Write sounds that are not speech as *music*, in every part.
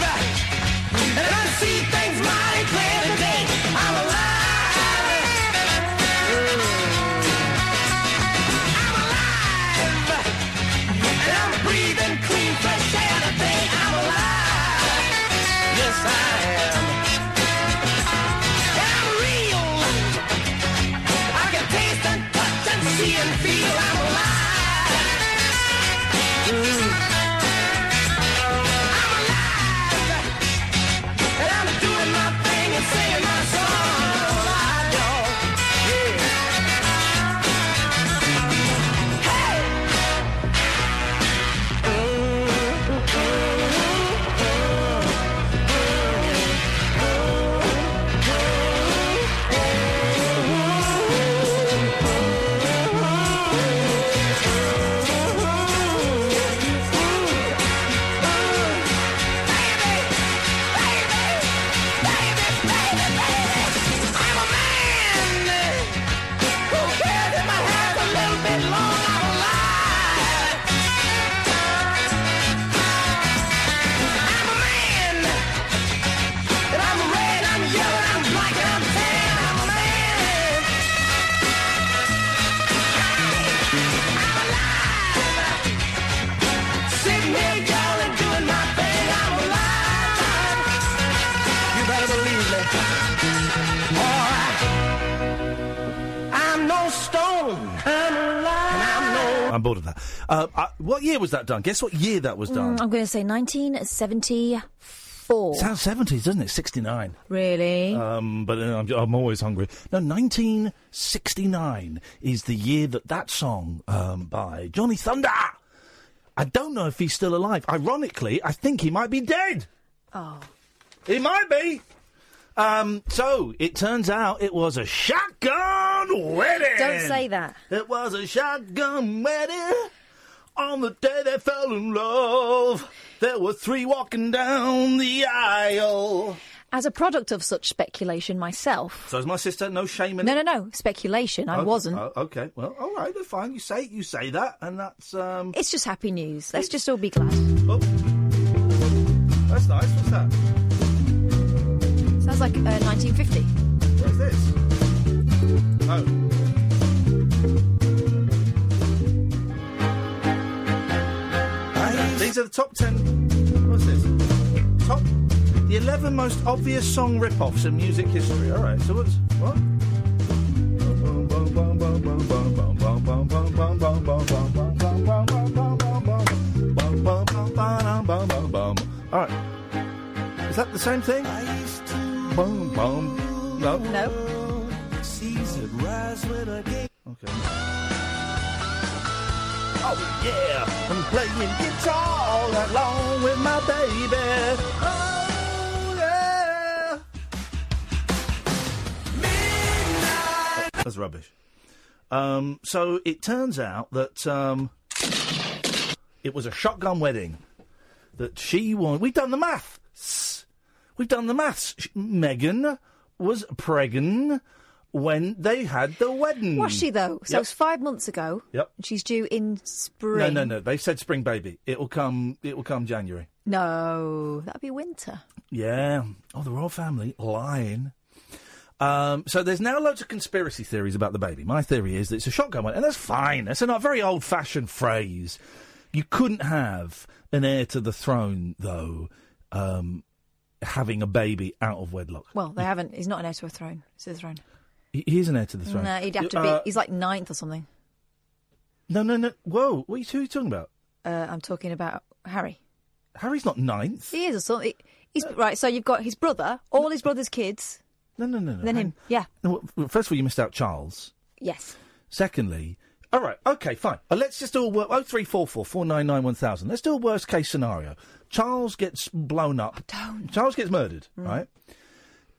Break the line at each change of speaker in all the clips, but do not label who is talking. And I see things mighty clear today. I'm alive. I'm alive. And I'm breathing clean, fresh air today. I'm alive. Yes, I am. And I'm real. I can taste and touch and see and feel. I'm alive. Mm. I'm alive. And I'm doing my thing and singing my song. I don't, yeah. Hey! Mm-hmm. Sitting here, y'all, and doing my thing. I'm alive. You better believe me. Alright. I'm no stone. I'm alive. And I'm no
I'm bored of that. Uh, uh, what year was that done? Guess what year that was done?
Mm, I'm going to say 1974.
Sounds seventies, doesn't it? Sixty nine.
really?
Um, but uh, I'm, I'm always hungry. No, 1969 is the year that that song um, by Johnny Thunder. I don't know if he's still alive. Ironically, I think he might be dead.
oh.
He might be. Um, so it turns out it was a shotgun wedding.
Don't say that.
It was a shotgun wedding. On the day they fell in love, there were three walking down the aisle.
As a product of such speculation myself.
So is my sister? No shame in
No,
it.
no, no. Speculation. I
Oh,
wasn't.
oh, okay. Well, all right. then Fine. You say you say that, and that's um.
It's just happy news. Let's just all be glad.
Oh. That's nice. What's that?
Sounds like uh, 1950.
What's this? Oh. These are the top ten. What's this? Top. The 11 most obvious song rip offs in music history. All right, so what's. What? All right. Is that the same thing? Bum, bum. No.
No.
Okay. Oh yeah, I'm playing guitar along with my baby. Oh yeah. That's rubbish. Um, so it turns out that um, it was a shotgun wedding. That she won. We've done the maths. We've done the maths. Sh- Megan was pregnant when they had the wedding.
Was she, though? So
Yep.
it's five months ago.
Yep.
She's due in spring.
No, no, no. They said spring baby. It will come. It will come January.
No, that'd be winter.
Yeah. Oh, the royal family lying. Um, so there's now loads of conspiracy theories about the baby. My theory is that it's a shotgun one, and that's fine. That's a very old-fashioned phrase. You couldn't have an heir to the throne, though, um, having a baby out of wedlock.
Well, they haven't. He's not an heir to a throne. It's the throne.
He, he is an heir to the throne.
No, he'd have to be.
Uh,
He's like ninth or something.
no, no, no. Whoa, what are you, who are you talking about?
Uh, I'm talking about Harry.
Harry's not ninth.
He is or something. He's right. So you've got his brother, all his brother's kids,
No, no, no, no.
then him. Yeah.
No, well, First of all, you missed out Charles.
Yes.
Secondly, all right, okay, fine. Uh, let's just all work. Oh three four four four nine nine one thousand. Let's do a worst case scenario. Charles gets blown up.
Don't. Mm.
Charles gets murdered. Right.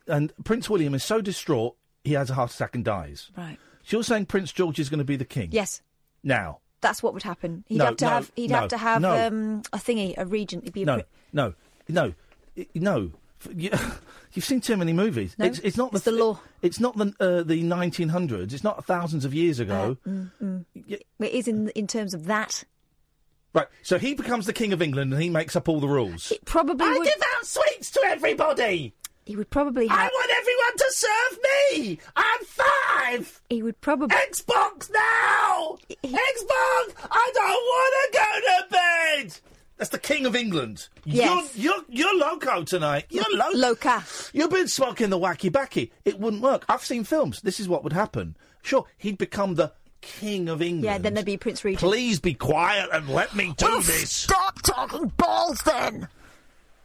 and Prince William is so distraught he has a heart attack and dies.
Right.
So you're saying Prince George is going to be the king?
Yes,
Now,
that's what would happen. He'd
No,
have to
no,
have. He'd
no,
have to have
no.
um, a thingy, a regent. He'd be a
no,
pri-
no, no, I- no. F- You, *laughs* have seen too many movies.
No,
it's, it's not
it's the law.
It's not the uh, the 1900s. It's not thousands of years ago.
Mm, mm. It is in in terms of that.
Right. So he becomes the king of England and he makes up all the rules.
Probably.
I
would...
give out sweets to everybody.
He would probably. Have...
I want everyone to serve me. I'm five.
He would probably.
Xbox now. Xbox. I don't want to go to bed. That's the king of England.
Yes.
You're, you're, you're loco tonight. You're loco.
Loca.
You've been smoking the wacky backy. It wouldn't work. I've seen films. This is what would happen. Sure, he'd become the king of England.
Yeah, then there'd be Prince Regent. Oh,
Please be quiet and let me do this.
Stop talking balls then!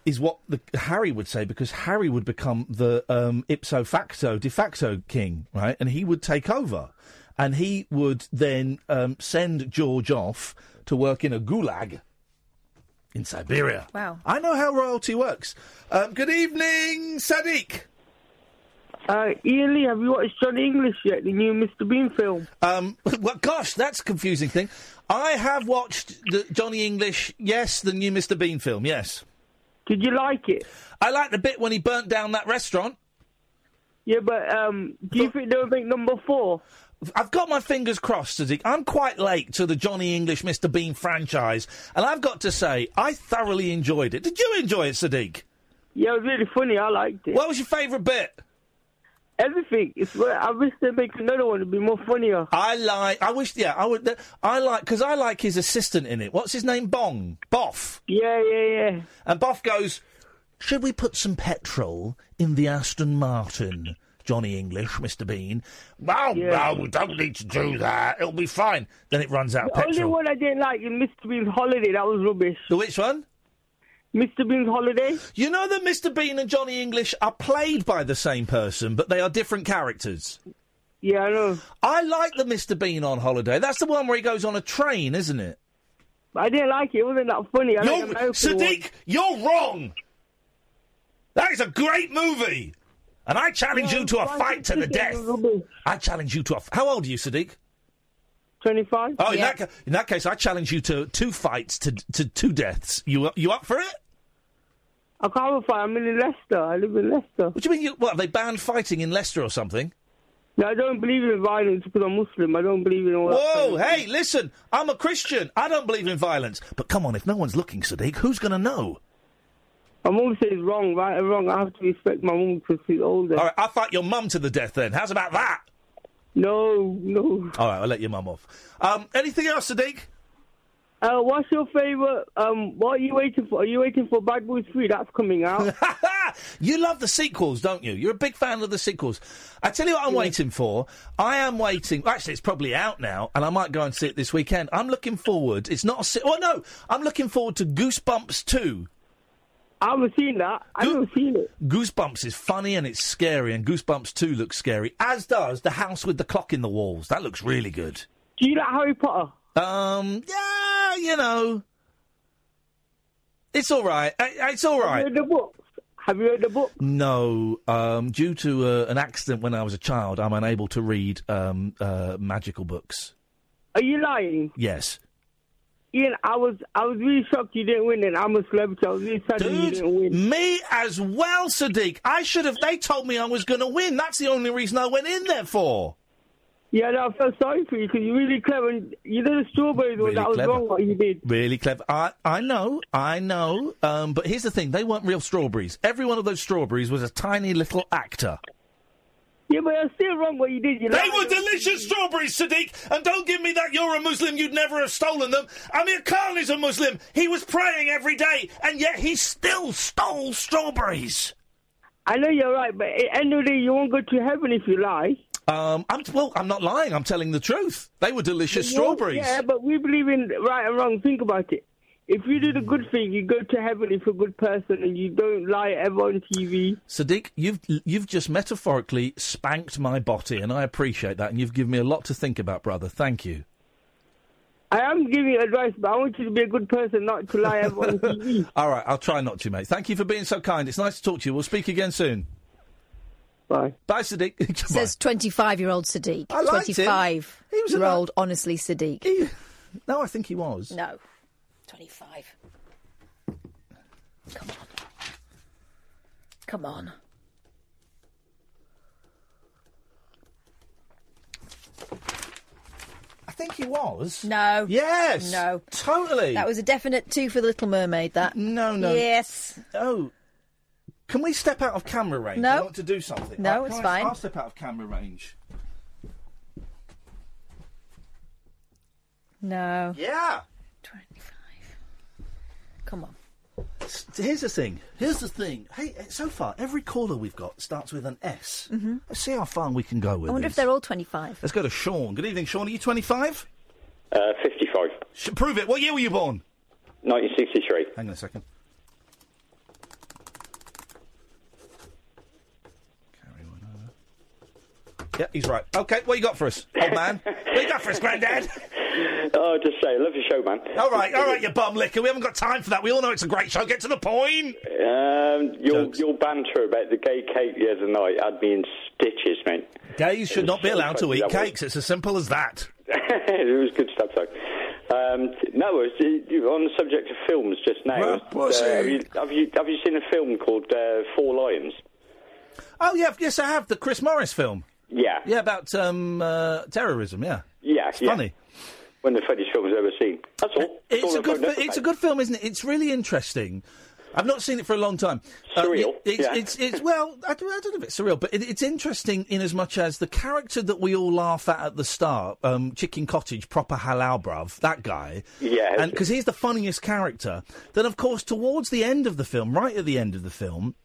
Is what the, Harry would say because Harry would become the um, ipso facto de facto king, right? And he would take over, and he would then um, send George off to work in a gulag in Siberia.
Wow.
I know how royalty works. Um, good evening, Sadiq.
Uh, Ian Lee, have you watched Johnny English yet? The new Mr. Bean film?
Um, *laughs* well, gosh, that's a confusing thing. I have watched the Johnny English, yes, the new Mr. Bean film, yes.
Did you like it?
I liked the bit when he burnt down that restaurant.
Yeah, but um, do you think they'll make number four?
I've got my fingers crossed, Sadiq. I'm quite late to the Johnny English Mr. Bean franchise, and I've got to say, I thoroughly enjoyed it. Did you enjoy it, Sadiq?
Yeah, it was really funny. I liked it.
What was your favourite bit?
Everything. It's, I wish they'd make another one. It'd be more funnier.
I like. I wish. Yeah, I would. I like because I like his assistant in it. What's his name? Bong. Boff.
Yeah, yeah, yeah.
And Boff goes, Should we put some petrol in the Aston Martin? Johnny English, Mr. Bean. Well,
Yeah.
no, we don't need to do that. It'll be fine. Then it runs out of
The only
petrol.
one I didn't like is Mr. Bean's Holiday. That was rubbish.
The which one?
Mr. Bean's Holiday?
You know that Mr. Bean and Johnny English are played by the same person, but they are different characters.
Yeah, I know.
I like the Mr. Bean on holiday. That's the one where he goes on a train, isn't it?
But I didn't like it. It wasn't that funny. I like
You're,
American
Sadiq,
one.
you're wrong. That is a great movie. And I challenge you to a
Why
fight to
did
the
you
death.
think it was rubbish?
I challenge you to a. F- How old are you, Sadiq?
25?
Oh, in, that ca- in that case, I challenge you to two fights to to two deaths. You you up for it?
I can't fight. I'm in Leicester. I live in Leicester.
What do you mean? You, what they banned fighting in Leicester or something?
No, I don't believe in violence because I'm Muslim. I don't believe in all that.
Whoa!
kind of-
Hey, listen, I'm a Christian. I don't believe in violence. But come on, if no one's looking, Sadiq, who's going to know?
My mum says wrong, right and wrong. I have to respect my mum because she's older.
All right, I fight your mum to the death. Then how's about that?
No, no.
All right, I'll let your mum off. Um, anything else, Sadiq?
Uh, what's your favourite? Um, what are you waiting for? Are you waiting for Bad Boys Three? That's coming out.
*laughs* you love the sequels, don't you? You're a big fan of the sequels. I tell you what I'm waiting for. I am waiting. Actually, it's probably out now, and I might go and see it this weekend. I'm looking forward. It's not a. Se- well, no, I'm looking forward to Goosebumps 2.
I haven't seen that. I haven't seen it.
Goosebumps is funny and it's scary, and Goosebumps 2 looks scary, as does The House with the Clock in the Walls. That looks really good.
Do you like Harry Potter?
Um, yeah, you know. It's all right. I- It's all
Have you
right.
read the books? Have you read the book?
No, um, due to uh, an accident when I was a child, I'm unable to read um, uh, magical books.
Are you lying,
Yes,
Ian? I was, I was really shocked you didn't win, and I'm a celebrity. I was really sad that you
dude,
didn't win.
me as well, Sadiq. I should have. They told me I was going to win. That's the only reason I went in there for.
Yeah, no, I felt sorry for you because you're really clever. And you did the strawberries, one.
Really
that was
clever.
wrong. What you did?
Really clever. I, I know, I know. Um, but here's the thing: they weren't real strawberries. Every one of those strawberries was a tiny little actor.
Yeah, but it's still wrong. What you did? You
They
lied.
were delicious strawberries, Sadiq. And don't give me that you're a Muslim. You'd never have stolen them. Amir Khan is a Muslim. He was praying every day, and yet he still stole strawberries.
I know you're right, but at the end of the day, you won't go to heaven if you lie.
Um, I'm well. I'm not lying. I'm telling the truth. They were delicious strawberries.
Yeah, but we believe in right and wrong. Think about it. If you do the good thing, you go to heaven if you're a good person and you don't lie ever on TV.
Sadiq, you've you've just metaphorically spanked my body, and I appreciate that. And you've given me a lot to think about, brother. Thank you.
I am giving you advice, but I want you to be a good person, not to lie ever on TV.
All right, I'll try not to, mate. Thank you for being so kind. It's nice to talk to you. We'll speak again soon.
Bye.
Bye, Sadiq. *laughs* Goodbye.
Says 25 year old Sadiq.
I liked him.
25
He was a
year old, honestly, Sadiq.
no, I think he was.
No. 25. Come on. Come on.
I think he was.
No.
Yes.
No.
Totally.
That was a definite two for the Little Mermaid, that.
No, no.
Yes.
Oh. Can we step out of camera range?
No.
I want to do something.
No,
I-
it's
can I-
fine.
I'll step out of camera range.
No.
Yeah.
25. Come on.
S- Here's the thing. Here's the thing. Hey, eh, so far, every caller we've got starts with an S. Mm-hmm. Let's see how far we can go with
I wonder if
this.
they're all 25.
Let's go to Sean. Good evening, Sean. Are you 25?
Uh, 55.
Sh- prove it. What year were you born?
1963.
Hang on a second. Carry one over. Yeah, he's right. Okay, what you got for us, old
*laughs*
man? what you got for us, Grandad?
Oh, just say, love your show, man.
All right, all right, you bum licker. We haven't got time for that. We all know it's a great show. Get to the point.
Um, your, your banter about the gay cake the other night had me in stitches, mate. *laughs*
Gays should not be allowed to eat
That was-
cakes. It's as simple as that.
it was good stuff, though. Um, no, it was, you were on the subject of films just now.
Well, what's
uh, have, you,
it?
have, you, have you seen a film called uh, Four Lions?
Oh yeah, yes, I have the Chris Morris film.
Yeah.
Yeah, about um, uh, terrorism. Yeah,
Yeah.
it's
yeah.
funny.
One of the funniest films I've ever seen. That's all. That's
It's
all
a
I've
good.
got to
fi-
know
it's a
about
good film, isn't it? It's really interesting. I've not seen it for a long time. Uh,
Surreal,
it- it's,
yeah.
it's, it's well, I don't, I don't know if it's surreal, but it, it's interesting in as much as the character that we all laugh at at the start, um, Chicken Cottage, proper halal bruv, that guy.
Yeah.
And because he's the funniest character. Then, of course, towards the end of the film, right at the end of the film,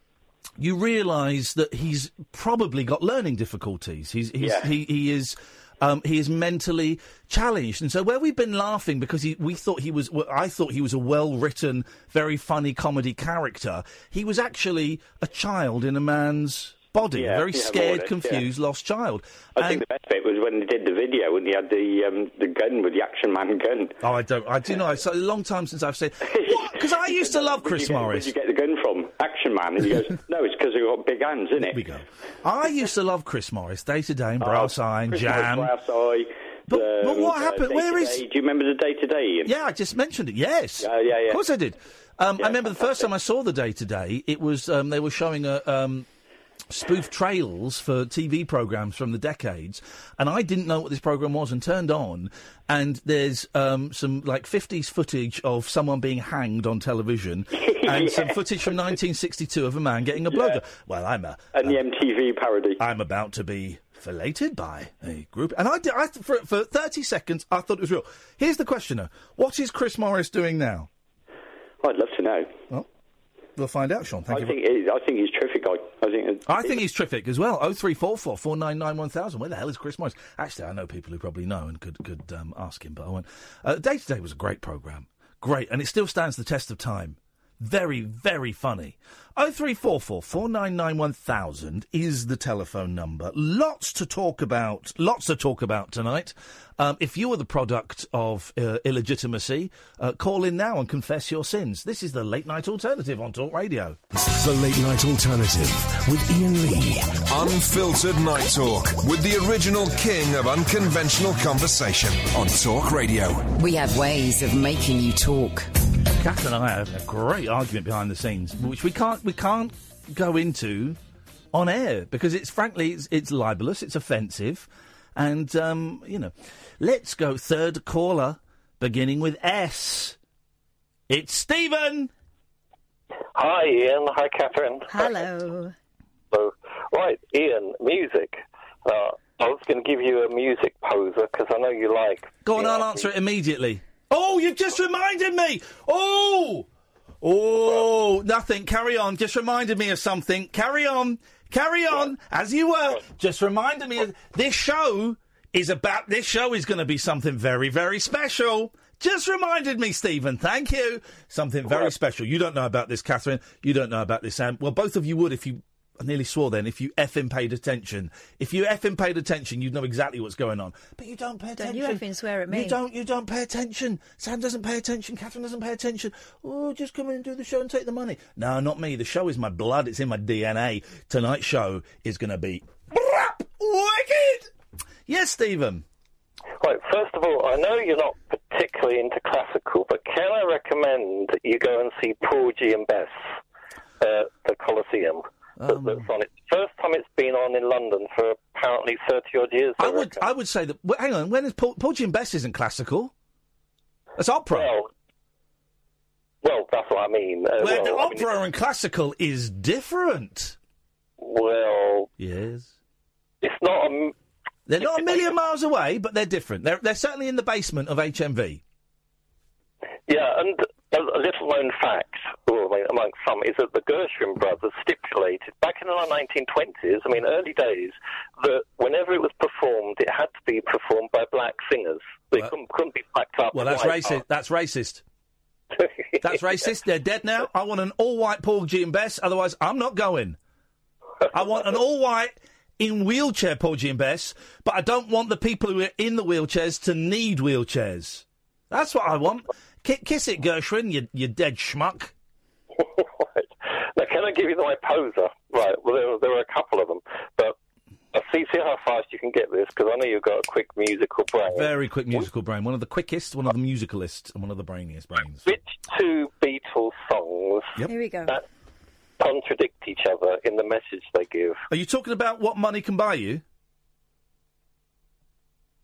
you realise that he's probably got learning difficulties. He's, he's
Yeah.
he, he is. Um, he is mentally challenged, and so where we've been laughing because he, we thought he was, well, I thought he was a well-written, very funny comedy character. He was actually a child in a man's body,
Yeah,
a very
yeah, more or
scared,
less, yeah.
confused, lost child.
I think the best bit was when they did the video and he had the um, the gun with the action man gun.
oh, I don't, I do know. It's a long time since I've
*laughs*
seen because I used to love
Where'd you
Chris
get-
Morris.
Where'd you get the gun from? Action Man. And
*laughs*
he goes, no, it's because he got big hands, isn't
Here
it?
we go. I used to love Chris Morris, Day to Day,
Oh,
Brass Iron,
Chris
Jam.
Morris, Brass Eye,
But-
um,
but what
uh,
happened? Where
Day-to-Day.
is-
Do you remember the day to day? Ian?
Yeah, I just mentioned it. Yes.
Yeah, yeah, yeah.
Of course I did. Um,
Yeah,
I remember the first time I saw the day today. It was um, they were showing a. Um, Spoof trails for TV programs from the decades, and I didn't know what this program was, and turned on, and there's um, some like 50s footage of someone being hanged on
*laughs*
television, and some footage from 1962 of a man getting a blowjob. Well, I'm a uh,
And the MTV parody.
I'm about to be filleted by a group. And I, did, I for, for 30 seconds, I thought it was real. Here's the questioner What is Chris Morris doing now?
I'd love to know.
Well, we'll find out, Sean. Thank
I
you.
think he, I think he's terrific. I, I think.
I think he's terrific as well. Oh three four four four nine nine one thousand. Where the hell is Chris Morris? Actually, I know people who probably know and could could um, ask him, but I won't. Uh, Day to Day was a great program, great, and it still stands the test of time. Very very funny. Oh three four four four nine nine one thousand is the telephone number. Lots to talk about. Lots to talk about tonight. Um, if you are the product of uh, illegitimacy, uh, call in now and confess your sins. This is the late night alternative on Talk Radio.
The Late Night Alternative with Ian Lee.
Unfiltered Night Talk with the original king of unconventional conversation on Talk Radio.
We have ways of making you talk.
Kath and I have a great argument behind the scenes, which we can't we can't go into on air because it's frankly it's, it's libelous, it's offensive, and um, you know, let's go third caller beginning with S. It's Stephen.
Hi, Ian. Hi, Catherine. *laughs*
Hello.
Hello. Right, Ian, music. Uh, I was going to give you a music poser because I know you like.
Go on, I'll answer it immediately. Oh, you've just reminded me. Oh, oh, nothing. Carry on. Just reminded me of something. Carry on. Carry on. As you were. Just reminded me of this show is about. This show is going to be something very, very special. Just reminded me, Stephen. Thank you. Something very special. You don't know about this, Catherine. You don't know about this, Sam. Well, both of you would if you I nearly swore then. If you effing paid attention, if you effing paid attention, you'd know exactly what's going on. But you don't pay
Don't
attention.
you effing swear at me.
You don't. You don't pay attention. Sam doesn't pay attention. Catherine doesn't pay attention. Oh, just come in and do the show and take the money. No, not me. The show is my blood. It's in my DNA. Tonight's show is going to be wicked. Yes, Stephen.
Right, first of all, I know you're not particularly into classical, but can I recommend that you go and see Paul G and Bess uh, the Coliseum? that-
Um.
that's on its first time it's been on in London for apparently 30 odd years.
I would. I would say that. Well, hang on. When is Paul, Paul Jim Bess isn't classical? That's opera.
Well, well that's what I mean. Uh,
Where the
well, I mean,
opera and classical is different.
Well,
yes,
it's not. A, m- *laughs*
They're not a million miles away, but they're different. They're, they're certainly in the basement of HMV.
yeah, and a, a little known fact, well, I mean, among some, is that the Gershwin brothers stipulated back in the 1920s, I mean, early days, that whenever it was performed, it had to be performed by black singers. They couldn't, couldn't be backed up.
Well, that's
white.
racist. That's racist. That's racist. They're dead now. I want an all-white Paul G and Bess. Otherwise, I'm not going. I want an all-white in wheelchair Paul G and Bess, but I don't want the people who are in the wheelchairs to need wheelchairs. That's what I want. Ki- kiss it, Gershwin. You you dead schmuck.
Now, can I give you my poser? Right, well, there were, there were a couple of them, but uh, see, see how fast you can get this, because I know you've got a quick musical brain.
Very quick musical brain. One of the quickest, one of the musicalists, and one of the brainiest brains.
Which two Beatles songs
Here we go.
that contradict each other in the message they give?
Are you talking about what money can buy you?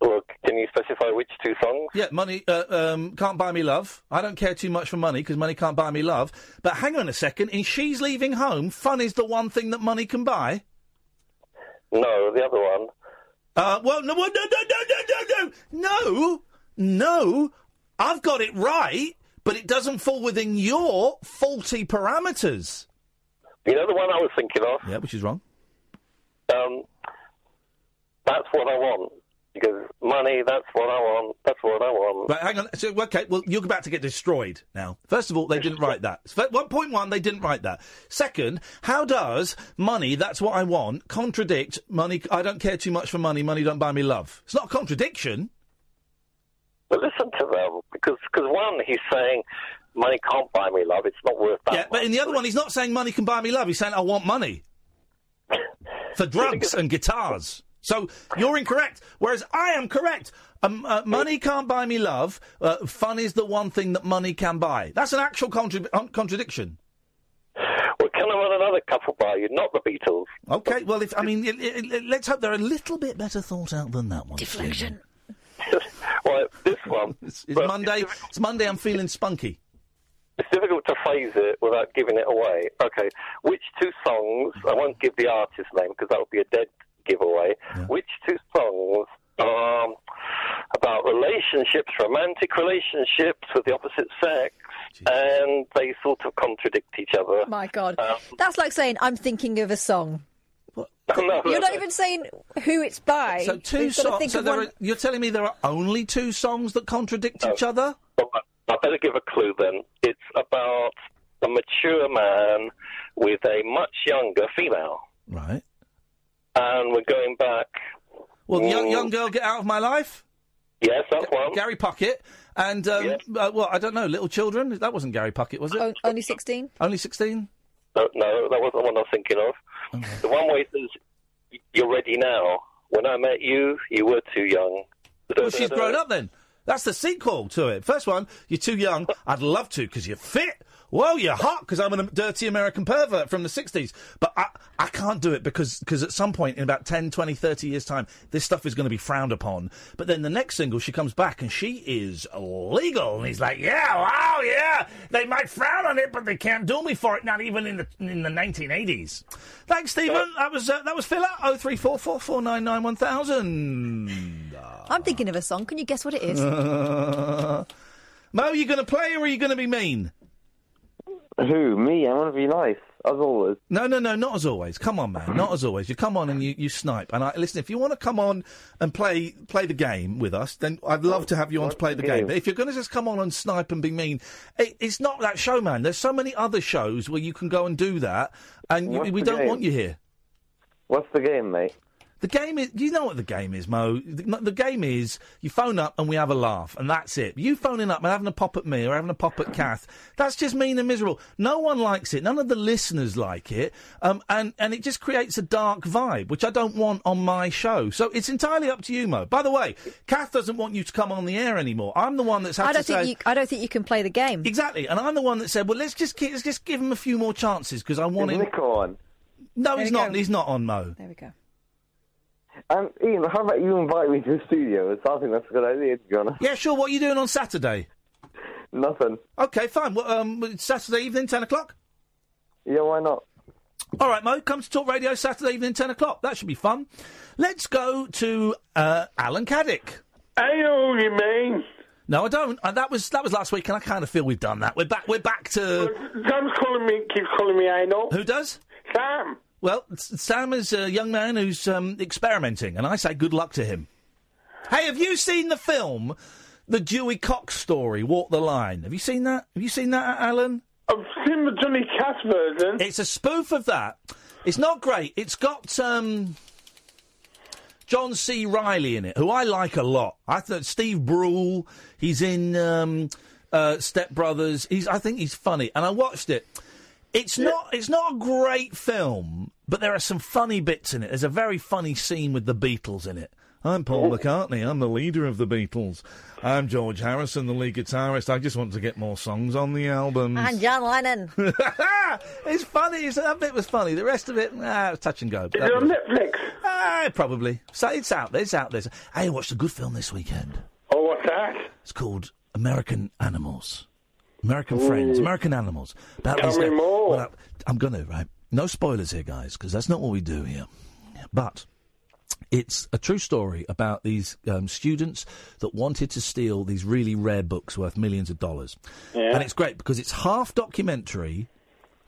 Or can you specify which two songs?
Yeah, money uh, um, can't buy me love. I don't care too much for money because money can't buy me love. But hang on a second. In She's Leaving Home, fun is the one thing that money can buy.
No, the other one.
Uh, well, no, well, no, no, no, no, no, no, no, no. I've got it right, but it doesn't fall within your faulty parameters.
You know the one I was thinking of?
Yeah, which is wrong.
Um, that's what I want. Because money, that's what I want. That's what I want.
Right, hang on. So, okay, well, you're about to get destroyed now. First of all, they didn't write that. F- 1.1, they didn't write that. Second, how does money, that's what I want, contradict money? I don't care too much for money, money don't buy me love. It's not a contradiction.
But listen to them, because cause one, he's saying money can't buy me love. It's not worth that.
yeah, but in the other one, he's not saying money can buy me love. He's saying I want money for drugs and guitars. So you're incorrect, whereas I am correct. Um, uh, money can't buy me love. Uh, fun is the one thing that money can buy. That's an actual contra- um, contradiction.
Well, can I run another couple by you? Not the Beatles.
Okay, well, if I mean, it, it, it- let's hope they're a little bit better thought out than that one. Deflection.
*laughs* well, this one.
*laughs* it's, it's Monday. It's Monday. I'm
*laughs*
feeling spunky.
It's difficult to phrase it without giving it away. Okay, which two songs? I won't give the artist name because that would be a dead giveaway. Which two songs are about relationships, romantic relationships with the opposite sex, and they sort of contradict each other?
My God.
Um,
That's like saying, I'm thinking of a song.
no,
You're not even saying who it's by.
So two
You've gotta
songs.
think
So
of
there
one-
are, you're telling me there are only two songs that contradict each other?
I better give a clue then. It's about a mature man with a much younger female,
Right.
and we're going back.
Well, the young, young girl, get out of my life.
Mm. Yes, that's one.
Gary Puckett and um, uh, well, I don't know, little children. That wasn't Gary Puckett, was it?
only sixteen.
Only sixteen.
No, no, that wasn't the one I was thinking of. The one where he says, "You're ready now." When I met you, you were too young.
Well, Oh, she's grown up then. That's the sequel to it. First one, you're too young. I'd love to because you're fit. Whoa, you're hot because I'm a dirty American pervert from the 60s. But I, I can't do it because cause at some point in about 10, 20, 30 years' time, this stuff is going to be frowned upon. But then the next single, she comes back and she is legal. And he's like, yeah, wow, yeah. They might frown on it, but they can't do me for it, not even in the, in the 1980s. Thanks, Stephen. That was, uh, that was Phil at 03444991000.
I'm thinking of a song. Can you guess what it
*laughs*
is?
Uh, Mo, are you going to play or are you going to be mean?
Who? Me? I want to be nice, as always.
No, no, no, not as always. Come on, man, not as always. You come on and you, you snipe. And I listen. If you want to come on and play play the game with us, then I'd love to have you on to play the game. But if you're going to just come on and snipe and be mean, it, it's not that show, man. There's so many other shows where you can go and do that, and you,
What's
we
the
don't
game?
want you here.
What's the game, mate?
The game is. You know what the game is, Mo. The, the game is you phone up and we have a laugh, and that's it. You phoning up and having a pop at me or having a pop at Kath, that's just mean and miserable. No one likes it. None of the listeners like it, um, and and it just creates a dark vibe, which I don't want on my show. So it's entirely up to you, Mo. By the way, Kath doesn't want you to come on the air anymore. I'm the one that's had
I don't
to
think
say
you. I don't think you can play the game.
exactly, and I'm the one that said, well, let's just ki- let's just give him a few more chances because I want
Is
him.
Nick on?
No,
There
he's
we
not.
go.
He's not on, Mo.
There we go.
Um, Ian, how about you invite me to the studio? It's- I think that's a good idea, to be honest.
Yeah, sure. What are you doing on Saturday?
Nothing.
Okay, fine. Well, um, Saturday evening, 10 o'clock?
Yeah, why not?
All right, Mo, come to Talk Radio Saturday evening, 10 o'clock. That should be fun. Let's go to uh, Alan Caddick.
I only mean.
No, I don't. Uh, that was that was last week, and I kind of feel we've done that. We're back. We're back to.
Uh, Sam's calling me, keeps calling me anal.
Who does?
Sam.
Well, S- Sam is a young man who's um, experimenting, and I say good luck to him. Hey, have you seen the film, The Dewey Cox Story? Walk the line. Have you seen that? Have you seen that, Alan?
I've seen the Johnny Cash version.
It's a spoof of that. It's not great. It's got um, John C. Riley in it, who I like a lot. I thought Steve Brule. He's in um, uh, Step Brothers. He's. I think he's funny, and I watched it. It's not. It's not a great film, but there are some funny bits in it. There's a very funny scene with the Beatles in it. I'm Paul McCartney. I'm the leader of the Beatles. I'm George Harrison, the lead guitarist. I just want to get more songs on the albums.
And John Lennon.
*laughs* it's funny. It's, that bit was funny. The rest of it, nah, it was touch and go.
Is it on Netflix?
Ah, probably. So it's out there. It's out there. Hey, I watched a good film this weekend.
Oh, what's that?
It's called American Animals. American Friends.
Ooh.
American Animals.
Tell me more.
Well, I, am going to, right? No spoilers here, guys, because that's not what we do here. But it's a true story about these um, students that wanted to steal these really rare books worth millions of dollars.
Yeah.
And it's great because it's half documentary,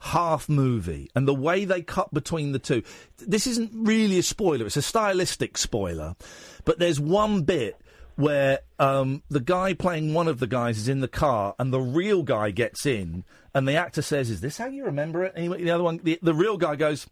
half movie, and the way they cut between the two. This isn't really a spoiler, it's a stylistic spoiler, but there's one bit where um, the guy playing one of the guys is in the car and the real guy gets in and the actor says, Is this how you remember it? Anyway, the other one, the, the real guy goes,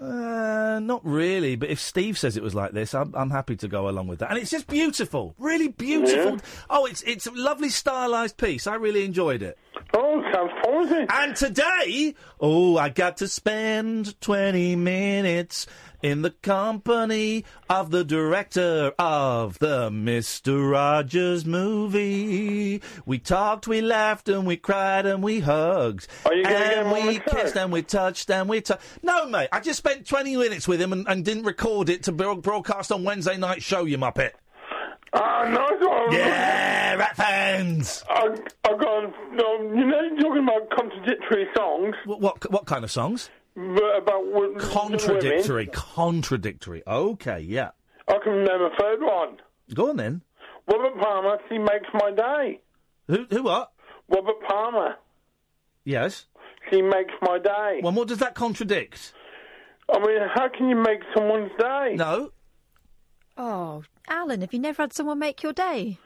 uh, not really, but if Steve says it was like this, I'm, I'm happy to go along with that. And it's just beautiful, really beautiful.
Yeah.
Oh, it's it's a lovely stylised piece. I really enjoyed it.
Oh, sounds promising.
And today, oh, I got to spend 20 minutes in the company of the director of the Mr. Rogers movie. We talked, we laughed, and we cried, and we hugged.
Are you gonna get him
and
on
we
the show?
kissed, and we touched, and we touched. No, mate, I just spent 20 minutes with him and, and didn't record it to broad- broadcast on Wednesday night show, you muppet.
Oh, no,
Yeah, rat fans.
I, I gone. No, you know, you're talking about contradictory songs.
What what, what kind of songs?
But about wo-
Contradictory,
women.
contradictory. Okay, yeah.
I can name a third one.
Go on then.
Robert Palmer. She makes my day.
Who? Who? What?
Robert Palmer.
Yes.
She makes my day.
Well, what does that contradict?
I mean, how can you make someone's day?
No.
Oh, Alan, have you never had someone make your day?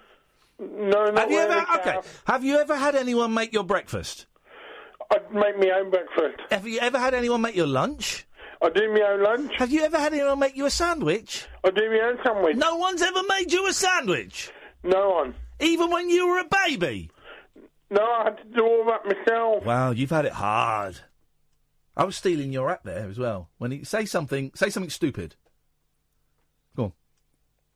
No, not
Have you
really,
ever? Okay.
Gav.
Have you ever had anyone make your breakfast?
I'd make my own breakfast.
Have you ever had anyone make your lunch?
I do my own lunch.
Have you ever had anyone make you a sandwich?
I do my own sandwich.
No one's ever made you a sandwich.
No one.
Even when you were a baby.
No, I had to do all that myself.
Wow, you've had it hard. I was stealing your app there as well. When he say something, say something stupid. Go on,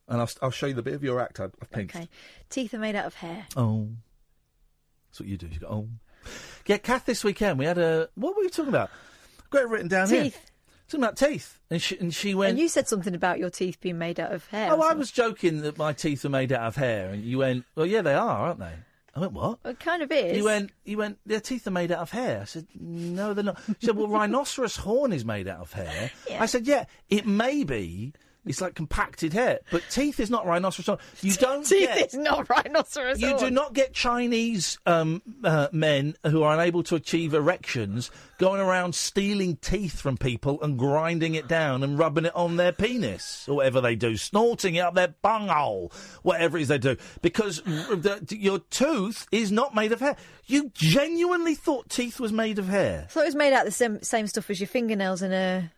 and I'll, I'll show you the bit of your act I've, I've pinched.
Okay. Teeth are made out of hair.
Oh. That's what you do. You go, oh. Yeah, Kath, this weekend we had a. What were we talking about? I've got it written down here.
Teeth.
Talking about teeth. And she, and she went.
and you said something about your teeth being made out of hair.
oh, I was joking that my teeth are made out of hair. And you went, well, yeah, they are, aren't they? I went, what?
It kind of is.
You went, you went, their teeth are made out of hair. I said, no, they're not. She said, well, rhinoceros horn is made out
*laughs*
of hair. I said, yeah, it may be. It's like compacted hair, but teeth is not rhinoceros horn. You don't
Teeth
get
is not rhinoceros.
you do
horn.
not get Chinese um, uh, men who are unable to achieve erections going around stealing teeth from people and grinding it down and rubbing it on their penis or whatever they do, snorting it up their bunghole, whatever it is they do, because r- the, your tooth is not made of hair. You genuinely thought teeth was made of hair.
I thought it was made out of the same, same stuff as your fingernails and a.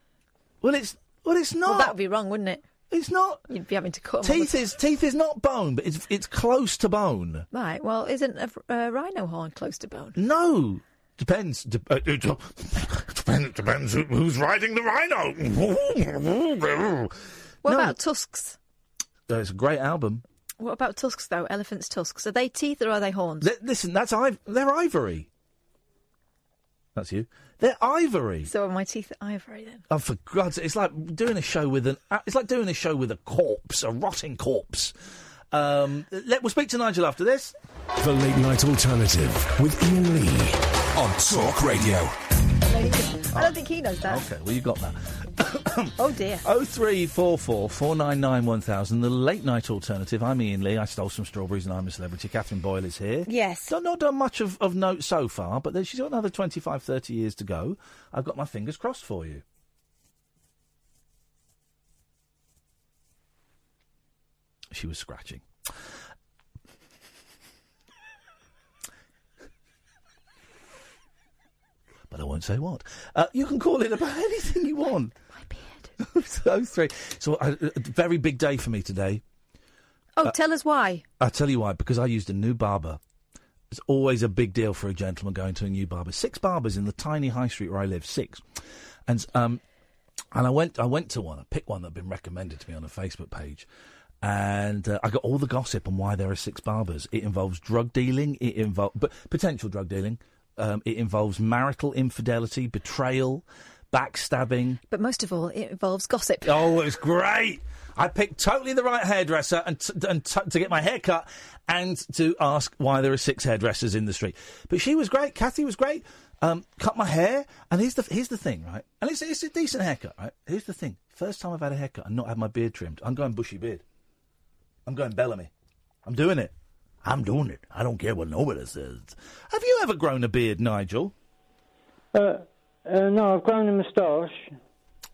Well, it's Well, it's not.
that would be wrong, wouldn't it?
It's not.
You'd be having to cut 'em all
Teeth
the-
is teeth is not bone, but it's it's close to bone.
Right. Well, isn't a uh, rhino horn close to bone?
No, depends. De- uh, it *laughs* depends. Depends who- who's riding the rhino.
*laughs* What about tusks?
That's Uh, a great album.
What about tusks though? Elephants' tusks. Are they teeth or are they horns?
Th- listen, that's iv- they're ivory. That's you. They're ivory.
So are my teeth ivory then?
Oh, for God's sake! It's like doing a show with an. uh, It's like doing a show with a corpse, a rotting corpse. Um, let, we'll speak to Nigel after this.
The Late Night Alternative with Ian Lee on Talk Radio.
I don't think he knows
*coughs*
that.
Okay, well you got that.
Oh dear.
Oh three four four four nine nine one thousand. The late night alternative. I'm Ian Lee. I stole some strawberries and I'm a celebrity. Catherine Boyle is here.
Yes.
Not, not done much of, of note so far, but then she's got another 25, 30 years to go. I've got my fingers crossed for you. She was scratching. But I won't say what. Uh, you can call in about *laughs* anything you want. My *laughs* beard. so three. So uh, a very big day for me today.
Oh, tell us why.
I'll tell you why, because I used a new barber. It's always a big deal for a gentleman going to a new barber. Six barbers in the tiny high street where I live, six. And um, and I went I went to one, I picked one that had been recommended to me on a Facebook page. And uh, I got all the gossip on why there are six barbers. It involves drug dealing, it involves but potential drug dealing. Um, it involves marital infidelity, betrayal, backstabbing.
But most of all, it involves gossip.
Oh, it was great. I picked totally the right hairdresser and, t- and t- to get my hair cut and to ask why there are six hairdressers in the street. But she was great. Kathy was great. Um, cut my hair. And here's the here's the thing, right? And it's, it's a decent haircut, right? Here's the thing. First time I've had a haircut and not had my beard trimmed. I'm going bushy beard. I'm going Bellamy. I'm doing it. I'm doing it. I don't care what nobody says. Have you ever grown a beard, Nigel?
Uh, uh, no, I've grown a moustache.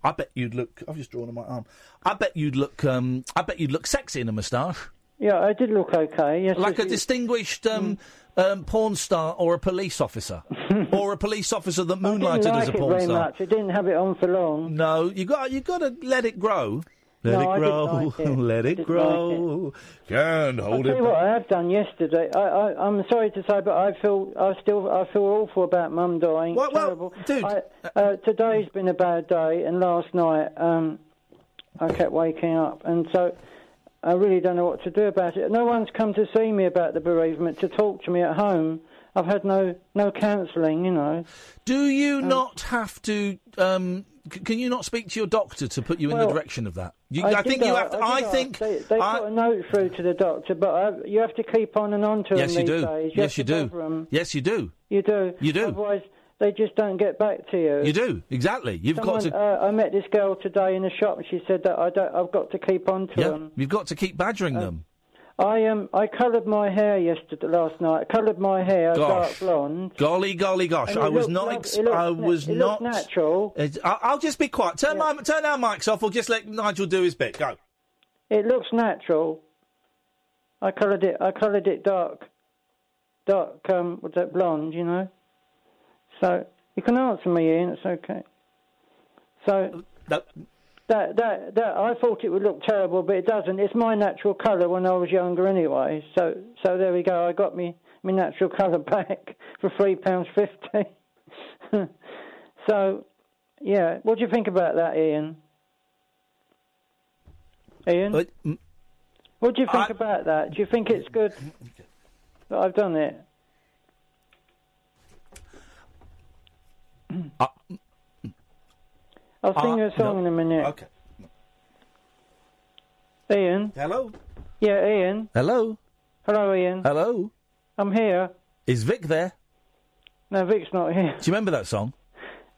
I bet you'd look. I've just drawn on my arm. I bet you'd look. Um, I bet you'd look sexy in a moustache.
Yeah, I did look okay. Yes,
like
yes,
a distinguished um,
Mm.
um, porn star or a police
*laughs*
officer, or a police officer that
I
moonlighted
didn't
as
like
a
it
porn
very
star.
much. I didn't have it on for long.
No, you got you got to let it grow. Let
No,
it
I didn't
grow,
like it.
*laughs* let
I
it
didn't
grow. Can't
I'll
hold
tell
it.
you what I have done yesterday. I, I, I'm sorry to say, but I feel I still I feel awful about Mum dying.
Well- well,
Terrible.
dude,
I, uh, today's been a bad day, and last night um, I kept waking up, and so I really don't know what to do about it. No one's come to see me about the bereavement to talk to me at home. I've had no no counselling, you know.
Do you
Um,
not have to? Um, c- can you not speak to your doctor to put you in the
Well,
direction of that? You,
I
I,
did
think you have
ask-
to.
I
I,
did ask.
think.
They, they
I-
put a note through to the doctor, but I, you have to keep on and on to
yes, you
them these
do.
days.
Yes, you
have to bother 'em.
do. Yes, you do.
You do.
You do.
Otherwise, they just don't get back to you.
You do exactly. You've
Someone,
got to.
uh, I met this girl today in a shop, and she said that I don't, I've got to keep on to
yeah,
them.
you've got to keep badgering them.
I um, I coloured my hair yesterday, last night. I coloured my hair dark
Gosh.
blonde.
Golly, golly, gosh!
And it
I was
looked
not.
lov-
Ex-
it looked
I
na-
was
it
not
looked natural.
It's- I- I'll just be quiet. Turn my turn our mics off. We'll just let Nigel do his bit. Go.
It looks natural. I coloured it. I coloured it dark, dark. Um, what's that blonde? You know. So you can answer me, Ian. It's okay. So that that that I thought it would look terrible, but it doesn't. It's my natural colour when I was younger, anyway. So so there we go. I got me my natural colour *laughs* back for three pounds fifty. *laughs* so yeah, what do you think about that, Ian? Ian,
But, mm,
what do you think about that? Do you think it's good that I've done it?
I-
I'll sing
Uh,
you a song
no.
in a minute.
Okay.
Ian?
Hello?
Yeah, Ian.
Hello.
Hello, Ian.
Hello.
I'm here.
Is Vic there?
No, Vic's not here.
Do you remember that song?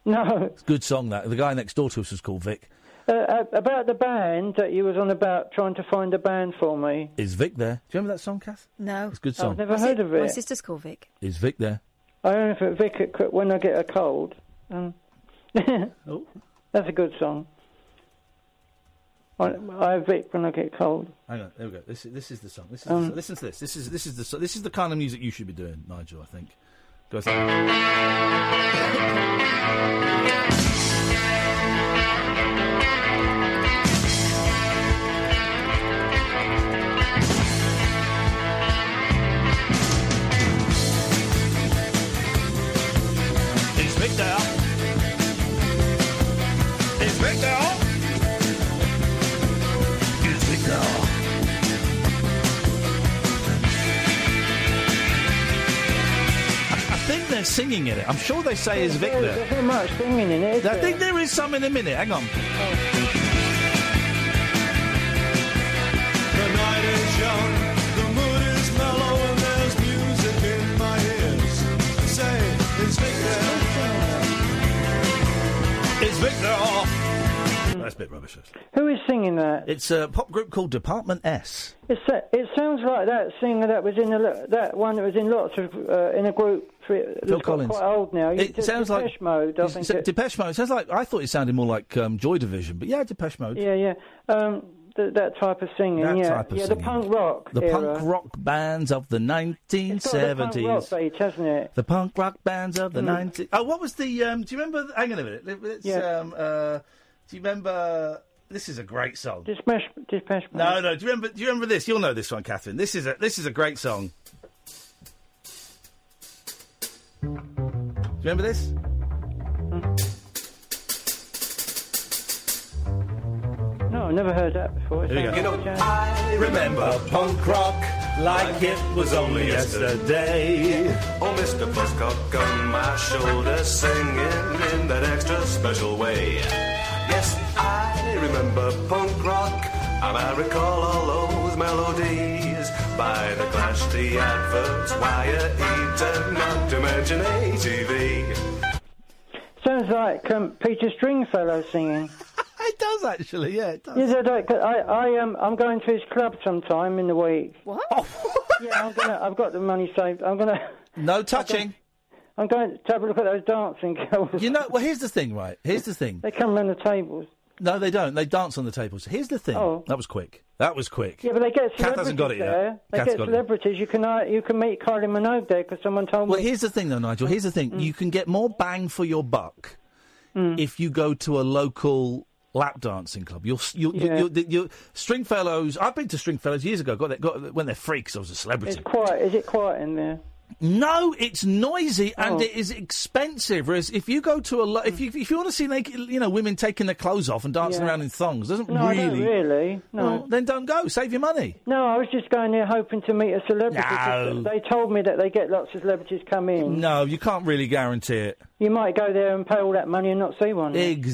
No.
It's a good song. That the guy next door to us was called Vic.
Uh, uh, about the band that you was on about trying to find a band for me.
Is Vic there? Do you remember that song, Kath?
No.
It's a good song.
Oh, I've never heard of
My
it.
sister's called Vic.
Is Vic there?
I only think Vic it could- when I get a cold. Um, *laughs*
Oh.
That's a good song. I, I have Vic when I get cold.
Hang on. There we go. This is this is the song. This is the
Um.
song. listen to this. This is this is the so- this is the kind of music you should be doing, Nigel. I think. Go. singing in it. I'm sure they say is Vic
There's,
there.
there's not much singing in it. Is
I
there?
think there is some in a minute. Hang on.
The night is young, the mood is mellow, and there's music in my ears. Say, it's Victor.
It's Victor. That's a bit rubbish.
Who is singing that?
It's a pop group called Department S.
It's, that- it sounds like that singer that was in the, lo- that one that was in lots of uh, in a group. Phil
Phil Collins.
Quite old now.
It
De-
sounds like-
Oh, Depeche Mode. I
It's-
think
it's-
it-
Depeche Mode. It sounds like I thought it sounded more like um, Joy Division, but yeah, Depeche Mode.
Yeah, yeah. Um, th- that type of singing.
That
yeah,
type of
yeah.
singing.
The punk rock.
The
era.
punk rock bands of the 1970s.
It's got The punk rock beat, hasn't it?
The punk rock bands of the
Mm.
90s. Oh, what was the. Um, do you remember. th- Hang on a minute. Let- Let's,
Yeah.
um, uh, do you remember. Uh, This is a great song.
Depeche, Depeche Mode.
No, no. Do you remember? Do you remember this? You'll know this one, Catherine. This is a this is a great song. Do you remember this?
No, I've never heard that before. It
Here we go.
sounds
Get up.
like
I remember punk rock like it was only yesterday.
Oh, Mr. Buzzcock on my shoulder, singing in that extra special way. Yes, I remember punk rock, and I recall all those melodies by the Clash, the Adverts, Wire, Eater, not to mention ATV.
Sounds like um, Peter Stringfellow singing.
*laughs* it does actually, yeah, it does.
Yes, I, do, 'cause I, I um, I'm going to his club sometime in the week. What?
Oh. *laughs*
yeah, I'm gonna. I've got the money saved. I'm gonna.
No touching.
I'm going to have a look at those dancing girls.
You know, well, here's the thing, right? Here's the thing.
They come round the tables.
No, they don't. They dance on the tables. Here's the thing.
Oh.
That was quick. That was quick.
Yeah, but they get celebrities
Kath hasn't got it yet.
there. They
Kath's
get
got it.
celebrities. You can uh, you can meet Kylie Minogue there because someone told
Well,
me.
here's the thing, though, Nigel. Here's the thing.
Mm.
You can get more bang for your buck if you go to a local lap dancing club. You'll, s- you'll,
Yeah.
you'll, you'll, you'll Stringfellows. I've been to Stringfellows years ago. Got, that, got when they're freaks. I was a celebrity.
It's quiet. Is it quiet in there?
No, it's noisy
Oh.
and it is expensive. Whereas if you go to a lo- if you if you want to see naked, you know, women taking their clothes off and dancing
Yeah.
around in thongs, doesn't
No,
really.
I don't really. No.
Well, then don't go. Save your money.
No, I was just going there hoping to meet a celebrity.
No.
They told me that they get lots of celebrities come in.
No, you can't really guarantee it.
You might go there and pay all that money and not see one.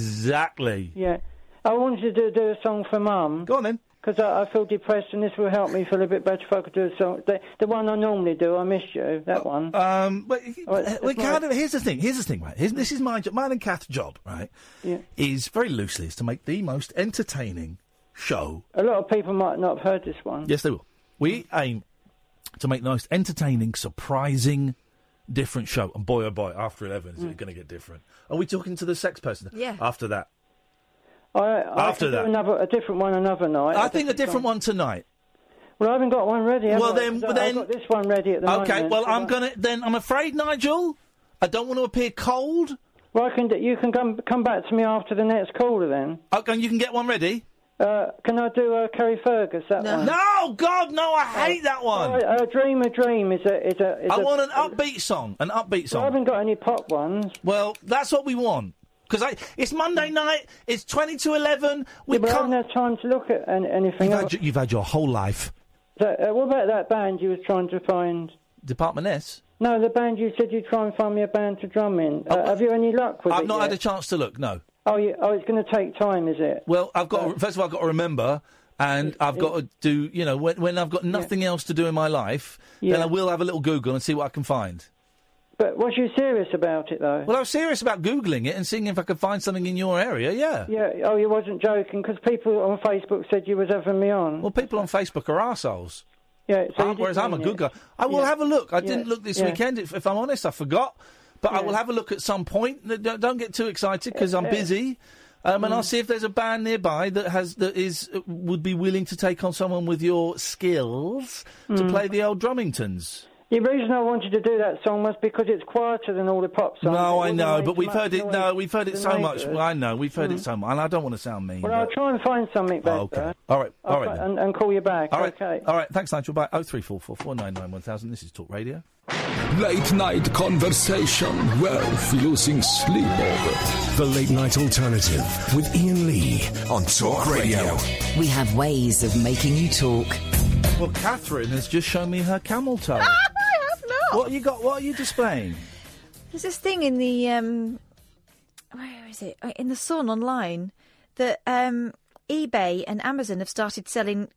Exactly.
Yeah. I wanted to do a song for Mum.
Go on then.
Because I, I feel depressed and this will help me feel a bit better if I could do a song. The, the one I normally do, I Miss You, that one.
Um, but
Well,
we
it's
can't.
not-
Here's the thing. Here's the thing, right? Here's, this is my job. Mine and Kath's job, right?
Yeah.
Is very loosely is to make the most entertaining show
A lot of people might not have heard this one.
Yes, they will. We aim to make the most entertaining, surprising, different show. And boy, oh boy, after 11, is it going to get different? Are we talking to the sex person?
Mm. Yeah.
After that.
I, I
After
could do
that.
another, a different one another night.
I think a different
song.
one tonight.
Well, I haven't got one ready. have
Well,
I?
then-
'Cause
well,
I-
then-
I've got this one ready at the moment.
okay, well,
so
I'm
that-
going to, then, I'm afraid, Nigel, I don't want to appear cold.
Well, I can, do- you can come, come back to me after the next caller then.
Okay, and Oh, you can get one ready.
Uh, can I do uh, Kerry Fergus, that one?
No, God, no,
Uh,
I hate that one.
Oh, uh, Dream a Dream is a... Is a is
I
a-
want an upbeat song, an upbeat song.
Well, I haven't got any pop ones. Mm.
Well, that's what we want. Because I, it's Monday night, it's 20 to 11, we
Yeah, but I
can't...
haven't had time to look at an, anything
You've
else.
had, your- you've had your whole life.
So, uh, what about that band you was trying to find?
Department S? Oh,
No, the band you said you'd try and find me a band to drum in. Uh, have you any luck with
I've
it
not
yet?
had a chance to look. No.
Oh, you, oh, it's going to take time, is it?
Well, I've
Uh,
got. to, first of all, I've got to remember, and I've got to do. You know, when, when I've got nothing else to do in my life, then
Yeah.
I will have a little Google and see what I can find.
But was you serious about it though?
Well, I was serious about googling it and seeing if I could find something in your area. Yeah.
Yeah. Oh, you wasn't joking because people on Facebook said you was having me on.
Well, people on Facebook are arseholes.
Yeah. So
I'm-
you did
Ah, whereas I'm a
mean
good
it.
guy. I will
Yeah.
have a look. I
Yeah.
didn't look this
Yeah.
weekend. If, if I'm honest, I forgot. But I will have a look at some point. N- Don't, don't get too excited because I'm
Yeah.
busy. Um, and I'll
Mm.
see if there's a band nearby that has that is uh, would be willing to take on someone with your skills
Mm.
to play the old Drummingtons.
The reason I wanted to do that song was because it's quieter than all the pop
No,
songs. It
I
wouldn't
know,
make
but we've
much
heard it.
noise
No, we've heard
to
it
the
so much.
neighbours.
Well, I know we've heard it so much, and I don't want to sound mean.
Mm-hmm. Well, I'll try and find something better.
Oh, okay. All right.
I'll
All right
fi-
then.
and, and call you back.
All right.
Okay.
All right. Thanks, Nigel. Bye. Oh three four four four nine nine one thousand. This is Talk Radio.
Late night conversation worth losing sleep over. The Late Night Alternative with Ian Lee on Talk Radio.
We have ways of making you talk.
Well,
Ah,
Catherine has just shown me her camel toe.
I have not.
what you got? What are you displaying?
*laughs* There's this thing in the um, where is it? Uh, In the Sun online that um, eBay and Amazon have started selling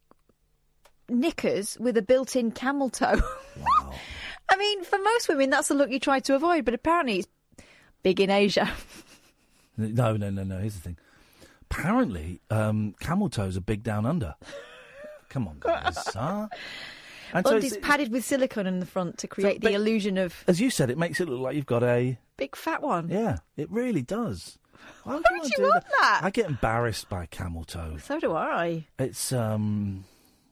knickers with a built-in camel toe. *laughs* I mean, for most women, that's the look you try to avoid, but apparently it's big in Asia.
No, no, no, no. Here's the thing. Apparently, um, camel toes are big down under. Come on, guys.
*laughs*
huh? *laughs* And so
Undies
it's-
padded with silicone in the front to create the
but-
illusion of
as you said, it makes it look like you've got a.
big fat one.
Yeah, it really does. *laughs* Why would
would
wanna
"Oh, you
do
want that?
I get embarrassed by camel toe.
So do I.
It's um.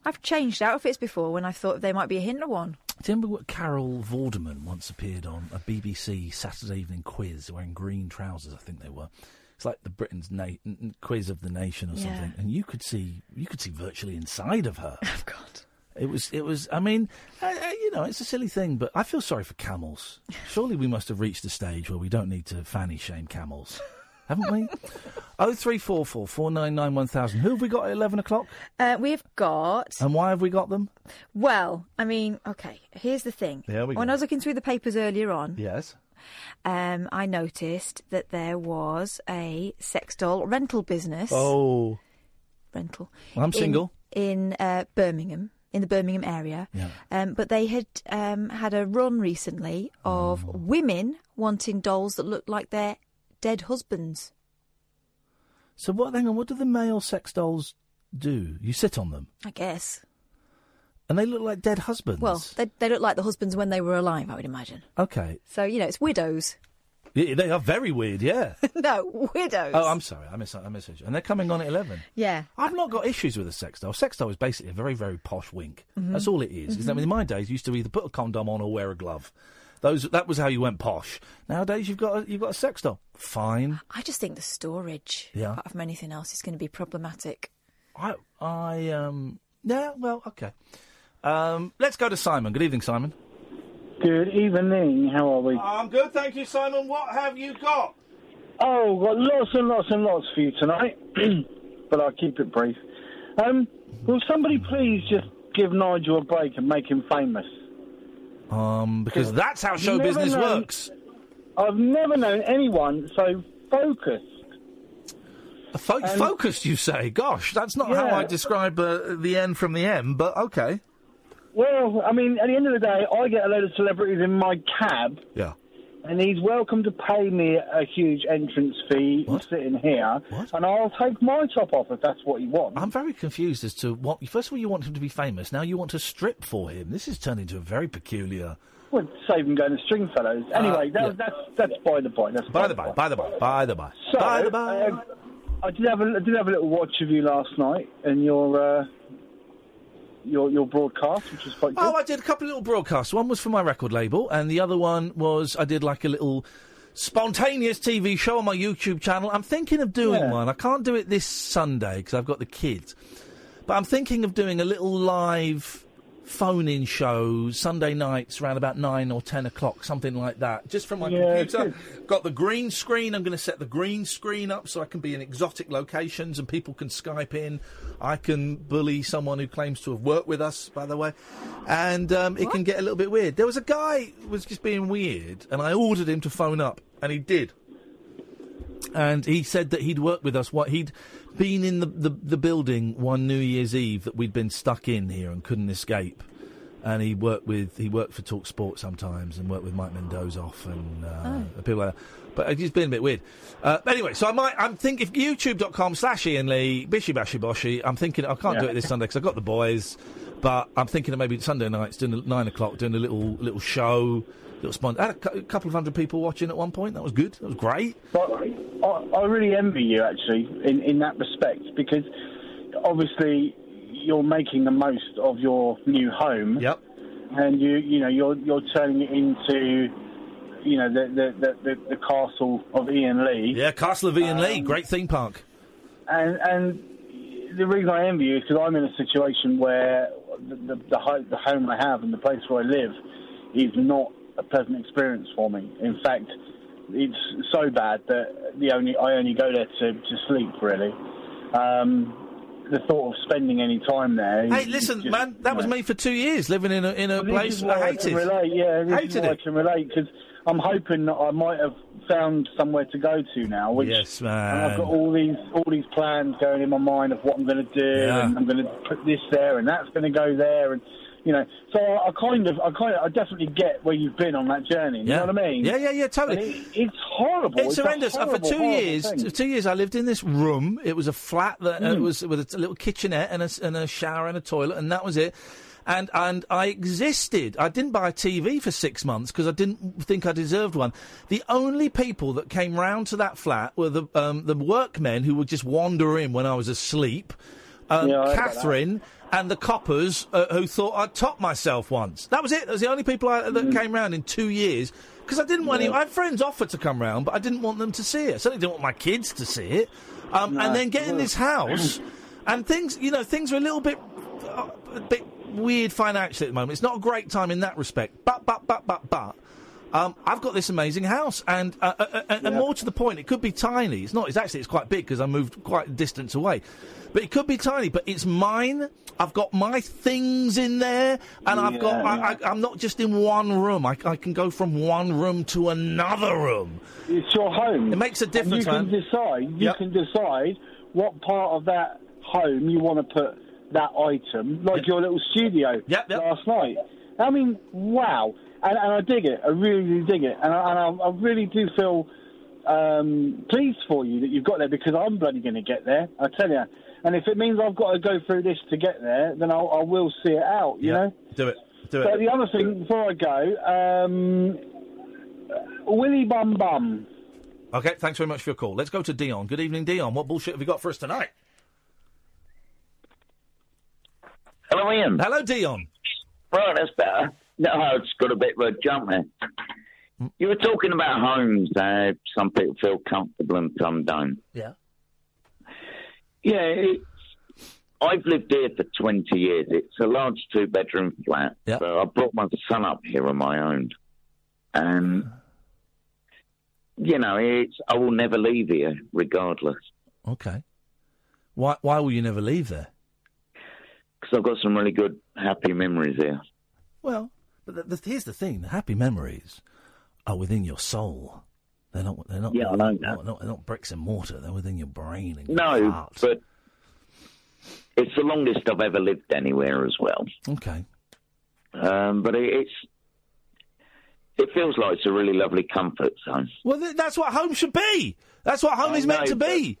I've changed outfits before when I thought they might be a hinder one.
Do you remember what Carol Vorderman once appeared on a BBC Saturday evening quiz wearing green trousers? I think they were. It's like the Britain's na- n- n- quiz of the nation or
Yeah.
something, and you could see you could see virtually inside of her. Oh God! It was it was. I mean, uh, uh, you know, it's a silly thing, but I feel sorry for camels. Surely we must have reached a stage where we don't need to fanny shame camels, haven't we? Oh three four four four nine nine one thousand. Who have we got at eleven o'clock?
Uh, we've got.
And why have we got them?
Well, I mean, okay, here's the thing.
There we
when
go.
I was looking through the papers earlier on,
Yes.
um, I noticed that there was a sex doll rental business.
Oh,
Rental.
I'm
in-
single.
In uh, Birmingham, in the Birmingham area.
Yeah.
Um, but they had um, had a run recently of
Oh.
women wanting dolls that looked like their dead husbands.
So what? Hang on. What do the male sex dolls do? You sit on them,
I guess.
and they look like dead husbands.
Well, they, they look like the husbands when they were alive, I would imagine.
okay,
So, you know, it's widows. *laughs*
Yeah, they are very weird. Yeah.
no, widows.
oh, I'm sorry. I miss. I miss. And they're coming on at eleven.
Yeah.
I've not got issues with a sex doll. Sex doll is basically a very, very posh wink.
Mhm.
That's all it is. Is that
Mhm.
in my days you used to either put a condom on or wear a glove. Those that was how you went posh. Nowadays you've got a, you've got a sex doll. Fine.
I just think the storage,
Yeah.
apart from anything else, is going to be problematic.
I I um yeah well okay. Um, let's go to Simon. Good evening, Simon.
Good evening. How are
Uh,
we?
I'm good, thank you, Simon. What have you got?
Oh, got lots and lots and lots for you tonight, *clears throat* but I'll keep it brief. Um, will somebody please just give Nigel a break and make him famous?
Um, because that's how
I've
show
never
business
known-
works.
I've never known anyone so focused.
Fo- focused, you say? Gosh, that's not how
Yeah.
I describe uh, the N from the M, but okay.
Well, I mean, at the end of the day, I get a load of celebrities in my cab,
Yeah.
and he's welcome to pay me a huge entrance fee sitting here, and I'll take my top off if that's what you want.
I'm very confused as to what. First of all, you want him to be famous. Now you want to strip for him. This has turned into a very peculiar. uh,
Well, save him going to Stringfellows. Anyway, that,
yeah.
that's that's by the by. That's
By the by, by the by, by the by.
So, um, I did have a, I did have a little watch of you last night and your uh, your your broadcast, which was quite good.
Oh, I did a couple of little broadcasts. One was for my record label, and the other one was I did like a little spontaneous TV show on my YouTube channel. I'm thinking of doing one. I can't do it this Sunday because I've got the kids, but I'm thinking of doing a little live phone-in show Sunday nights around about nine or ten o'clock, something like that. Just from my
Yeah,
computer, got the green screen. I'm going to set the green screen up so I can be in exotic locations and people can Skype in. I can bully someone who claims to have worked with us, by the way, and um, it can get a little bit weird. There was a guy who was just being weird, and I ordered him to phone up, and he did and he said that he'd worked with us. What he'd been in the, the the building one New Year's Eve that we'd been stuck in here and couldn't escape. And he worked with he worked for Talk Sport sometimes and worked with Mike Mendozoff and uh, people like that. But he's been a bit weird. Uh, but anyway, so I might I'm think if YouTube.com slash Ian Lee Bishy Bashy Boshy. I'm thinking I can't do
Yeah.
it this Sunday because I've got the boys. But I'm thinking of maybe Sunday nights doing a, nine o'clock doing a little little show. Little spon- I had a cou- couple of hundred people watching at one point. That was good. That was great.
But I, I really envy you actually in, in that respect because obviously you're making the most of your new home.
Yep.
And you you know you're you're turning it into you know the the, the, the, the castle of Ian Lee.
Yeah, Castle of Ian
Um,
Lee, great theme park.
And and the reason I envy you is because I'm in a situation where the the, the, ho- the home I have and the place where I live is not a pleasant experience for me. In fact, it's so bad that the only I only go there to, to sleep really. Um, the thought of spending any time there. is-
Hey,
is
listen,
just-
man, that was me for two years, living in a in a
Well, this
place
is why
I hated.
can relate, yeah, this is
hated
why
it.
I can relate because I'm hoping that I might have found somewhere to go to now. Which,
Yes,
And I've
man.
got all these all these plans going in my mind of what I'm going to do,
Yeah.
and I'm going to put this there, and that's going to go there, and you know. So I, I kind of, I kind of, I definitely get where you've been on that journey. You
Yeah.
know what I mean?
Yeah, yeah, yeah, totally.
And it- it's horrible.
It's
a
horrendous. Uh,
horrible,
for two
horrible
years,
thing.
two years, I lived in this room. It was a flat that uh,
Mm.
was with a t- little kitchenette and a, s- and a shower and a toilet, and that was it. And and I existed. I didn't buy a TV for six months because I didn't think I deserved one. The only people that came round to that flat were the um, the workmen who would just wander in when I was asleep. Um,
Yeah, I heard about that.
Catherine and the coppers uh, who thought I'd top myself once. That was it. That was the only people I, that
Mm.
came round in two years because I didn't want any. I had friends offer to come round, but I didn't want them to see it. I certainly didn't want my kids to see it. Um,
No,
and then get in
no.
this house, and things, you know, things are a little bit, uh, a bit weird financially at the moment. It's not a great time in that respect. But, but, but, but, but. Um, I've got this amazing house, and uh, uh, uh, and more to the point, it could be tiny. It's not. It's actually it's quite big because I moved quite a distance away, but it could be tiny. But it's mine. I've got my things in there, and I've got.
Yeah,
I, I, I'm not just in one room. I, I can go from one room to another room.
It's your home.
It makes a
And
difference,
You can
man.
decide. You
Yep.
can decide what part of that home you want to put that item, like your little studio last night. I mean, wow! And, and I dig it. I really, really dig it. And I, and I, I really do feel um, pleased for you that you've got there because I'm bloody going to get there. I tell you. And if it means I've got to go through this to get there, then I'll, I will see it out. You know.
Do it. Do
So
it.
the other thing before I go, um, Willy Bum Bum.
Okay, thanks very much for your call. Let's go to Dion. Good evening, Dion. What bullshit have you got for us tonight?
Hello, Ian.
Hello, Dion.
Right, that's better. No, it's got a bit of a jump there. You were talking about homes. Uh, some people feel comfortable and some don't.
Yeah.
Yeah, it's, I've lived here for 20 years. It's a large two bedroom flat.
Yeah.
So I brought my son up here on my own. And, you know, it's I will never leave here regardless.
Okay. Why Why will you never leave there?
Because I've got some really good, happy memories here.
Well, but the, the, here's the thing: the happy memories are within your soul. They're not. They're not.
Yeah, I
they're
know
not,
that.
not- not- they're not bricks and mortar. They're within your brain. And
No, but it's the longest I've ever lived anywhere as well.
Okay.
Um, but it, it's it feels like it's a really lovely comfort zone.
Well, th- that's what home should be. That's what home
I
is meant
know,
to be.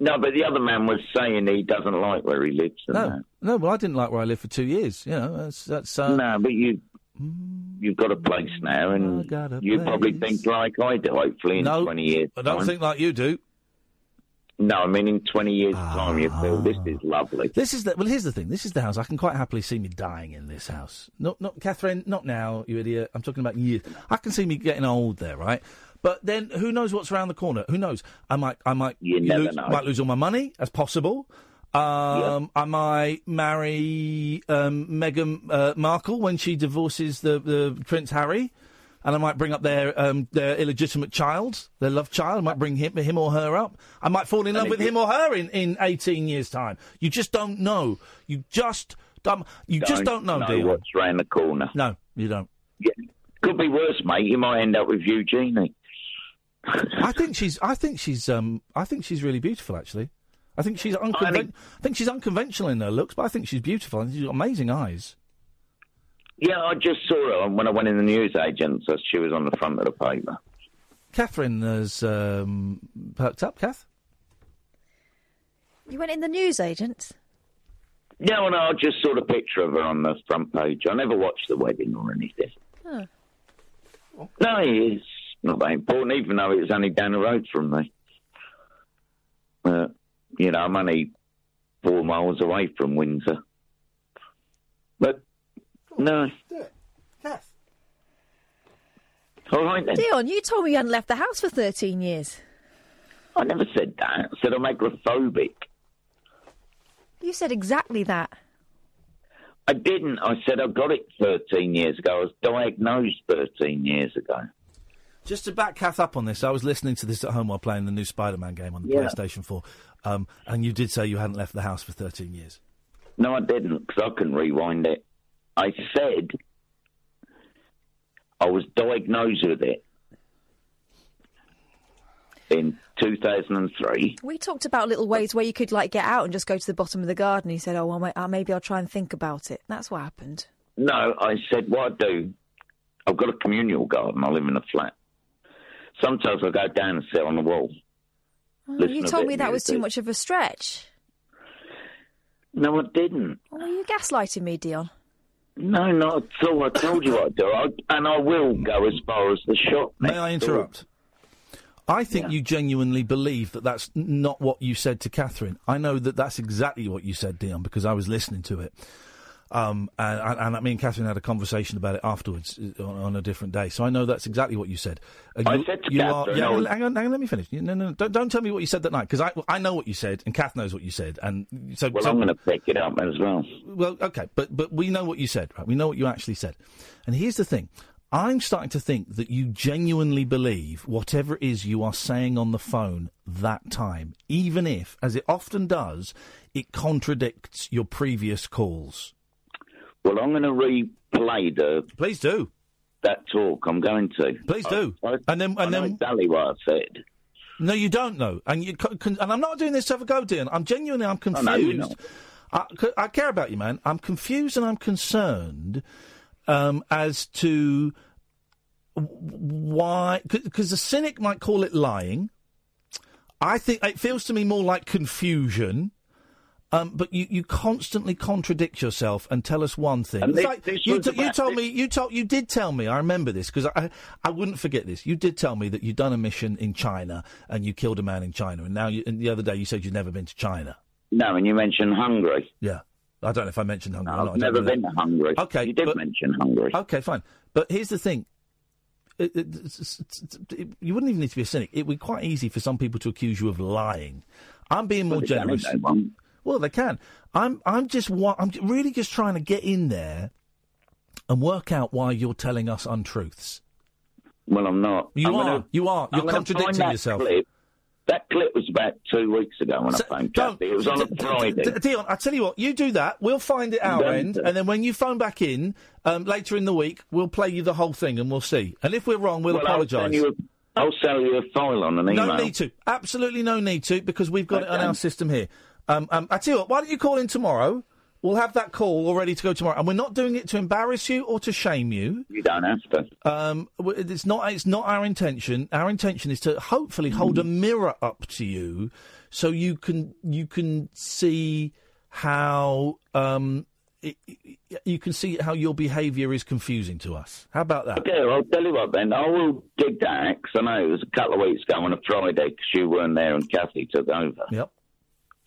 No, but the other man was saying he doesn't like where he lives. And
No,
that.
no. Well, I didn't like where I lived for two years. You know, that's that's. Uh,
no, but you you've got a place now, and you probably think like I do. Hopefully, in
No,
twenty years,
I don't
time.
think like you do.
No, I mean in twenty years' time, you feel this is lovely.
Ah. This is the well. Here's the thing. This is the house. I can quite happily see me dying in this house. Not, not Catherine. Not now, you idiot. I'm talking about years. I can see me getting old there, right? But then, who knows what's around the corner? Who knows? I might, I might,
You never
lose,
know.
might lose all my money. That's possible. Um, I might marry um, Meghan uh, Markle when she divorces the, the Prince Harry, and I might bring up their um, their illegitimate child, their love child. I might bring him him or her up. I might fall in
And
love
if
with
you-
him or her in, in eighteen years' time. You just don't know. You just don't. You just don't know, do you?
what's round the corner.
No, you don't.
Yeah. Could be worse, mate. You might end up with Eugenie.
I think she's. I think she's. Um. I think she's really beautiful. Actually, I think she's. Unconven- I, think she's unconventional in her looks, but I think she's beautiful. and she's got amazing eyes.
Yeah, I just saw her when I went in the newsagents. so She was on the front of the paper.
Catherine has um, perked up. Kath.
You went in the newsagent.
Yeah, well, no, I just saw the picture of her on the front page. I never watched the wedding or anything.
Huh.
No, it's not that important, even though it's only down the road from me. Uh, you know, I'm only four miles away from Windsor. But, no.
Kath.
All right then.
Dion, you told me you hadn't left the house for 13 years.
I never said that. I said I'm agoraphobic.
You said exactly that.
I didn't. I said I got it 13 years ago. I was diagnosed 13 years ago.
Just to back Kath up on this, I was listening to this at home while playing the new Spider-Man game on the
Yeah.
PlayStation 4, um, and you did say you hadn't left the house for 13 years.
No, I didn't, because I couldn't rewind it. I said I was diagnosed with it in 2003.
We talked about little ways where you could like get out and just go to the bottom of the garden. He said, "Oh well, ma- uh, maybe I'll try and think about it." That's what happened.
No, I said, what I do, I've got a communal garden. I live in a flat. Sometimes I go down and sit on the wall.
Oh,
Listen
you
a
told
bit
me
and
that
you
was
do.
too much of a stretch.
No, I didn't.
Oh, were you gaslighting me, Dion?
No, not at all. I told you what I do. I, and I will go as far as the shop.
May I interrupt? I think you genuinely believe that that's n- not what you said to Catherine. I know that that's exactly what you said, Dion, because I was listening to it. Um, and, and, and me and Catherine had a conversation about it afterwards uh, on, on a different day. So I know that's exactly what you said. Uh,
I
you,
said to
you
Catherine,
yeah,
I was-
hang on, hang on, let me finish. You- No, no, no, don't, don't tell me what you said that night because I, I know what you said and Kath knows what you said. And so,
Well,
so-
I'm going to pick it up as well.
well, okay, but but we know what you said, right? We know what you actually said. And here's the thing: I'm starting to think that you genuinely believe whatever it is you are saying on the phone that time, even if, as it often does, it contradicts your previous calls.
Well, I'm going to replay the.
Please do.
That talk, I'm going to.
Please do. and then, and
I know
then,
exactly what I said.
No, you don't know, and you con- con- and I'm not doing this to have a go, Dean. I'm genuinely I'm
I
confused.
know you're
I, c- I care about you, man. I'm confused and I'm concerned um, as to w- why, because the cynic might call it lying. I think it feels to me more like confusion. Um, but you, you constantly contradict yourself and tell us one thing.
And
It's
this-
like,
this
you,
was
you
about-
told me you told you did tell me. I remember this because I I wouldn't forget this. You did tell me that you'd done a mission in China and you killed a man in China. And now you, and the other day you said you'd never been to China.
No, and you mentioned Hungary.
Yeah, I don't know if I mentioned Hungary. or
I've
not. I don't
never
know that.
been to Hungary.
Okay,
you did
but-
mention Hungary.
Okay, fine. But here's the thing. It- it- it's- it's- it's- it- you wouldn't even need to be a cynic. It would be quite easy for some people to accuse you of lying. I'm being more
Well, they can if
generous.
they want.
Well, they can. I'm. I'm just. wa- I'm really just trying to get in there and work out why you're telling us untruths.
Well, I'm not.
You
I'm
are.
Gonna,
You are.
I'm
You're
gonna
contradicting
find that
yourself.
Clip. That clip was about two weeks ago when I phoned Kathy. It was on a
D- d-
Friday.
d- Dion, I tell you what, you do that. We'll find it our
Done.
end, and then when you phone back in um, later in the week, we'll play you the whole thing, and we'll see. And if we're wrong, we'll,
Well, I'll
apologise.
send you a- I'll sell you a file on an email.
No need to. Absolutely no need to because we've got it on
Okay.
our system here. Um, um, I tell you what, why don't you call in tomorrow? We'll have that call all ready to go tomorrow, and we're not doing it to embarrass you or to shame you.
You don't have to.
Um, w- it's not. It's not our intention. Our intention is to hopefully hold
Hmm.
a mirror up to you, so you can you can see how um, it, it- you can see how your behaviour is confusing to us. How about that?
Okay, well, I'll tell you what then. I will dig that because I know it was a couple of weeks ago on a Friday because you weren't there and Kathy took over.
Yep.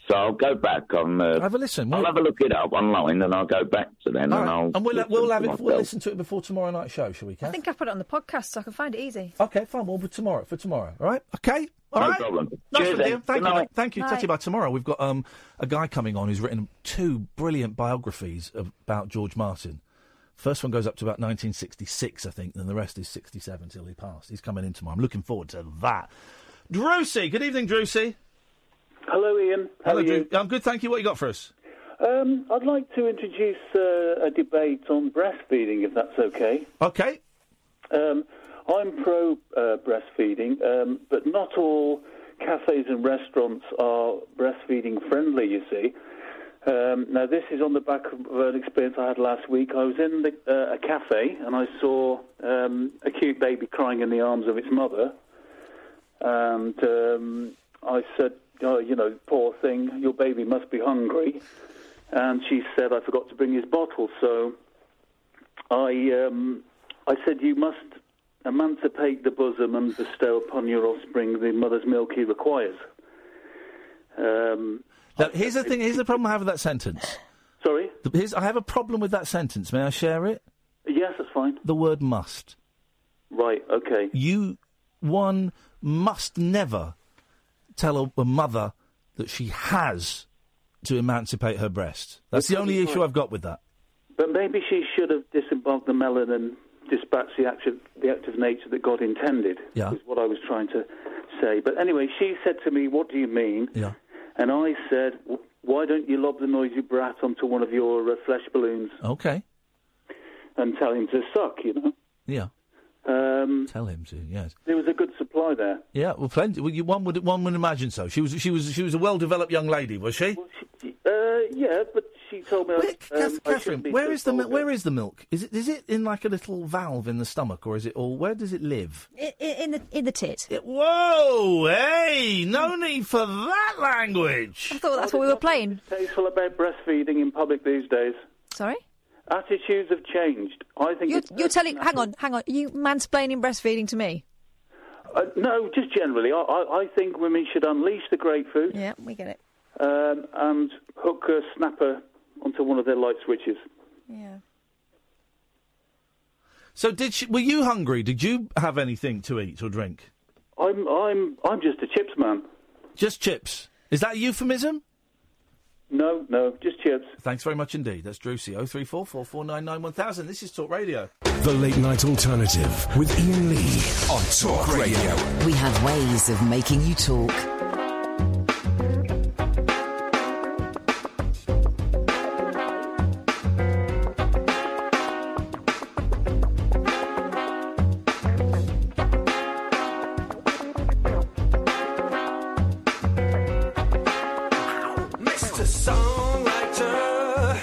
So I'll go back on. Uh,
have a listen.
I'll have a look it up online and I'll go back to them and
All right.
I'll.
And we'll,
listen
we'll
to
have it. We'll
myself.
listen to it before tomorrow night's show, shall we? Kath?
I think I've put it on the podcast so I can find it easy.
Okay, fine. Well, for tomorrow, for tomorrow. All right. Okay. All
No
right.
problem.
Nice
Cheers
one,
then.
Ian. Thank
Good
you.
night.
Thank you.
Night.
Tatty, by tomorrow, we've got um, a guy coming on who's written two brilliant biographies of, about George Martin. First one goes up to about 1966, I think, and the rest is 67 till he passed. He's coming in tomorrow. I'm looking forward to that. Drusy, good evening, Drusy.
Hello, Ian. How
Hello,
are you?
Dru- I'm good, thank you. What you got for us?
Um, I'd like to introduce uh, a debate on breastfeeding, if that's okay.
Okay.
Um, I'm pro uh, breastfeeding, um, but not all cafes and restaurants are breastfeeding friendly, you see. Um, now, this is on the back of an experience I had last week. I was in the, uh, a cafe and I saw um, a cute baby crying in the arms of its mother. And um, I said, oh, you know, poor thing, your baby must be hungry. And she said, I forgot to bring his bottle. So I, um, I said, you must emancipate the bosom and bestow upon your offspring the mother's milk he requires. Um,
Now, here's the thing. Here's the problem I have with that sentence.
*laughs* Sorry.
Here's, I have a problem with that sentence. May I share it?
Yes, that's fine.
The word must.
right, okay.
you one must never tell a, a mother that she has to emancipate her breast. That's the only issue I've got with that.
But maybe she should have disembarked the melon and dispatched the active, the active nature that God intended,
Yeah.
is what I was trying to say. But anyway, she said to me, What do you mean?
Yeah.
And I said, "W- Why don't you lob the noisy brat onto one of your uh, flesh balloons
Okay.
and tell him to suck, you know?
Yeah.
Um,
Tell him to. Yes.
there was a good supply there.
Yeah. Well, plenty. Well, you, one would one would imagine so. She was she was she was a well developed young lady, was she?
Uh, yeah, but she told me I, um, I
Catherine,
shouldn't be
where
so
is the mi-
vulgar.
where is the milk? Is it is it in like a little valve in the stomach, or is it all? Where does it live?
I- I- in the in the tit.
Whoa! Hey, no need for that language.
I thought that's what we were playing.
Tasteful about breastfeeding in public these days.
Sorry.
Attitudes have changed. I think
You're,
it's-
you're telling. Hang on, hang on. Are you mansplaining breastfeeding to me?
Uh, no, just generally, I, I, I think women should unleash the grapefruit
Yeah, we get it.
um, and hook a snapper onto one of their light switches.
Yeah.
So did she, were you hungry? Did you have anything to eat or drink?
I'm I'm I'm just a chips man.
Just chips. Is that a euphemism?
No, no, just chips.
Thanks very much indeed. That's Drewsy. Oh three four four four nine nine one thousand. This is Talk Radio.
The Late Night Alternative with Ian Lee on Talk Radio.
We have ways of making you talk.
Mr. Songwriter,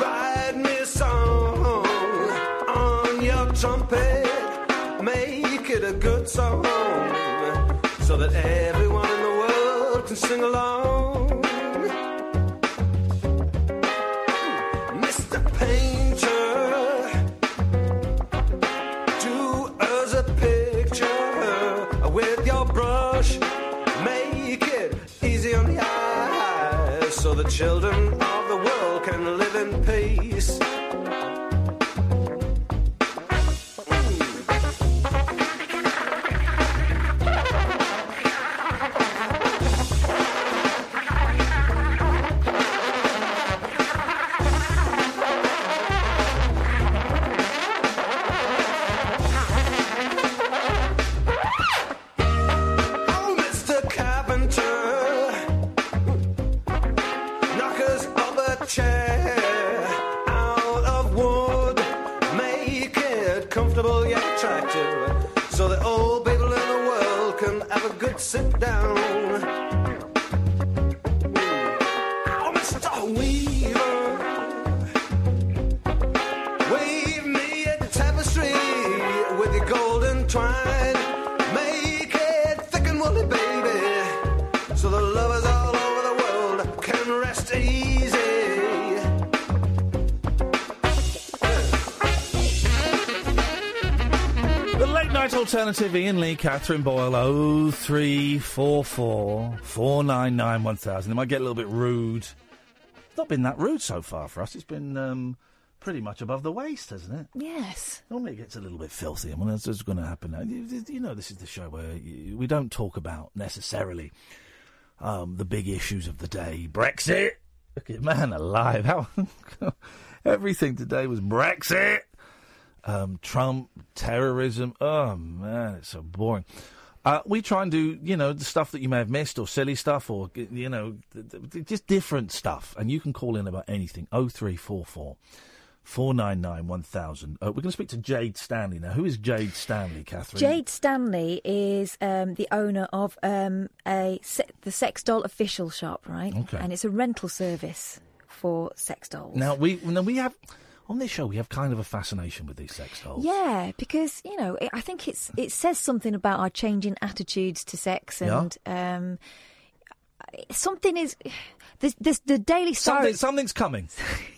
write me a song on your trumpet. Make it a good song so that everyone in the world can sing along. Mr. Painter, do us a picture with your brush. Make it easy on the eyes so the children of the world can live in peace. Oh, Mr. Carpenter, knock us up a chair out of wood. Make it comfortable yet attractive so that all people in the world can have a good sit down. Oh, Mr. Weaver, weave me a tapestry with your golden twine. Make it thick and woolly, baby, so the lovers all over the world can rest easy.
The late night alternative, Ian Lee, Catherine Boyle, 0344 499 1000. It might get a little bit rude. It's not been that rude so far for us. It's been um, pretty much above the waist, hasn't it?
Yes.
Normally it gets a little bit filthy, and well, that's what's going to happen now. You, you- you know, this is the show where y we don't talk about necessarily um, the big issues of the day. Brexit! Look at man alive. How *laughs* everything today was Brexit, um, Trump, terrorism. Oh man, it's so boring. Uh, we try and do you know the stuff that you may have missed or silly stuff or you know th- th- just different stuff. And you can call in about anything. Oh three four four. 499 1000. Uh, we're going to speak to Jade Stanley now. Who is Jade Stanley, Catherine?
Jade Stanley is um, the owner of um, a se- the sex doll official shop, right?
Okay.
And it's a rental service for sex dolls.
Now we now we have on this show we have kind of a fascination with these sex dolls.
Yeah, because you know, it, I think it's it says something about our changing attitudes to sex
Yeah.
and um, something is *sighs* the the, the Daily Star.
Something,
is-
something's coming.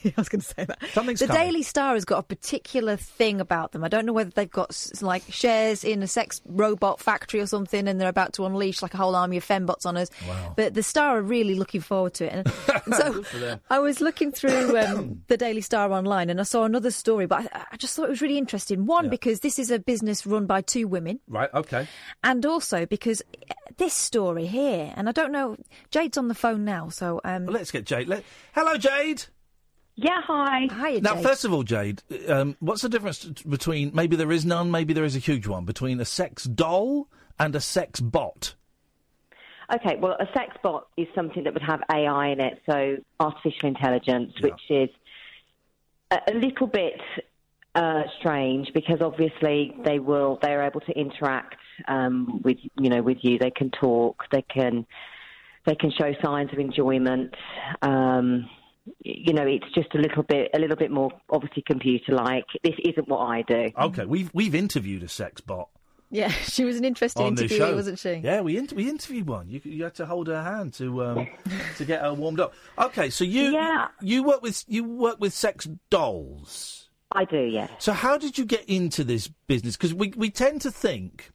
I was going to say that.
Something's
the
coming.
Daily Star has got a particular thing about them. I don't know whether they've got s- like shares in a sex robot factory or something, and they're about to unleash like a whole army of fembots on us.
Wow.
But the Star are really looking forward to it. And, and
*laughs*
so I was looking through um, the Daily Star online, and I saw another story, but I, I just thought it was really interesting. One because this is a business run by two women.
Right, okay.
And also because this story here, and I don't know, Jade's on the phone now, so um,
Let's get Jade. Let, hello, Jade.
Yeah, hi.
Hi,
Now,
*laughs*
first of all, Jade, um, what's the difference t- between maybe there is none, maybe there is a huge one between a sex doll and a sex bot?
Okay, well, a sex bot is something that would have AI in it, so artificial intelligence, which is a, a little bit uh, strange because obviously they will they are able to interact um, with you know with you. They can talk. They can they can show signs of enjoyment. Um, y- you know, it's just a little bit a little bit more obviously computer like. This isn't what I do.
Okay, we've we've interviewed a sex bot
Yeah, she was an interesting
on this
interviewee,
show,
wasn't she?
Yeah, we inter- we interviewed one. You, you had to hold her hand
*laughs*
to um, to get her warmed up. Okay, so you you work with you work with sex dolls.
I do, yeah.
So how did you get into this business? Because we we tend to think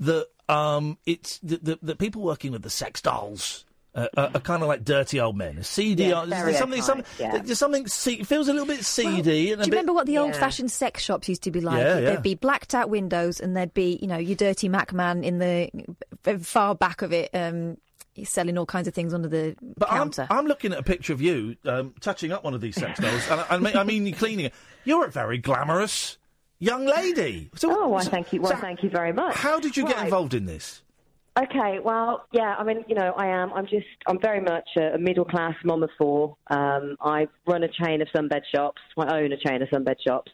that um it's that the, the people working with the sex dolls. Uh, are, are kind of like dirty old men. CD,
Yeah,
there's something, some,
stereotype, yeah.
there's something. se- It feels a little bit seedy. and
Do
a
you
bit-
remember what the old-fashioned sex shops used to be like?
Yeah, yeah.
There'd be blacked-out windows, and there'd be, you know, your dirty Mac man in the very far back of it, um, selling all kinds of things under the counter.
I'm looking at a picture of you um, touching up one of these sex dolls, and I, I mean, I mean you're cleaning it. You're a very glamorous young lady. So,
oh, well, thank you. Well, thank you very much.
How did you get
Right.
involved in this?
Okay, well, yeah, I mean, you know, I am. I'm just, I'm very much a, a middle class mom of four. Um, I run a chain of sunbed shops. I own a chain of sunbed shops.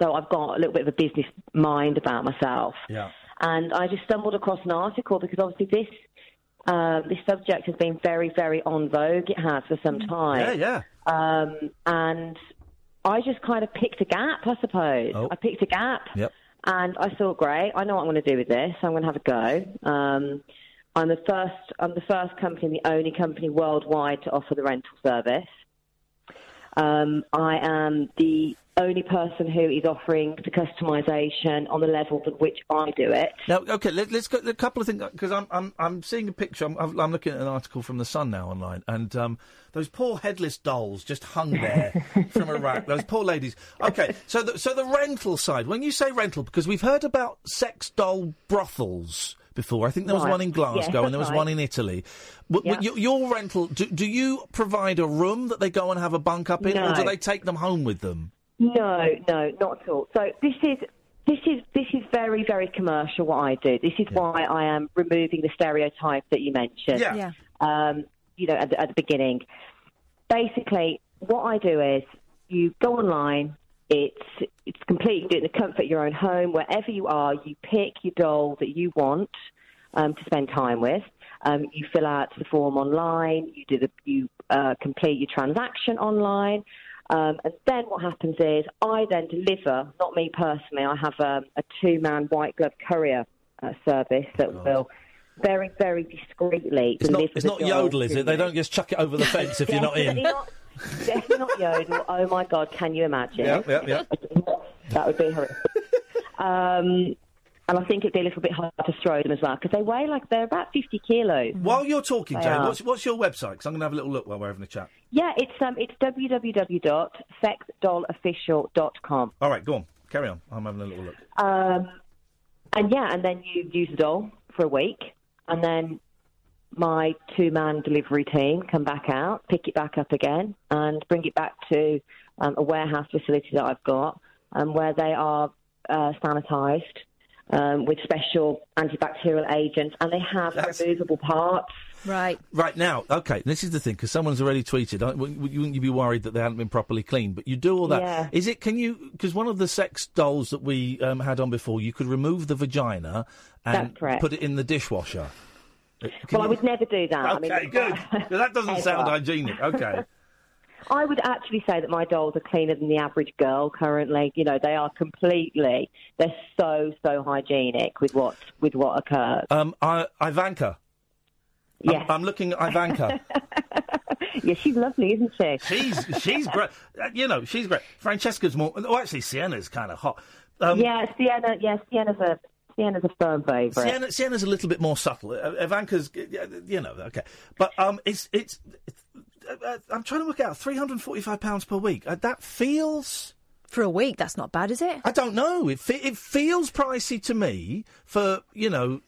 So I've got a little bit of a business mind about myself.
Yeah.
And I just stumbled across an article because obviously this, um, this subject has been very, very on vogue. It has for some time.
Mm. Yeah,
yeah. Um, and I just kind of picked a gap, I suppose.
Oh.
I picked a gap.
Yep.
And I thought, great, I know what I'm going to do with this. I'm going to have a go. Um, I'm the first. I'm the first company, the only company worldwide to offer the rental service. Um, I am the only person who is offering the customisation on the level at which I do it.
Now, okay, let, let's go. A couple of things because I'm, I'm I'm seeing a picture. I'm, I'm looking at an article from the Sun now online, and um, those poor headless dolls just hung there from a rack. Those poor ladies. Okay, so the, so the rental side. When you say rental, because we've heard about sex doll brothels before. I think there was
Right.
one in Glasgow
Yes,
and there was
that's
one
right.
in Italy. W- w- your, your rental. Do, do you provide a room that they go and have a bunk up in, or do
No.
they take them home with them?
No, no, not at all. So this is this is this is very very commercial what I do. This is why I am removing the stereotype that you mentioned.
Yeah. Yeah.
Um, you know, at the, at the beginning. Basically, what I do is you go online. It's it's complete. You do it in the comfort of your own home, wherever you are. You pick your doll that you want um, to spend time with. Um, you fill out the form online. You do the you uh, complete your transaction online, um, and then what happens is I then deliver. Not me personally. I have um, a two man white glove courier uh, service that will very very discreetly
It's not,
deliver.
it's
the
not
doll
yodel, is
to
it? They
you.
don't just chuck it over the fence if
*laughs*
you're not
Definitely
in.
not- Definitely not yodel. Oh my god, can you imagine?
Yeah, yeah, yeah.
*laughs* That would be horrific. um, and I think it'd be a little bit hard to throw them as well because they weigh like they're about fifty kilos.
While you're talking,
They
Jane,
are.
what's, what's your website? Because I'm going to have a little look while we're having a chat.
Yeah, it's um, it's www.sexdollofficial.com.
All right, go on. Carry on. I'm having a little look.
Um, and yeah, and then you use the doll for a week, and then my two-man delivery team come back out, pick it back up again, and bring it back to um, a warehouse facility that I've got, um, where they are uh, sanitised um, with special antibacterial agents, and they have removable parts.
Right.
Right now, okay, this is the thing because someone's already tweeted. I, wouldn't wouldn't you be worried that they hadn't been properly cleaned? But you do all that. Is
Yeah.
it? Can you? Because one of the sex dolls that we um, had on before, you could remove the vagina and
That's correct.
put it in the dishwasher. Uh, can
Well, I
you-
would never do that.
Okay,
I mean,
good.
*laughs*
'Cause that doesn't sound hygienic. Okay.
I would actually say that my dolls are cleaner than the average girl currently. You know, they are completely. They're so so hygienic with what with what occurs.
Um, I, Ivanka.
Yes.
I'm, I'm looking at
*laughs*
Ivanka.
yeah, she's lovely, isn't she? *laughs*
She's she's great. Uh, You know, she's great. Francesca's more. Oh, actually, Sienna's kind of hot. Um,
yeah, Sienna. Yeah, Sienna's a Sienna's a firm favourite.
Sienna, Sienna's a little bit more subtle. Uh, Ivanka's, uh, you know, okay. But um, it's it's. uh, Uh, I'm trying to work out 345 pounds per week. Uh, that feels
for a week. That's not bad, is it?
I don't know. It fe- it feels pricey to me for you know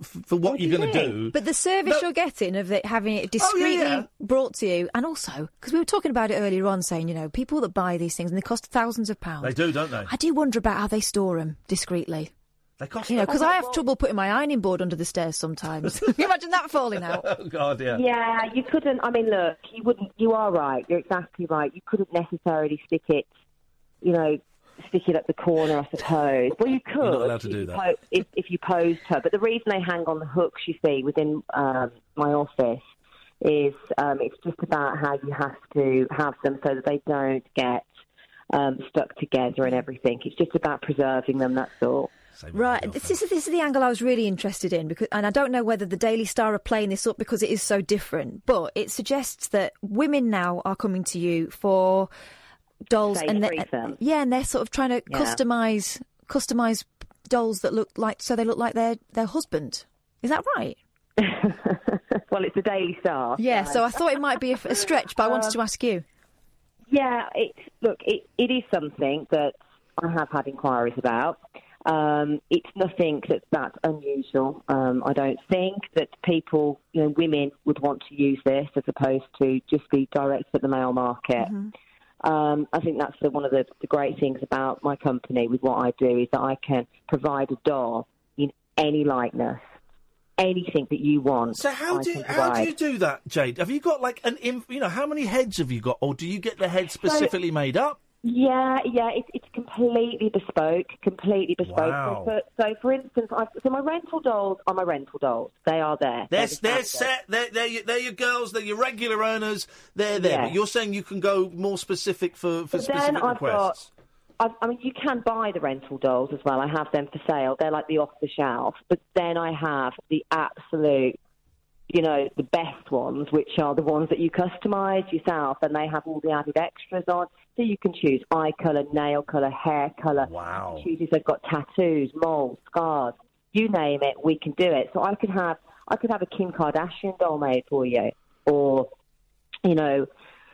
f- for what, you're going to do.
But the service you're getting of it having it
Oh, yeah,
discreetly
yeah.
brought to you, and also because we were talking about it earlier on, saying you know people that buy these things and they cost thousands of pounds.
they do, don't they?
I do wonder about how they store them discreetly.
They cost
You know, because I have trouble putting my ironing board under the stairs
*laughs*
sometimes. Can you imagine that falling out?
oh God, yeah.
Yeah, you couldn't. I mean, look, you wouldn't. You are right. You're exactly right. You couldn't necessarily stick it, you know, sticking up the corner, I suppose. Well, you could.
You're not allowed to do
if you
that.
po- if, if you posed her. But the reason they hang on the hooks, you see, within um, my office is um, it's just about how you have to have them so that they don't get um, stuck together and everything. It's just about preserving them, that's all.
Right, this is, this is the angle I was really interested in, because, and I don't know whether the Daily Star are playing this up because it is so different, but it suggests that women now are coming to you for dolls,
Say
and they're,
threesome.
yeah, and they're sort of trying to
Yeah.
customize customize dolls that look like so they look like their their husband. Is that right?
*laughs* well, it's the Daily Star.
Yeah. So
so
I thought it might be a, a stretch, but I
Uh,
wanted to ask you.
Yeah, it's look, it, it is something that I have had inquiries about. Um, it's nothing that's that unusual. Um, I don't think that people, you know, women would want to use this as opposed to just be directed at the male market.
Mm-hmm.
Um, I think that's the, one of the, the great things about my company with what I do is that I can provide a doll in any likeness, anything that you want.
So how
I
do
can
how do
provide.
you do that, Jade? Have you got like an inf- you know how many heads have you got, or do you get the head specifically made up?
Yeah, yeah, it, it's completely bespoke, completely bespoke.
Wow.
So, for, so for instance, I've, so my rental dolls are my rental dolls. They are there.
They're,
They're
they're
just out
set. They're, they're, your, they're your girls. They're your regular owners. They're there.
Yeah.
But you're saying you can go more specific for, for
there. But then
specific
I've
requests.
got, I've, I mean, you can buy the rental dolls as well. I have them for sale. They're like the off the shelf. But then I have the absolute, you know, the best ones, which are the ones that you customise yourself, and they have all the added extras on. So you can choose eye colour, nail colour, hair colour.
Wow.
choose if they've got tattoos, moles, scars, you name it, we can do it. So I could have I could have a Kim Kardashian doll made for you, or you know,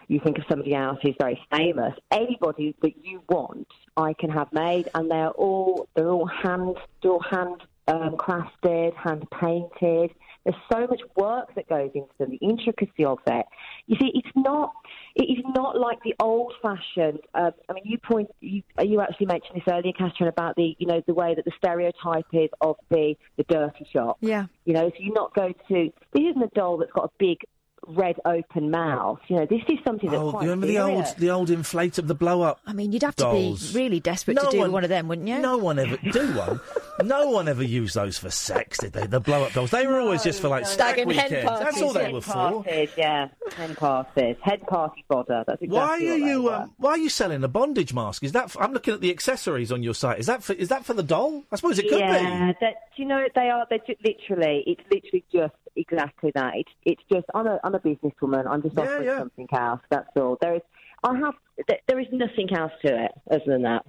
you think of somebody else who's very famous. Anybody that you want, I can have made, and they're all they're all hand they're all hand um, crafted, hand painted. There's so much work that goes into them, the intricacy of it. You see, it's not it is not like the old fashioned. Uh, I mean, you point you you actually mentioned this earlier, Catherine, about the you know the way that the stereotype is of the the dirty shop.
Yeah.
You know, so you not go to this isn't a doll that's got a big red open mouth. You know, this is something that's
Oh,
quite
you remember the old
serious.
the old inflatable the blow up.
I mean, you'd have to
dolls.
be really desperate
No
to do
one-
one, of them, wouldn't you?
No one ever do one. no one ever used those for sex, did they? The blow up dolls. They were always just for like stag
Stag and hen
weekends. That's all they
parties,
were
hen
for.
parties, yeah, hen parties, hen party fodder. That's exactly
Why are
what they
you
were.
um, Why are you selling a bondage mask? Is that for, I'm looking at the accessories on your site. Is that for, is that for the doll? I suppose it could
yeah,
be.
that do you know they are. They're ju- literally. It's literally just exactly that. It's, it's just. I'm a I'm a businesswoman. I'm just offering something else. That's all. There is. I have. th- There is nothing else to it other than that.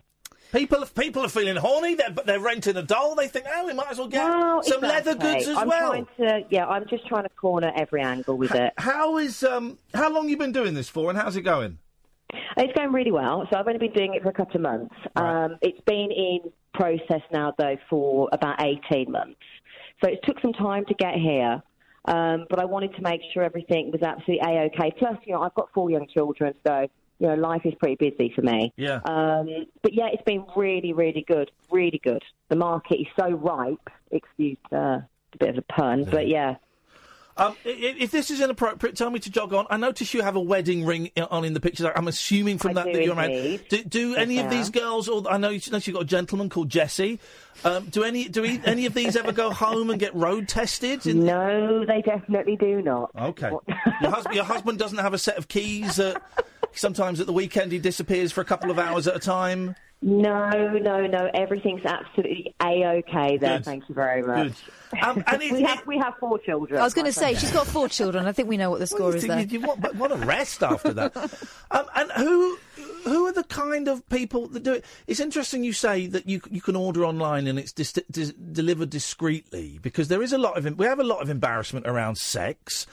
People people are feeling horny. They're they're renting a doll. They think, oh, we might as well get
Well,
some leather
exactly.
goods as
I'm
well.
trying to- yeah, I'm just trying to corner every angle with it.
How is um how long you been doing this for and how's it going?
It's going really well. So I've only been doing it for a couple of months. Um, it's been in process now, though, for about 18 months. So it took some time to get here. Um, but I wanted to make sure everything was absolutely A-OK. Plus, you know, I've got four young children, so, you know, life is pretty busy for me.
Yeah.
Um, but, yeah, it's been really, really good. Really good. The market is so ripe. Excuse uh, a bit of a pun, but, yeah.
Um, i- i- if this is inappropriate, tell me to jog on. I notice you have a wedding ring i- on in the pictures. I'm assuming from that
do
that you're married.
indeed.
Do, do
Yes,
any
I
of these
am.
girls, or I know you know you've got a gentleman called Jesse. Um, do any do e- any of these ever go home and get road tested? In-
no, they definitely do not.
Okay. your, hus- your husband doesn't have a set of keys. Uh, sometimes at the weekend he disappears for a couple of hours at a time.
No, no, no. Everything's absolutely a okay there.
Good.
Thank you very much.
Good. Um, and
*laughs* we have we have four children.
I was going to say she's got four children. I think we know what the score
You
is
think
there.
you- you want- but what a rest after
*laughs*
that. Um, and who who are the kind of people that do it? It's interesting you say that you you can order online and it's dis- dis- delivered discreetly because there is a lot of em- we have a lot of embarrassment around sex.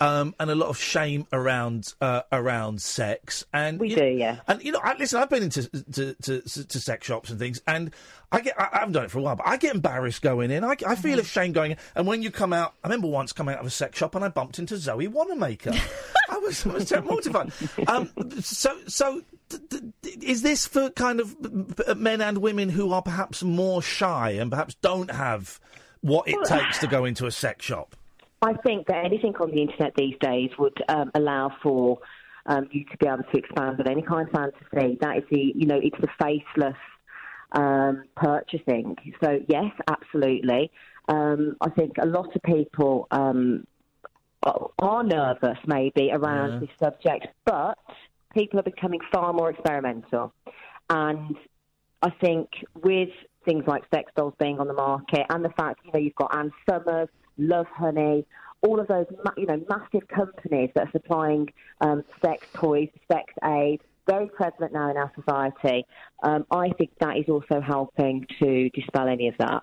Um, and a lot of shame around uh, around sex, and we
do, yeah.
And you know, I, listen, I've been into to, to, to, to sex shops and things, and I get I, I haven't done it for a while, but I get embarrassed going in. I, I
Mm-hmm.
feel ashamed going in. And when you come out, I remember once coming out of a sex shop and I bumped into Zoe
*laughs*
Wanamaker. I was, I was so mortified. Um, so so d- d- d- is this for kind of b- b- men and women who are perhaps more shy and perhaps don't have what it takes to go into a sex shop?
I think that anything on the internet these days would um, allow for um, you to be able to expand on any kind of fantasy. That is the, you know, it's the faceless um, purchasing. So yes, absolutely. Um, I think a lot of people um, are- are nervous maybe around
Yeah.
this subject, but people are becoming far more experimental, and I think with things like sex dolls being on the market and the fact you know you've got Anne Summers, Love Honey, all of those ma- you know massive companies that are supplying um, sex toys, sex aid, very prevalent now in our society. Um, I think that is also helping to dispel any of that.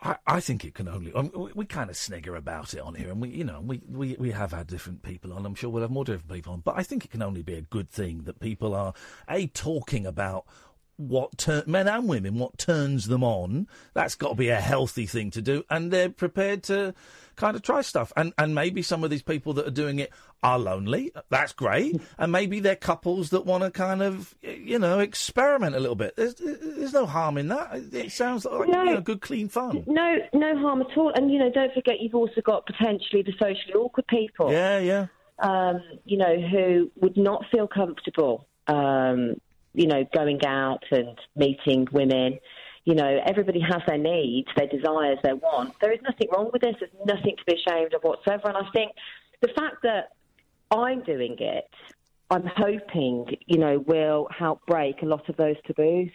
I, I think it can only. Um, we we kind of snigger about it on here, and we, you know, we, we, we have had different people on. I'm sure we'll have more different people on, but I think it can only be a good thing that people are a talking about what turn men and women what turns them on. That's got to be a healthy thing to do, and they're prepared to kind of try stuff. And and maybe some of these people that are doing it are lonely. That's great, and maybe they're couples that want to kind of y- you know experiment a little bit. There's there's no harm in that. It- It sounds like
No.
you know, good clean fun.
No, no harm at all. And you know, don't forget you've also got potentially the socially awkward people.
Yeah, yeah.
Um, you know, who would not feel comfortable, um, you know, going out and meeting women. You know, everybody has their needs, their desires, their wants. There is nothing wrong with this. There's nothing to be ashamed of whatsoever. And I think the fact that I'm doing it, I'm hoping, you know, will help break a lot of those taboos.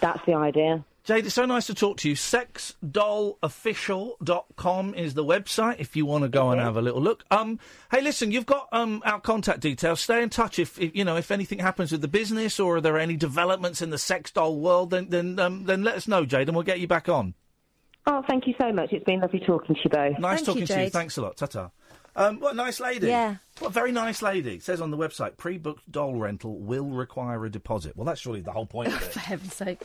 That's the idea.
Jade, it's so nice to talk to you. Sexdollofficial.com is the website if you want to go and have a little look. Um, hey, listen, you've got um, our contact details. Stay in touch if, if you know if anything happens with the business or are there any developments in the sex doll world. Then then um, then let us know, Jade, and we'll get you back on.
Oh, thank you so much. It's been lovely talking to you both.
Nice talking to you. Thanks a lot. Ta-ta. Um, what a nice lady.
Yeah.
What a very nice lady. It says on the website, pre-booked doll rental will require a deposit. Well, that's surely the whole point of it.
For heaven's sake.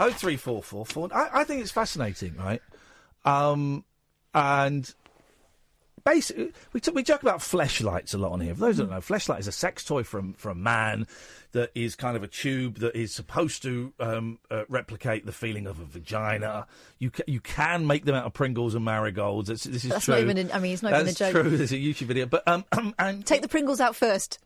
Oh three four four four. I, I think it's fascinating, right? Um, and basically, we t- we joke about fleshlights a lot on here. For those who don't know, fleshlight is a sex toy from from a man that is kind of a tube that is supposed to um, uh, replicate the feeling of a vagina. You ca- you can make them out of Pringles and marigolds. It's, this is
That's
true.
not even an- I mean, it's not even a
That's
joke.
True. There's a YouTube video, but um, and
*clears throat* Take the Pringles out first.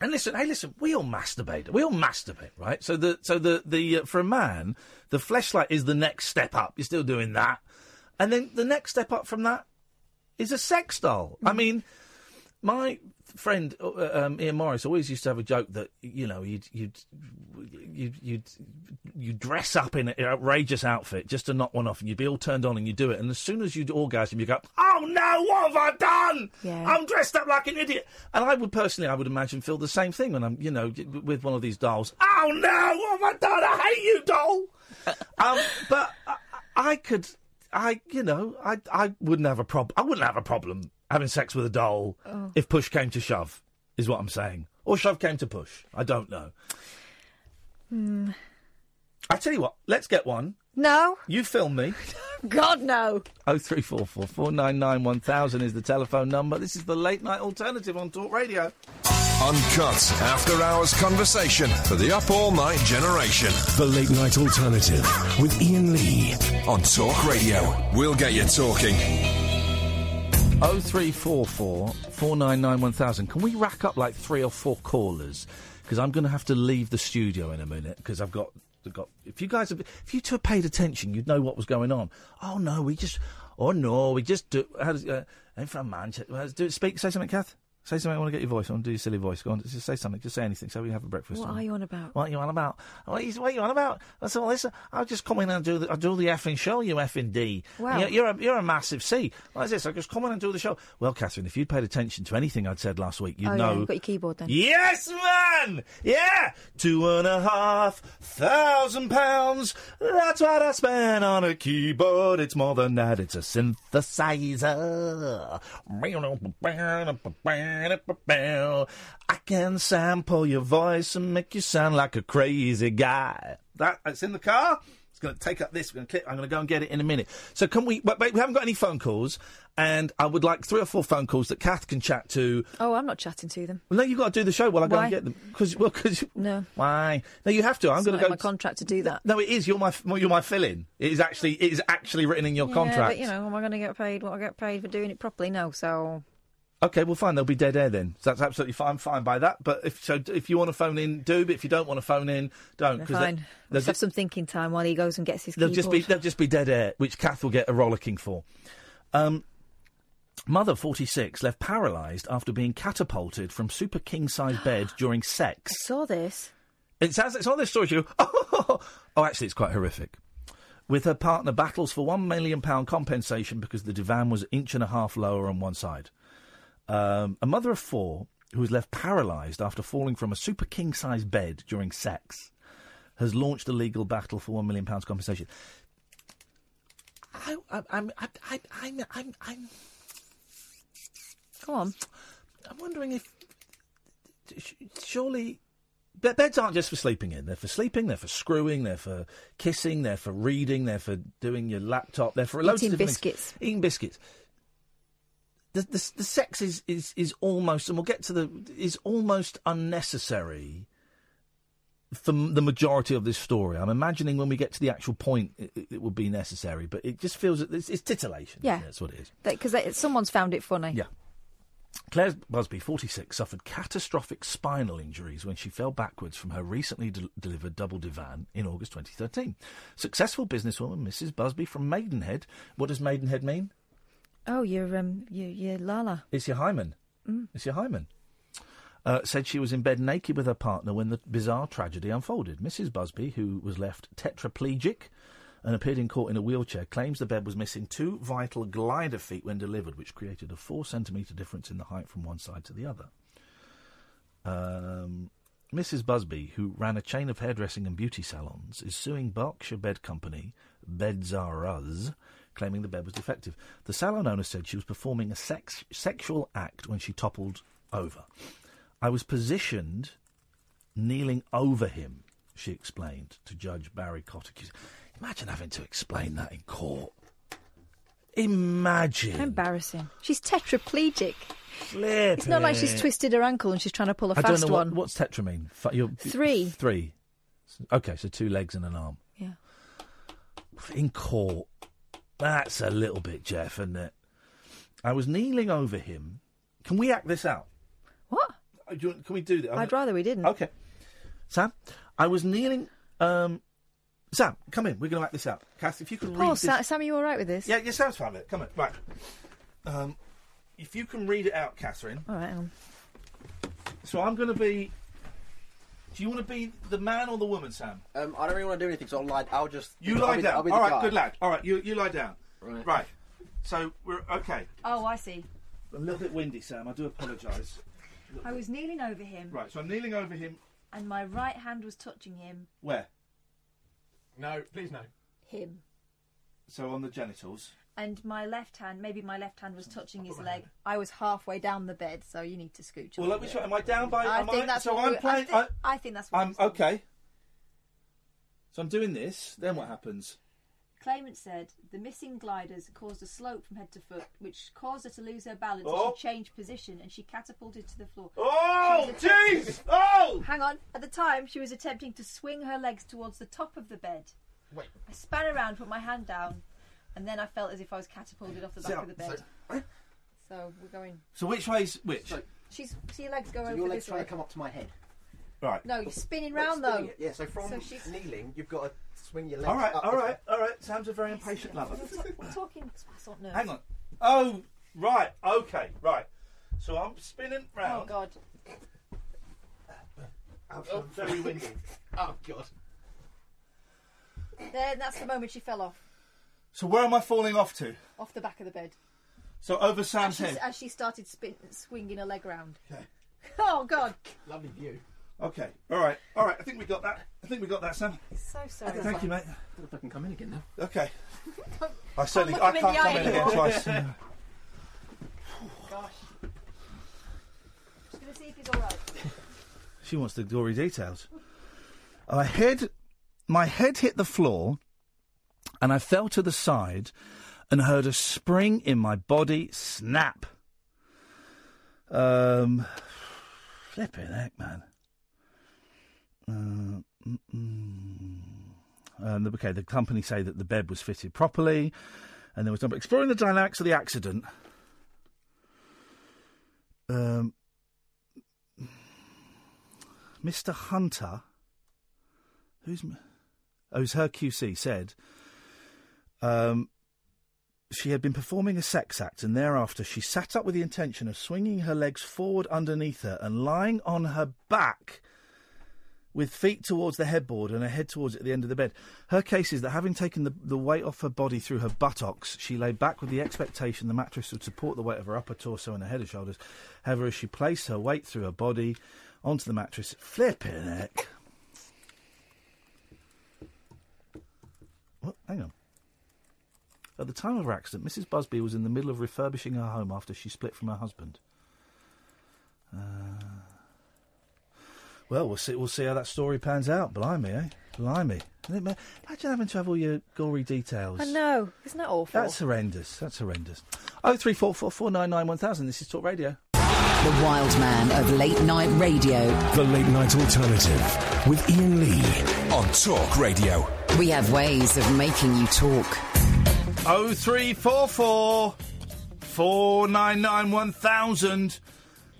and listen, hey, listen, we all masturbate. We all masturbate, right? So the so the the uh, for a man, the fleshlight is the next step up. You're still doing that, and then the next step up from that is a sex doll. I mean, my friend uh, um, Ian Morris always used to have a joke that you know you'd you'd you'd you'd, you'd dress up in an outrageous outfit just to knock one off, and you'd be all turned on, and you do it, and as soon as you'd orgasm, you go. Oh no, what have I done? I'm dressed up like an idiot. And I would personally, I would imagine, feel the same thing when I'm, you know, with one of these dolls. Oh no! What have I done? I hate you, doll. um, but I, I could, I, you know, I, I wouldn't have a problem. I wouldn't have a problem having sex with a doll
Oh.
if push came to shove, is what I'm saying, or shove came to push. I don't know.
Hmm.
I tell you what, let's get one.
No.
You film
*laughs*
me.
*laughs* God, no.
Oh three four four four nine nine one thousand is the telephone number. This is the late night alternative on Talk Radio.
Uncut after hours conversation for the up all night generation.
The Late Night Alternative with Ian Lee.
On Talk Radio, we'll get you talking.
Oh three four four four nine nine one thousand. Can we rack up like three or four callers? Because I'm going to have to leave the studio in a minute because I've got I've got. If you guys, have, if you two had paid attention, you'd know what was going on. Oh no, we just. Oh no, we just do. How does uh, I'm from Manchester? Well, do speak. Say something, Kath. Say something. I want to get your voice on. Do your silly voice. Go on. Just say something. Just say anything. So we have a breakfast.
What
on.
are you on about?
What you on about? What you, what you on about? I said, well, listen, I'll just come in and do the, I'll do the effing show, you effing D.
Wow.
You're, you're, a, you're a massive C. What is this? I'll just come in and do the show. Well, Catherine, if you'd paid attention to anything I'd said last week, you'd
oh,
know.
yeah, you've got your keyboard then.
Yes, man! Yeah! Two and a half thousand pounds. That's what I spent on a keyboard. It's more than that, it's a synthesizer. I can sample your voice and make you sound like a crazy guy. That it's in the car. It's going to take up this. We're going to clip. I'm going to go and get it in a minute. So can we? But but we haven't got any phone calls, and I would like three or four phone calls that Kath can chat to.
Oh, I'm not chatting to them.
Well, no, you've got to do the show while I go
Why?
and get them. Because, well, because.
*laughs* No.
Why? No, you have to. I'm
It's
going
not
to
in
go.
my contract to do that.
no, it is. You're my well, you're my fill-in. It is actually it is actually written in your
Yeah,
contract.
but you know, am I going to get paid what I get paid for doing it properly? No, so
Okay, well, fine. There'll be dead air then. So that's absolutely fine. Fine by that. But if so, if you want to phone in, do. But if you don't want to phone in, don't.
They're
'cause
fine.
they'll
Let's have
ju-
some thinking time while he goes and gets his
They'll
keyboard.
just be they'll just be dead air, which Kath will get a rollicking for. Um, mother, forty six, left paralysed after being catapulted from super
*gasps*
king size bed during sex. I
saw this.
It sounds it's not this story. She go, *laughs* oh, actually, it's quite horrific. With her partner, battles for one million pound compensation because the divan was an inch and a half lower on one side. Um, a mother of four who was left paralysed after falling from a super king size bed during sex has launched a legal battle for one million pounds compensation. I, I, I'm, I, I, I'm, I'm, I'm.
Go on.
I'm wondering if sh- surely be- beds aren't just for sleeping in. They're for sleeping. They're for screwing. They're for kissing. They're for reading. They're for doing your laptop. They're for loads
Eating
of different things.
biscuits.
Eating biscuits. The, the the sex is, is is almost, and we'll get to the is almost unnecessary for m- the majority of this story. I'm imagining when we get to the actual point, it, it, it will be necessary, but it just feels it's, it's titillation. isn't
Yeah.
it? that's what it is.
Because someone's found it funny.
Yeah. Claire Busby, 46, suffered catastrophic spinal injuries when she fell backwards from her recently del- delivered double divan in August 2013. Successful businesswoman Mrs. Busby from Maidenhead. What does Maidenhead mean?
Oh, you're um, you you're Lala.
It's your hymen.
Mm.
It's your hymen. Uh, said she was in bed naked with her partner when the bizarre tragedy unfolded. Mrs. Busby, who was left tetraplegic and appeared in court in a wheelchair, claims the bed was missing two vital glider feet when delivered, which created a four centimetre difference in the height from one side to the other. Um, Mrs. Busby, who ran a chain of hairdressing and beauty salons, is suing Berkshire Bed Company, Beds Are Us, claiming the bed was defective. The salon owner said she was performing a sex- sexual act when she toppled over. I was positioned kneeling over him, she explained to Judge Barry Cottick. Imagine having to explain that in court. Imagine.
How embarrassing. She's tetraplegic. It's not like she's
Flipping.
twisted her ankle and she's trying to pull a
I
fast
don't know what,
one.
what's tetra mean. Fi- you're-
Three.
Three. S- Okay, so two legs and an arm.
Yeah.
In court. That's a little bit Jeff, isn't it? I was kneeling over him. Can we act this out?
What?
Can we do that?
I'd rather we didn't.
Okay. Sam, I was kneeling. Um, Sam, come in. We're going to act this out. Kath, if you could read
Oh,
this.
Sam, Sam, are you all right with this?
Yeah, yeah, Sam's fine with it. Come in. Right. Um, if you can read it out, Catherine.
All right. hang on.
So I'm going to be. Do you want to be the man or the woman, Sam?
Um, I don't really want to do anything, so I'll lie. I'll just
You
I'll
lie
be the- I'll
down.
be the
All right,
guy.
good lad. All right, you you lie down. Right. So we're okay.
Oh, I see.
A little bit windy, Sam. I do apologise.
I was kneeling over him,
Right. So I'm kneeling over him.
and my right hand was touching him.
Where?
No, please no.
Him.
So on the genitals.
And my left hand, maybe my left hand was touching his leg. I was halfway down the bed, so you need to scooch.
Well,
up a
let me
bit.
show. Am I down by?
I
am
think
I,
that's
so
what
I'm
we- I
playing.
thi-
I,
I think that's what
I'm okay. So I'm doing this. Then what happens?
Claimant said the missing gliders caused a slope from head to foot, which caused her to lose her balance
Oh.
as she changed position and she catapulted to the floor.
Oh,
She was attempting-
jeez! Oh!
Hang on. At the time, she was attempting to swing her legs towards the top of the bed.
Wait.
I span around, put my hand down, and then I felt as if I was catapulted off the back
So-
of the bed. So, we're going.
So which way's which?
She's. See your legs go
So
over
your
this
legs trying
way.
to come up to my head.
Right.
No, you're spinning
Like
round
spinning
though.
it. Yeah. So from
So she's-
kneeling, you've got to swing your legs.
All right,
up
all
the-
right, all right. Sam's a very impatient lover. *laughs*
We're talking. I don't know.
Hang on. Oh, right. Okay, right. So I'm spinning round.
Oh God.
Oh, very windy. *laughs*
oh God.
Then that's the moment she fell off,
So where am I falling off to?
off the back of the bed.
So over Sam's
She's,
head.
as she started spin, swinging her leg round. *laughs* Oh God.
Lovely view.
Okay. All right. All right. I think we got that. I think we got that, Sam.
So sorry. *laughs*
Thank you, mate.
I don't know if I can come in again now.
Okay. I certainly
look
I
him in
can't
the
come
eye
in again
anymore.
twice.
Gosh. Just gonna see if he's all right.
She wants the gory details. I head, my head hit the floor, and I fell to the side, and heard a spring in my body snap. Um, flipping heck, man. Uh, mm-mm. um, the- okay, the company say that the bed was fitted properly, and there was no. Exploring the dynamics of the accident. Um, Mr. Hunter, who's m- oh, who's her QC, said um, she had been performing a sex act, and thereafter she sat up with the intention of swinging her legs forward underneath her and lying on her back with feet towards the headboard and her head towards it at the end of the bed. Her case is that having taken the, the weight off her body through her buttocks, she lay back with the expectation the mattress would support the weight of her upper torso and her head and shoulders. However, as she placed her weight through her body onto the mattress, flipping heck. What? Hang on. At the time of her accident, Mrs. Busby was in the middle of refurbishing her home after she split from her husband. Uh, well, we'll see. We'll see how that story pans out. Blimey, eh? Blimey. Isn't it ma- Imagine having to have all your gory details.
I know. Isn't that awful?
That's horrendous. That's horrendous. Oh three four four four nine nine one thousand. This is Talk Radio.
The wild man of late night radio.
The Late Night Alternative with Ian Lee on Talk Radio.
We have ways of making you talk.
Oh three four four four nine nine one thousand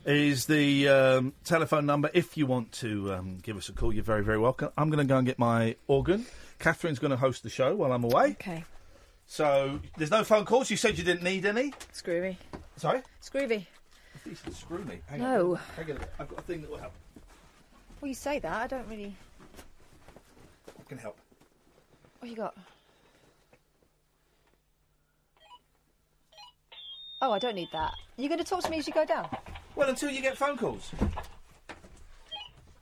is the um, telephone number. If you want to um, give us a call, you're very very welcome. I'm going to go and get my organ. Catherine's going to host the show while I'm away.
Okay.
So there's no phone calls. You said you didn't need any.
Screw me.
Sorry.
Screw me.
Decent screw me. Hang
No.
On. Hang on a minute. I've got a thing that will help.
Well, you say that. I don't really.
It can help.
What you got? Oh, I don't need that. You're going to talk to me as you go down.
Well, until you get phone calls.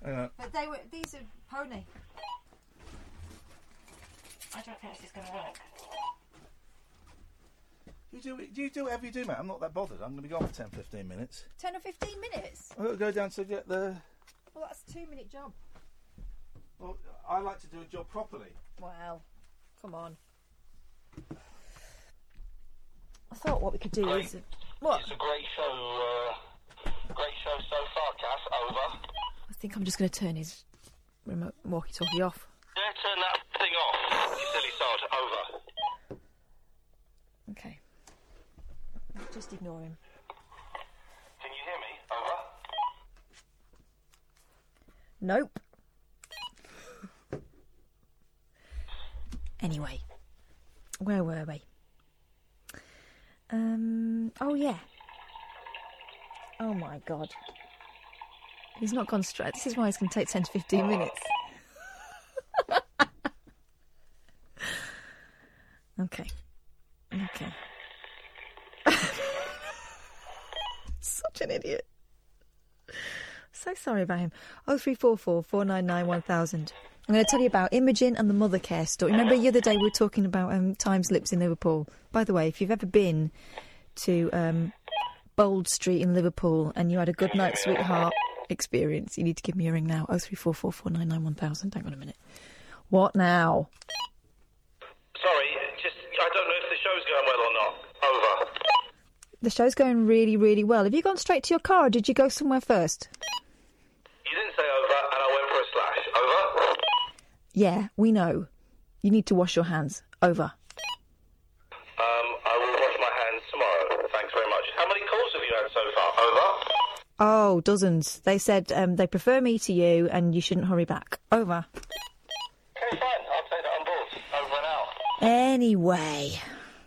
Hang on.
But they were. These are pony. I don't think this is going to work.
You do, it- you do whatever you do, mate. I'm not that bothered. I'm going to be gone for 10, 15 minutes.
Ten or fifteen minutes.
I've got to go down to get the.
Well, that's a two-minute job.
Well, I like to do a job properly.
Wow. Come on. I thought what we could do is. What?
It's a great show. Uh, great show so far, Cass. Over.
I think I'm just going to turn his remote walkie-talkie off.
Yeah, turn that thing off. You silly sod. Over.
Okay. Just ignore him.
Can you hear me? Over.
Nope. Anyway, where were we? Um. Oh yeah. Oh my god. He's not gone straight. This is why it's going to take ten to fifteen minutes. *laughs* okay. Okay. Such an idiot. So sorry about him. Oh three four four four nine nine one thousand. I'm going to tell you about Imogen and the mother care story. Remember the other day we were talking about um, time slips in Liverpool. By the way, if you've ever been to um, Bold Street in Liverpool and you had a good night sweetheart experience, you need to give me a ring now. Oh three four four four nine nine one thousand. Hang on a minute. What now?
Sorry, just I don't know if the show's going well or not. Over.
The show's going really, really well. Have you gone straight to your car or did you go somewhere first?
You didn't say over, and I went for a slash. Over.
Yeah, we know. You need to wash your hands. Over.
Um, I will wash my hands tomorrow. Thanks very much. How many calls have you had so far? Over.
Oh, dozens. They said um, they prefer me to you and you shouldn't hurry back. Over.
Okay, fine. I'll take that on board. Over and out.
Anyway.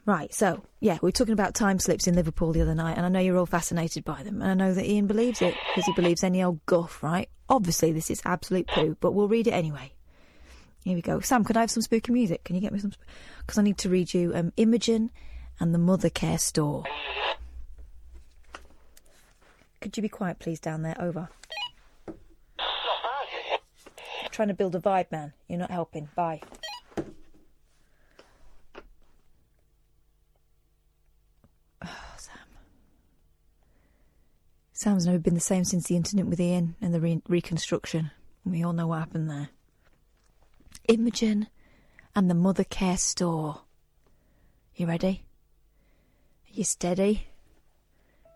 Right, so, yeah, we were talking about time slips in Liverpool the other night, and I know you're all fascinated by them, and I know that Ian believes it, because he believes any old guff, right? Obviously, this is absolute poo, but we'll read it anyway. Here we go. Sam, could I have some spooky music? Can you get me some? Because I need to read you um, Imogen and the Mother Care Store. Could you be quiet, please, down there? Over. trying to build a vibe, man. You're not helping. Bye. Oh, Sam. Sam's never been the same since the incident with Ian and the re- reconstruction. And we all know what happened there. Imogen and the Mother Care Store. You ready? Are you steady?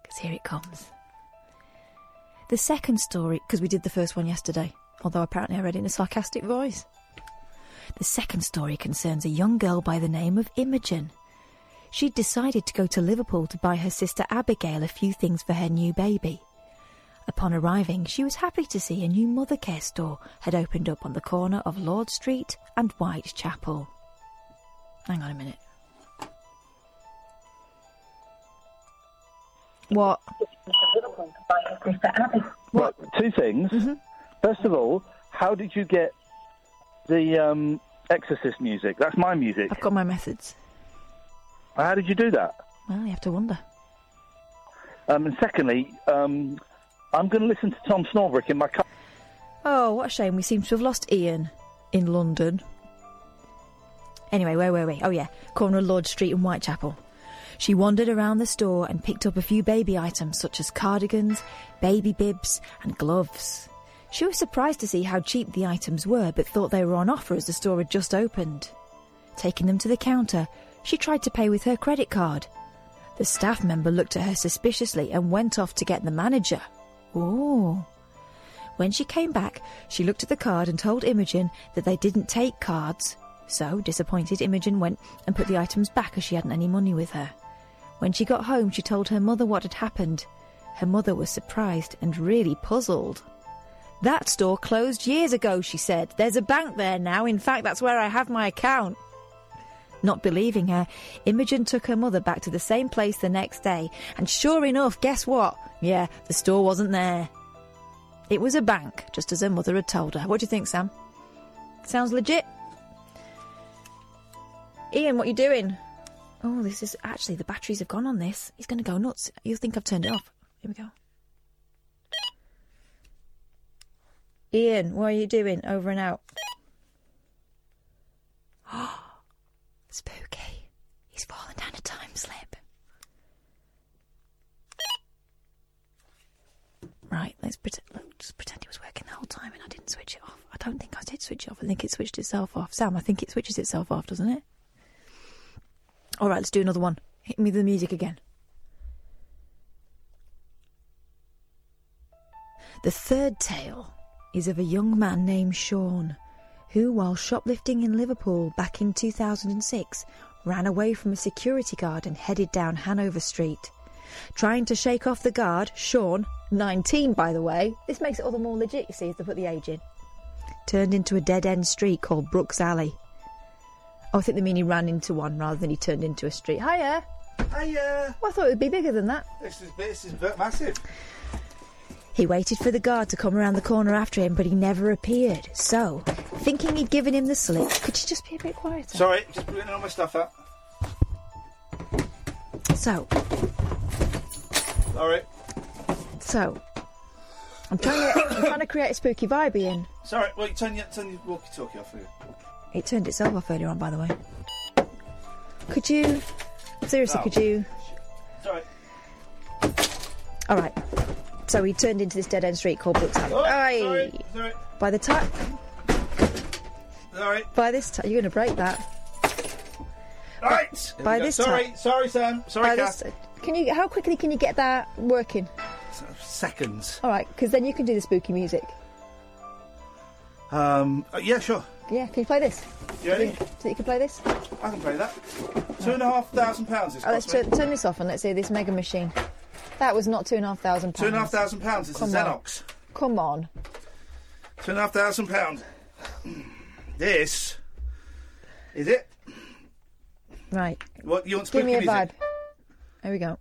Because here it comes. The second story, because we did the first one yesterday, although apparently I read it in a sarcastic voice. The second story concerns a young girl by the name of Imogen. She'd decided to go to Liverpool to buy her sister Abigail a few things for her new baby. Upon arriving, she was happy to see a new mother care store had opened up on the corner of Lord Street and Whitechapel. Hang on a minute. What?
Right, two things.
Mm-hmm.
First of all, how did you get the um, Exorcist music? That's my music.
I've got my methods.
How did you do that?
Well, you have to wonder.
Um, and secondly, um, I'm going to listen to Tom Snorbrick in my car.
Oh, what a shame. We seem to have lost Ian in London. Anyway, where were we? Oh, yeah, corner of Lord Street and Whitechapel. She wandered around the store and picked up a few baby items such as cardigans, baby bibs, and gloves. She was surprised to see how cheap the items were, but thought they were on offer as the store had just opened. Taking them to the counter, she tried to pay with her credit card. The staff member looked at her suspiciously and went off to get the manager. Oh. When she came back, she looked at the card and told Imogen that they didn't take cards. So, disappointed, Imogen went and put the items back as she hadn't any money with her. When she got home, she told her mother what had happened. Her mother was surprised and really puzzled. That store closed years ago, she said. There's a bank there now. In fact, that's where I have my account. Not believing her, Imogen took her mother back to the same place the next day, and sure enough, guess what? Yeah, the store wasn't there. It was a bank, just as her mother had told her. What do you think, Sam? Sounds legit. Ian, what you doing? Oh, this is actually the batteries have gone on this. He's going to go nuts. You'll think I've turned it off. Here we go. Ian, what are you doing? Over and out. Spooky. He's fallen down a time slip. Right, let's pretend, look, just pretend it was working the whole time and I didn't switch it off. I don't think I did switch it off. I think it switched itself off. Sam, I think it switches itself off, doesn't it? All right, let's do another one. Hit me with the music again. The third tale is of a young man named Sean, who, while shoplifting in Liverpool back in 2006, ran away from a security guard and headed down Hanover Street. Trying to shake off the guard, Sean, 19 by the way, this makes it all the more legit, you see, if they put the age in, turned into a dead end street called Brooks Alley. Oh, I think they mean he ran into one rather than he turned into a street. Hiya!
Hiya!
Well, I thought it would be bigger than that.
This is this is massive.
He waited for the guard to come around the corner after him, but he never appeared. So, thinking he'd given him the slip, could you just be a bit quieter?
Sorry, just putting all my stuff up.
So,
Sorry.
so. I'm trying, to, I'm trying to create a spooky vibe, Ian.
Sorry. Well, you turn your turn your walkie-talkie off here.
It turned itself off earlier on, by the way. Could you. Seriously,
Oh.
could you.
Sorry.
All right. So he turned into this dead end street called Brooks Alley. Aye.
Oh, Sorry. Sorry.
By the time.
Sorry.
By this time. You're going to break that.
Right.
By
Here we go.
this
sorry,
time-
sorry, Sam.
By
Um, Sorry,
this-
Kath.
Can you? How quickly can you get that working?
Seconds.
All right, because then you can do the spooky music.
Um. uh, yeah, sure.
Yeah, can you play this?
You ready?
So that you can play this.
I can play that. Two and a half thousand pounds. This
Oh, let's
cost me.
turn, turn this off and let's hear this mega machine. That was not two and a half thousand pounds.
Two and a half thousand pounds. It's a
Come on.
Xenox.
Come on.
Two and a half thousand pounds. This is it.
Right.
What you want?
Give me a
spooky music?
vibe. There we go.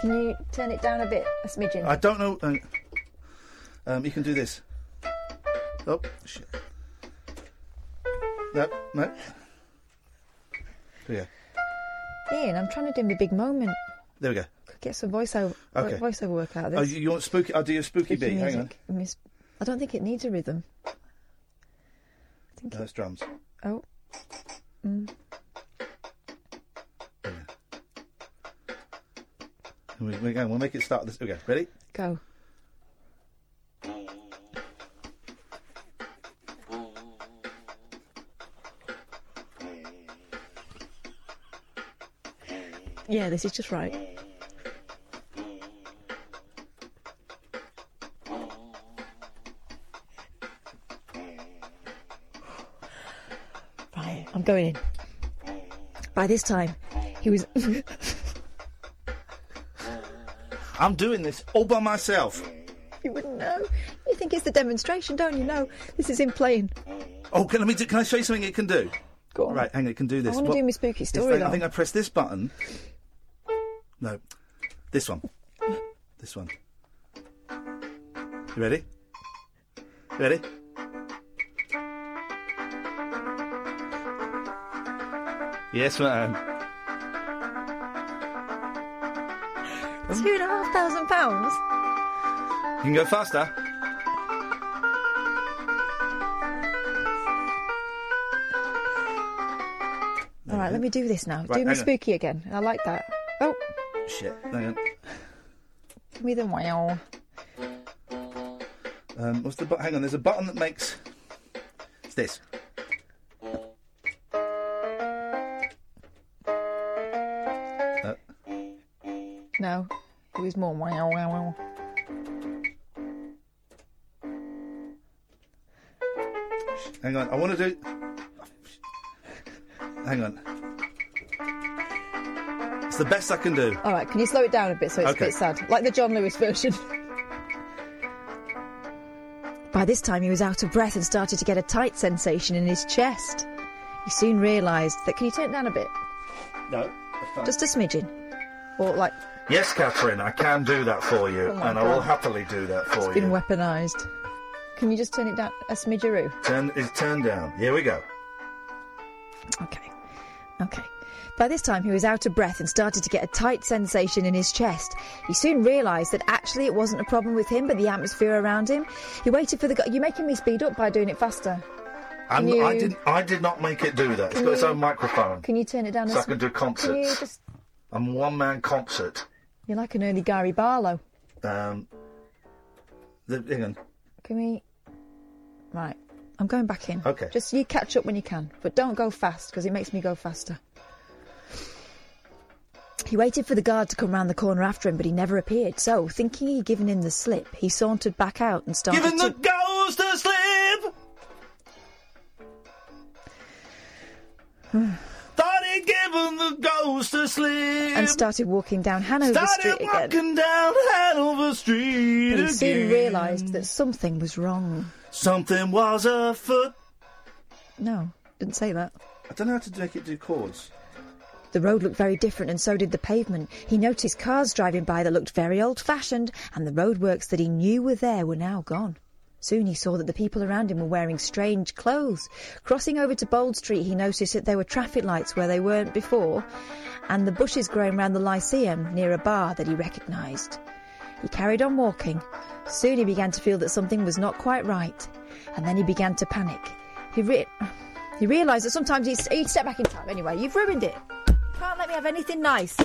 Can you turn it down a bit, a smidgen?
I don't know. Um, um, you can do this. Oh shit! No, no. Yeah,
Ian, I'm trying to do my big moment.
there we go.
Get some voiceover vo-
Okay.
voiceover work out of this.
Oh, you, you want spooky? I'll do your spooky,
Spooky
beat. Hang on.
music. Miss- I don't think it needs a rhythm.
No, that's drums.
Oh. Mm.
Here we- we go. We'll make it start. This. Here we go. Ready?
Go. Yeah, this is just right. Right, I'm going in. *laughs* By this time, he was.
I'm doing this all by myself.
You wouldn't know. You think it's the demonstration, don't you? No, this is him playing.
Oh, can, let me do, can I show you something it can do?
Go on.
Right, hang on, it can do this.
wanna
What-
do my spooky
this
story,
thing- I
though.
think I press this button. No, this one. This one. You ready? You ready? Yes, um, ma'am.
Two and a half thousand pounds.
You can go faster.
All right, let me do this now.
Right,
do me
hang on.
spooky again. I like that. Oh,
Shit. Hang on.
give me the wow.
Um, what's the button? Hang on. There's a button that makes. It's this. Uh,
No, it was more wow wow wow.
hang on. I want to do. Hang on. It's the best I can do.
All right, can you slow it down a bit so it's
Okay.
a bit sad, like the John Lewis version. By this time, he was out of breath and started to get a tight sensation in his chest. He soon realised that. Can you turn it down a bit?
No.
Just a smidgen, or like
Yes, Catherine, I can do that for you,
Oh my
and I will
God.
happily do that for
it's
you.
been weaponised. Can you just turn it down a smidgeroo?
Turn is turned down. Here we go.
Okay. Okay. By this time, he was out of breath and started to get a tight sensation in his chest. He soon realised that actually it wasn't a problem with him, but the atmosphere around him. He waited for the. Gu- You're making me speed up by doing it faster.
And
Can
I
you-
didn't. I did not make it do that. It's
Can
got its
you-
own microphone.
Can you turn it down?
So
a
I can do
Can you
Oh. concerts.
just?
I'm one man concert.
You're like an early Gary Barlow.
Um, the, hang on.
Can we? Right. I'm going back in.
Okay.
Just you catch up when you can, but don't go fast because it makes me go faster. He waited for the guard to come round the corner after him, but he never appeared. So, thinking he'd given him the slip, he sauntered back out and started.
Giving
to...
the ghost
*sighs*
a slip. Started giving the ghost a slip.
and started walking down Hanover
Started
Street again.
walking down Hanover Street
But he soon
again.
realised that something was wrong.
Something was afoot.
No, didn't say that.
I don't know how to make it do chords.
The road looked very different, and so did the pavement. He noticed cars driving by that looked very old fashioned, and the roadworks that he knew were there were now gone. Soon he saw that the people around him were wearing strange clothes. Crossing over to Bold Street, he noticed that there were traffic lights where they weren't before, and the bushes growing round the Lyceum near a bar that he recognised. He carried on walking. Soon he began to feel that something was not quite right, and then he began to panic. He, re- he realised that sometimes he'd, he'd step back in time. Anyway, you've ruined it. Can't let me have anything nice.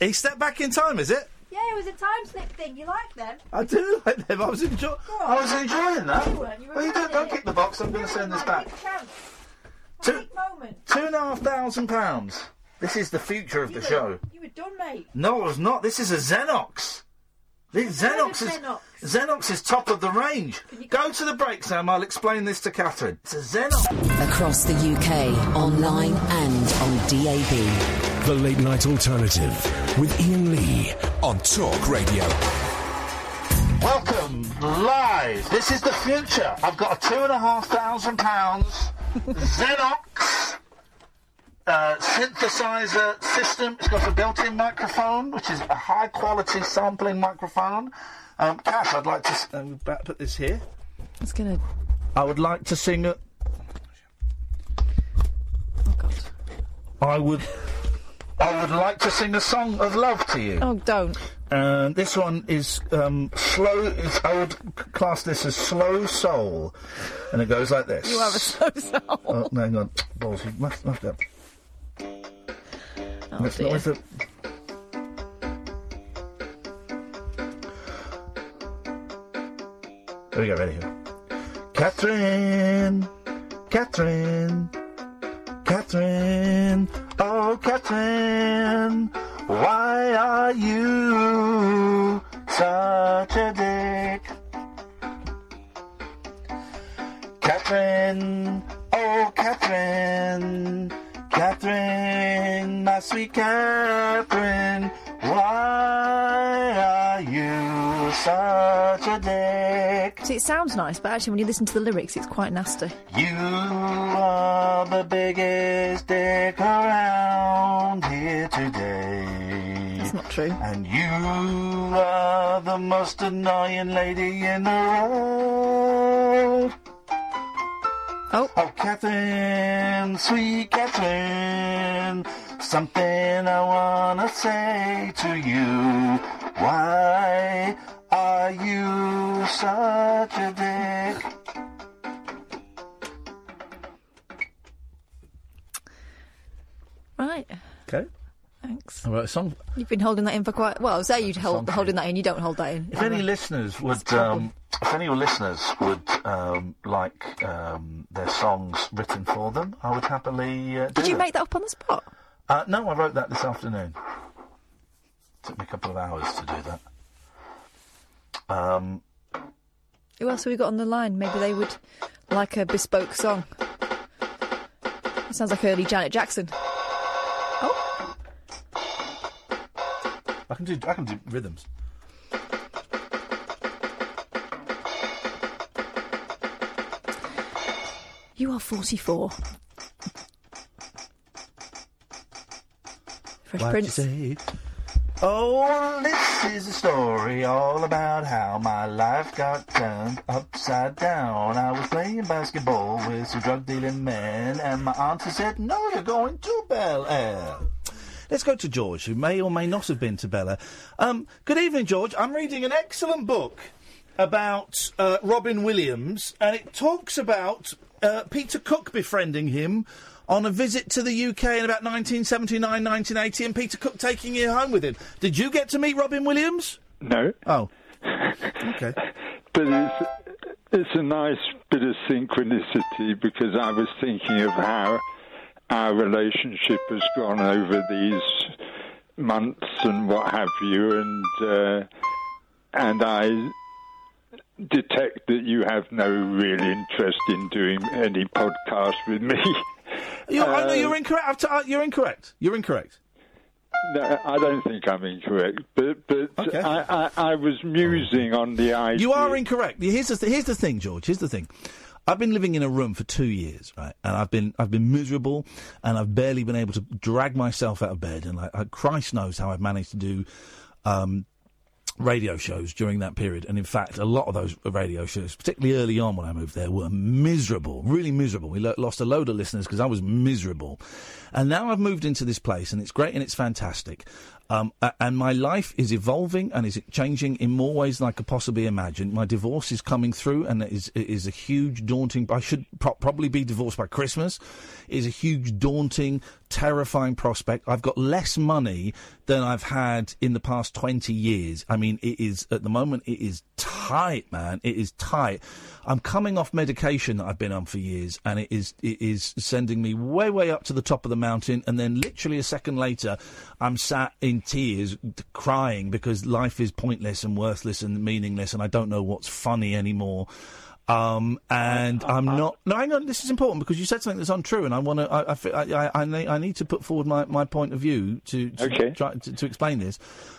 He stepped back in time, is it?
Yeah, it was a time slip thing. You like them?
I do like them. I was enjoying. I was enjoying that.
You weren't. You were
well, you don't, don't kick the box. I'm going to send this back. Two,
moment.
two and a half thousand pounds. This is the future of the show.
You were done, mate.
No, it was not. This is a Xenox. This
I've heard of
Xenox is Xenox is top of the range. Go to the break, Sam. I'll explain this to Catherine. It's a Xenox.
Across the UK, online and on DAB.
The Late Night Alternative with Ian Lee on Talk Radio.
Welcome live. This is the future. I've got a two and a half thousand pounds Xenox uh, synthesizer system. It's got a built-in microphone, which is a high-quality sampling microphone. Um, Kath, I'd like to s- uh, we'll ba- put this here.
It's gonna.
I would like to sing a. Oh God. I would. I would like to sing a song of love to you.
Oh, don't.
And this one is um, slow. It's, I would c- class this as slow soul, and it goes like this.
You are a
*laughs*
slow soul.
Oh, no, hang on, balls. You must, must have.
Oh,
That's
dear.
not with the- There we go. Ready here. Catherine, Catherine, Catherine, oh Catherine, why are you such a dick? Catherine, oh Catherine, Catherine, my sweet Catherine, why are you such a dick.
See, it sounds nice, but actually, when you listen to the lyrics, it's quite nasty.
You are the biggest dick around here today. That's
not true.
And you are the most annoying lady in the world.
Oh.
Oh, Catherine, sweet Catherine, something I wanna say to you. Why are you such a dick?
Right.
Okay.
Thanks.
I wrote a song.
You've been holding that in for quite. Well, I was there. You'd hold
Something.
holding that in. You don't hold that in.
If any listeners would, um, if any of your listeners would um, like um, their songs written for them, I would happily. Uh,
Did
do
you
it.
make that up on the spot?
Uh, no, I wrote that this afternoon. Took me a couple of hours to do that. Um,
Who else have we got on the line? Maybe they would like a bespoke song. It sounds like early Janet Jackson.
I can do. I can do rhythms.
You are 44. Fresh
Why'd
Prince.
you say? Oh, this is a story all about how my life got turned upside down. I was playing basketball with some drug dealing men, and my auntie said, No, you're going to Bel Air. Let's go to George, who may or may not have been to Bel Air. Um, good evening, George. I'm reading an excellent book about uh, Robin Williams, and it talks about uh, Peter Cook befriending him on a visit to the UK in about 1979, 1980, and Peter Cook taking you home with him. Did you get to meet Robin Williams?
No. *laughs*
Oh. Okay.
But it's, it's a nice bit of synchronicity because I was thinking of how our relationship has gone over these months and what have you, and uh, and I detect that you have no real interest in doing any podcast with me.
You, I know
Um,
you're incorrect. I've t- uh, you're incorrect. You're incorrect.
No, I don't think I'm incorrect, but but I, I, I was musing on the idea.
You are incorrect. Here's the th- here's the thing, George. Here's the thing. I've been living in a room for two years, right? And I've been I've been miserable, and I've barely been able to drag myself out of bed. And like, uh, Christ knows how I've managed to do um, radio shows during that period. And in fact, a lot of those radio shows, particularly early on when I moved there, were miserable, really miserable. We lo- lost a load of listeners because I was miserable. And now I've moved into this place, and it's great and it's fantastic. Um, a- and my life is evolving and is changing in more ways than I could possibly imagine. My divorce is coming through, and it is, it is a huge, daunting. I should pro- probably be divorced by Christmas. It is a huge, daunting, terrifying prospect. I've got less money than I've had in the past twenty years. I mean, it is at the moment it is tight, man. It is tight. I'm coming off medication that I've been on for years, and it is it is sending me way way up to the top of the mountain, and then literally a second later, I'm sat in tears, t- crying because life is pointless and worthless and meaningless, and I don't know what's funny anymore. Um, and I'm not. No, hang on. This is important because you said something that's untrue, and I want to. I, I, fe- I, I, I, need, I need to put forward my, my point of view to to, try, to, to explain this.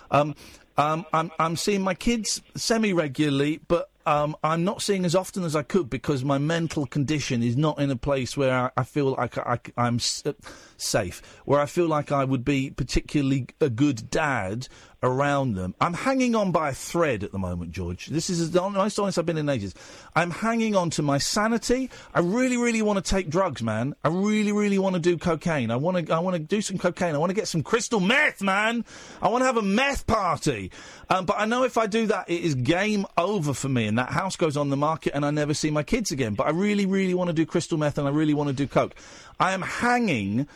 Um, um, I'm I'm seeing my kids semi regularly, but um, I'm not seeing as often as I could because my mental condition is not in a place where I, I feel like I, I, am s- uh, safe, where I feel like I would be particularly a good dad around them. I'm hanging on by a thread at the moment, George. This is the most honest I've been in ages. I'm hanging on to my sanity. I really, really want to take drugs, man. I really, really want to do cocaine. I want to, I want to do some cocaine. I want to get some crystal meth, man. I want to have a meth party. Um, but I know if I do that, it is game over for me, and that house goes on the market, and I never see my kids again. But I really, really want to do crystal meth, and I really want to do coke. I am hanging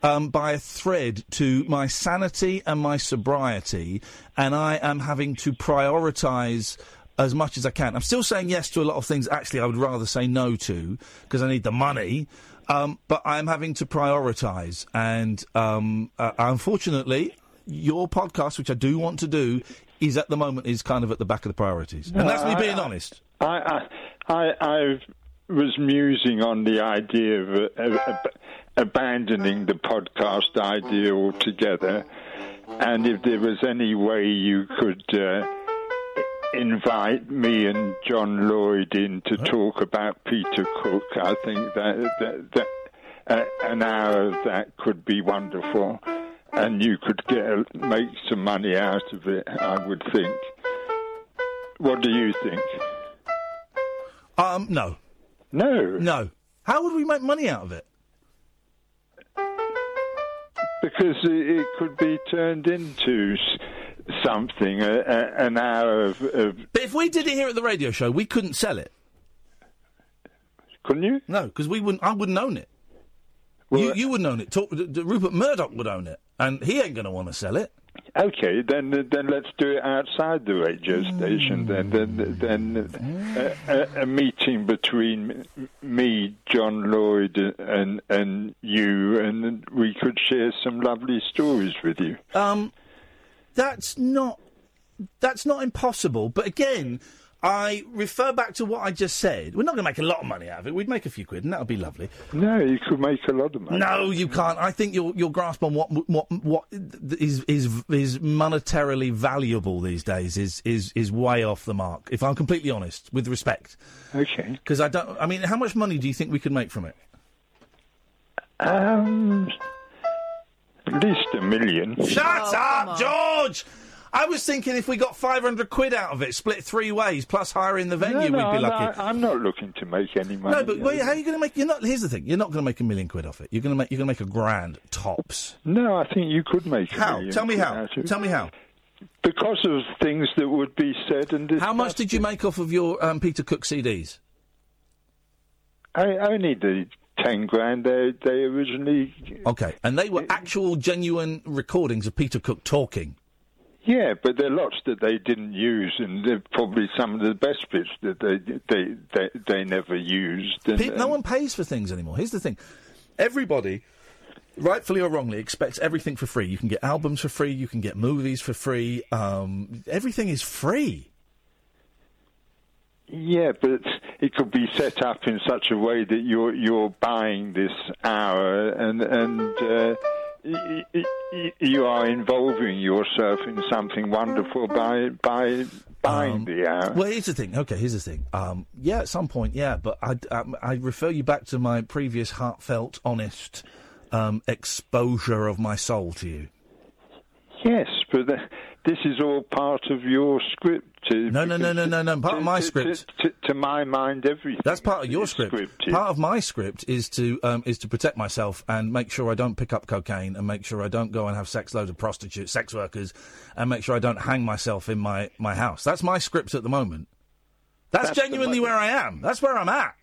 um, by a thread to my sanity and my sobriety, and I am having to prioritise as much as I can. I'm still saying yes to a lot of things. Actually, I would rather say no to because I need the money. Um, but I'm having to prioritise, and um, uh, unfortunately, your podcast, which I do want to do, is at the moment is kind of at the back of the priorities, and that's me
Uh,
being
I-
honest.
I I I I've, was musing on the idea of uh, ab- abandoning the podcast idea altogether, and if there was any way you could uh, invite me and John Lloyd in to talk about Peter Cook. I think that, that, that uh, an hour of that could be wonderful, and you could get make some money out of it. I would think. What do you think?
Um, no.
No.
No. How would we make money out of it?
Because it, it could be turned into s- something, a, a, an hour of, of.
But if we did it here at the radio show, we couldn't sell it.
Couldn't you?
No, because we wouldn't. I wouldn't own it. you, you wouldn't own it. Talk, d- d- Rupert Murdoch would own it, and he ain't going to want to sell it.
Okay, then then let's do it outside the radio station. Then then
Mm.
then a, a, a meeting between m- me, John Lloyd, and and you, and we could share some lovely stories with you.
Um, that's not that's not impossible. But again, I refer back to what I just said. We're not going to make a lot of money out of it. We'd make a few quid, and that would be lovely.
No, you could make a lot of money.
No, you can't. I think your your grasp on what what what is is is monetarily valuable these days is is is way off the mark. If I'm completely honest, with respect,
Okay.
because I don't. I mean, how much money do you think we could make from it?
Um, at least a million. Oh,
Shut up, George. I was thinking if we got 500 quid out of it, split three ways, plus hiring the venue,
no, no,
we'd be
I'm
lucky.
Not, I'm not looking to make any money.
No, but wait, how are you going to make? You're not. Here's the thing: you're not going to make a million quid off it. You're going to make. You're going to make a grand tops.
No, I think you could make. A
How?
million
Tell me
quid
how.
out of it.
Tell me how.
Because of things that would be said and
How much did you make off of your um, Peter Cook CDs?
I only the ten grand they they originally. Uh,
Okay, and they were actual, genuine recordings of Peter Cook talking.
Yeah, but there are lots that they didn't use, and they're probably some of the best bits that they they they, they never used. And,
Pe- no one pays for things anymore. Here's the thing: everybody, rightfully or wrongly, expects everything for free. You can get albums for free. You can get movies for free. Um, everything is free.
Yeah, but it could be set up in such a way that you're you're buying this hour, and and uh, y- y- y- you are involving yourself in something wonderful by by buying the hour.
Um, Well, here's the thing. Okay, here's the thing. Um, yeah, at some point, yeah, but I, um, I refer you back to my previous heartfelt, honest um, exposure of my soul to you.
Yes, but the, this is all part of your script. No,
no, no, no, no, no. Part of my script.
To, to my mind, everything.
That's part of your script. Part of my script is to um, is to protect myself and make sure I don't pick up cocaine and make sure I don't go and have sex loads of prostitutes, sex workers, and make sure I don't hang myself in my, my house. That's my script at the moment. That's,
That's the
genuinely
mo-
where I am. That's where I'm at.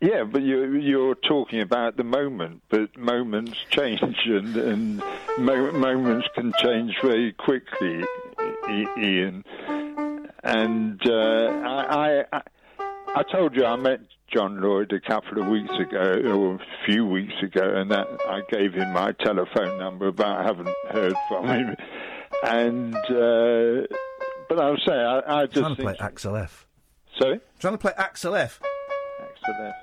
Yeah, but you're you're talking about the moment, but moments change, *laughs* and and mo- moments can change very quickly, I- I- Ian. And uh, I, I I told you I met John Lloyd a couple of weeks ago, or a few weeks ago, and that I gave him my telephone number, but I haven't heard from him. And uh, but I'll say I, I just
trying to play
think-
Axel F.
Sorry,
trying to play Axel F.
Axel F.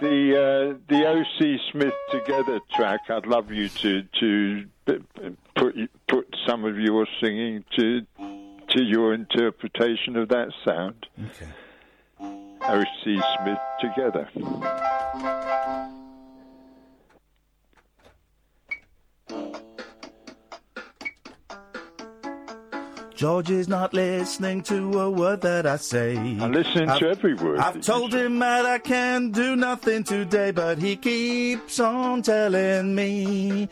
the uh, the OC Smith Together track. I'd love you to to p- p- put put some of your singing to to your interpretation of that sound. Okay. OC Smith Together.
George is not listening to a word that I say. I'm
listening to every word
I've
that
told him that I can do nothing today, but he keeps on telling me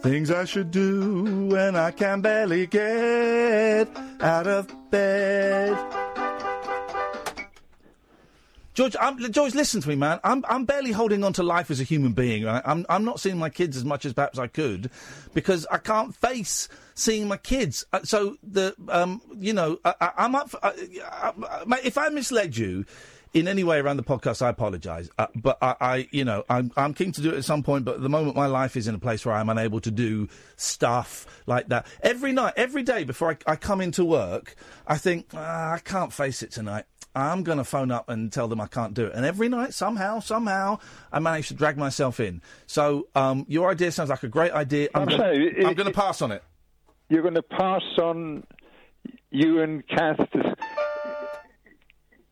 things I should do, and I can barely get out of bed. George, I'm, George, listen to me, man. I'm, I'm barely holding on to life as a human being. Right? I'm, I'm not seeing my kids as much as perhaps I could because I can't face seeing my kids. Uh, so the, um, you know, I, I, I'm up. For, uh, uh, uh, mate, if I misled you in any way around the podcast, I apologise. Uh, but I, I, you know, I'm, I'm keen to do it at some point. But at the moment, my life is in a place where I'm unable to do stuff like that. Every night, every day before I, I come into work, I think ah, I can't face it tonight. I'm going to phone up and tell them I can't do it. And every night, somehow, somehow, I manage to drag myself in. So um, your idea sounds like a great idea. I'm,
I'm
gonna-
sorry, it-
I'm going to pass on it.
you're going to pass on you and Kath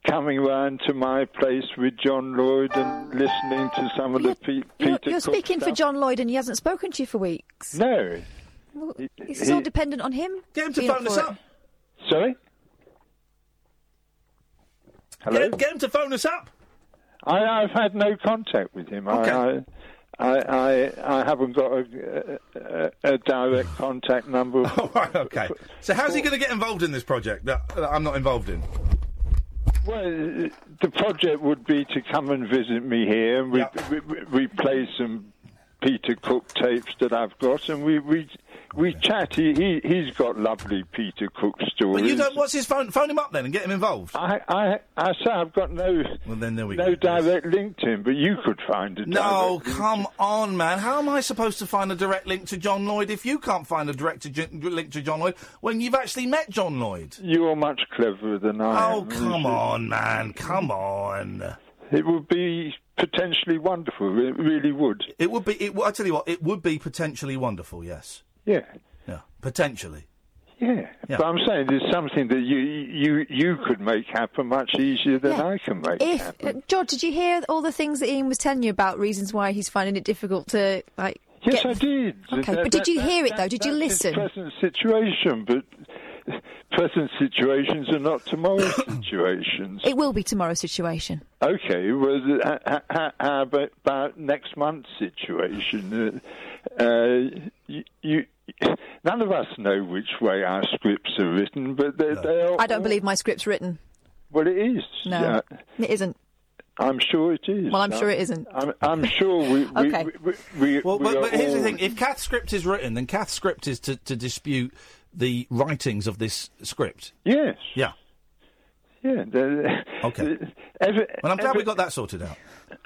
coming round to my place with John Lloyd and listening to some of the pe-
You're,
Peter
you're
Cook
speaking for
stuff.
John Lloyd and he hasn't spoken to you for weeks.
No.
Well, it's
he-
all dependent on him.
Get him to
being
phone us
for it.
up.
Sorry? Hello?
Get, get him to phone us up.
I, I've had no contact with him. I, I, I, I, I haven't got a, a, a direct contact number.
*laughs*
Oh.
All right, okay. So how's he going to get involved in this project that, that I'm not involved in?
Well, the project would be to come and visit me here, and we we, we, we play some Peter Cook tapes that I've got, and we we we chat. He, he he's got lovely Peter Cook stories.
But you don't. What's his phone? Phone him up then and get him involved.
I, I I say I've got no
well, then there we
no direct link to him, but you could find it.
No, come on, man. How am I supposed to find a direct link to John Lloyd if you can't find a direct to J- link to John Lloyd when you've actually met John Lloyd?
You are much cleverer than I
Oh,
am.
come on, man. Come on.
It would be potentially wonderful. It really would.
It would be. It, w- I tell you what. It would be potentially wonderful. Yes.
Yeah.
Yeah. Potentially.
Yeah. But I'm saying there's something that you you you could make happen much easier than
Yeah.
I can make.
If uh, George, did you hear all the things that Ian was telling you about reasons why he's finding it difficult to like?
Yes,
get-
I did.
Okay,
That-
but did
that-
you
that-
hear it though?
that-
Did you
that's his
listen?
Present situation, but *laughs* present situations are not
*coughs*
tomorrow's situations.
It will be tomorrow's situation.
Okay, well, th- h- h- h- how about, about next month's situation? Uh, uh, you, you, none of us know which way our scripts are written, but they're, they're
I don't believe my script's written.
well, it is.
No,
Yeah.
it isn't.
I'm sure it is. Uh,
Well, I'm sure it isn't.
I'm, I'm sure we. we
*laughs* Okay.
We, we, we,
Well,
we
but,
are
but here's the
all-
thing: if Kath's script is written, then Kath's script is to, to dispute the writings of this script.
Yes.
Yeah.
Yeah. the-
Okay.
Every,
Well, I'm glad
every-
we got that sorted out.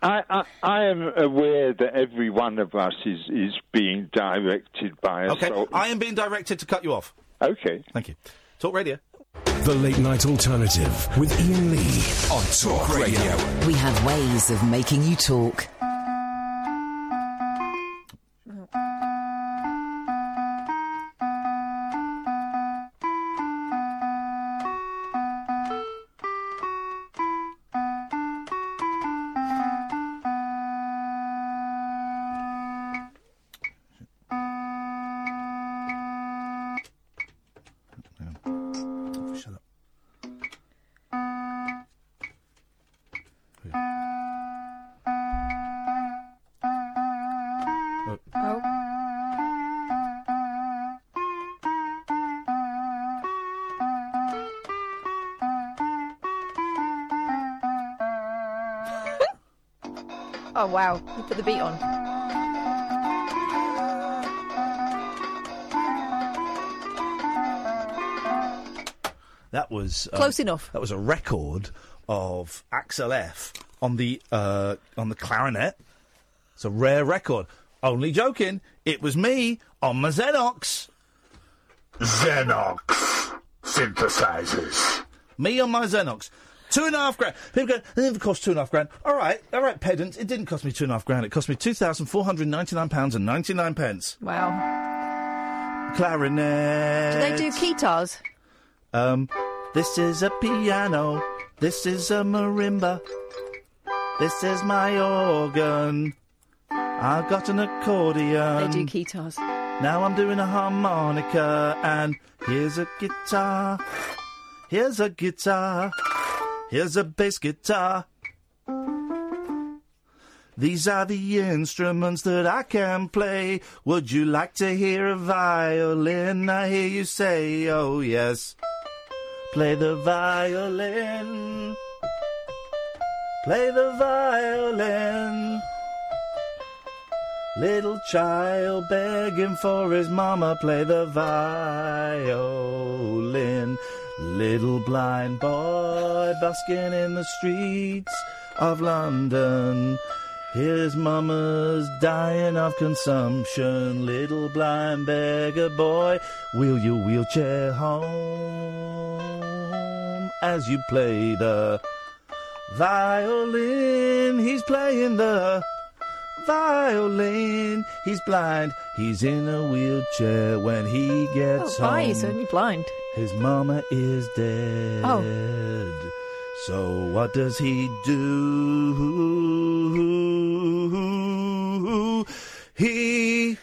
I, I, I am aware that every one of us is, is being directed by a
Okay.
soul.
I am being directed to cut you off.
Okay.
Thank you. Talk radio.
The Late Night Alternative with Ian Lee on Talk Radio.
We have ways of making you talk.
Shut up.
Oh, oh wow! You put the beat on.
That was um,
Close enough.
That was a record of Axel F on the uh, on the clarinet. It's a rare record. Only joking. It was me on my Xenox. Xenox synthesizers. Me on my Xenox. Two and a half grand. People go, "Eh, it cost two and a half grand. All right, all right, pedant. It didn't cost me two and a half grand. It cost me two thousand four hundred ninety-nine pounds and ninety-nine pence.
Wow.
Clarinet.
Do they do guitars?
Um, this is a piano. This is a marimba. This is my organ. I've got an
they
accordion.
do guitars.
Now I'm doing a harmonica, and here's a guitar. Here's a guitar. Here's a bass guitar. These are the instruments that I can play. Would you like to hear a violin? I hear you say, oh yes. Play the violin. Play the violin. Little child begging for his mama, play the violin. Little blind boy busking in the streets of London. His mama's dying of consumption. Little blind beggar boy, wheel your wheelchair home as you play the violin. He's playing the violin. He's blind. He's in a wheelchair when he gets
oh, why?
home.
He's only blind.
His mama is dead.
Oh.
So what does he do? He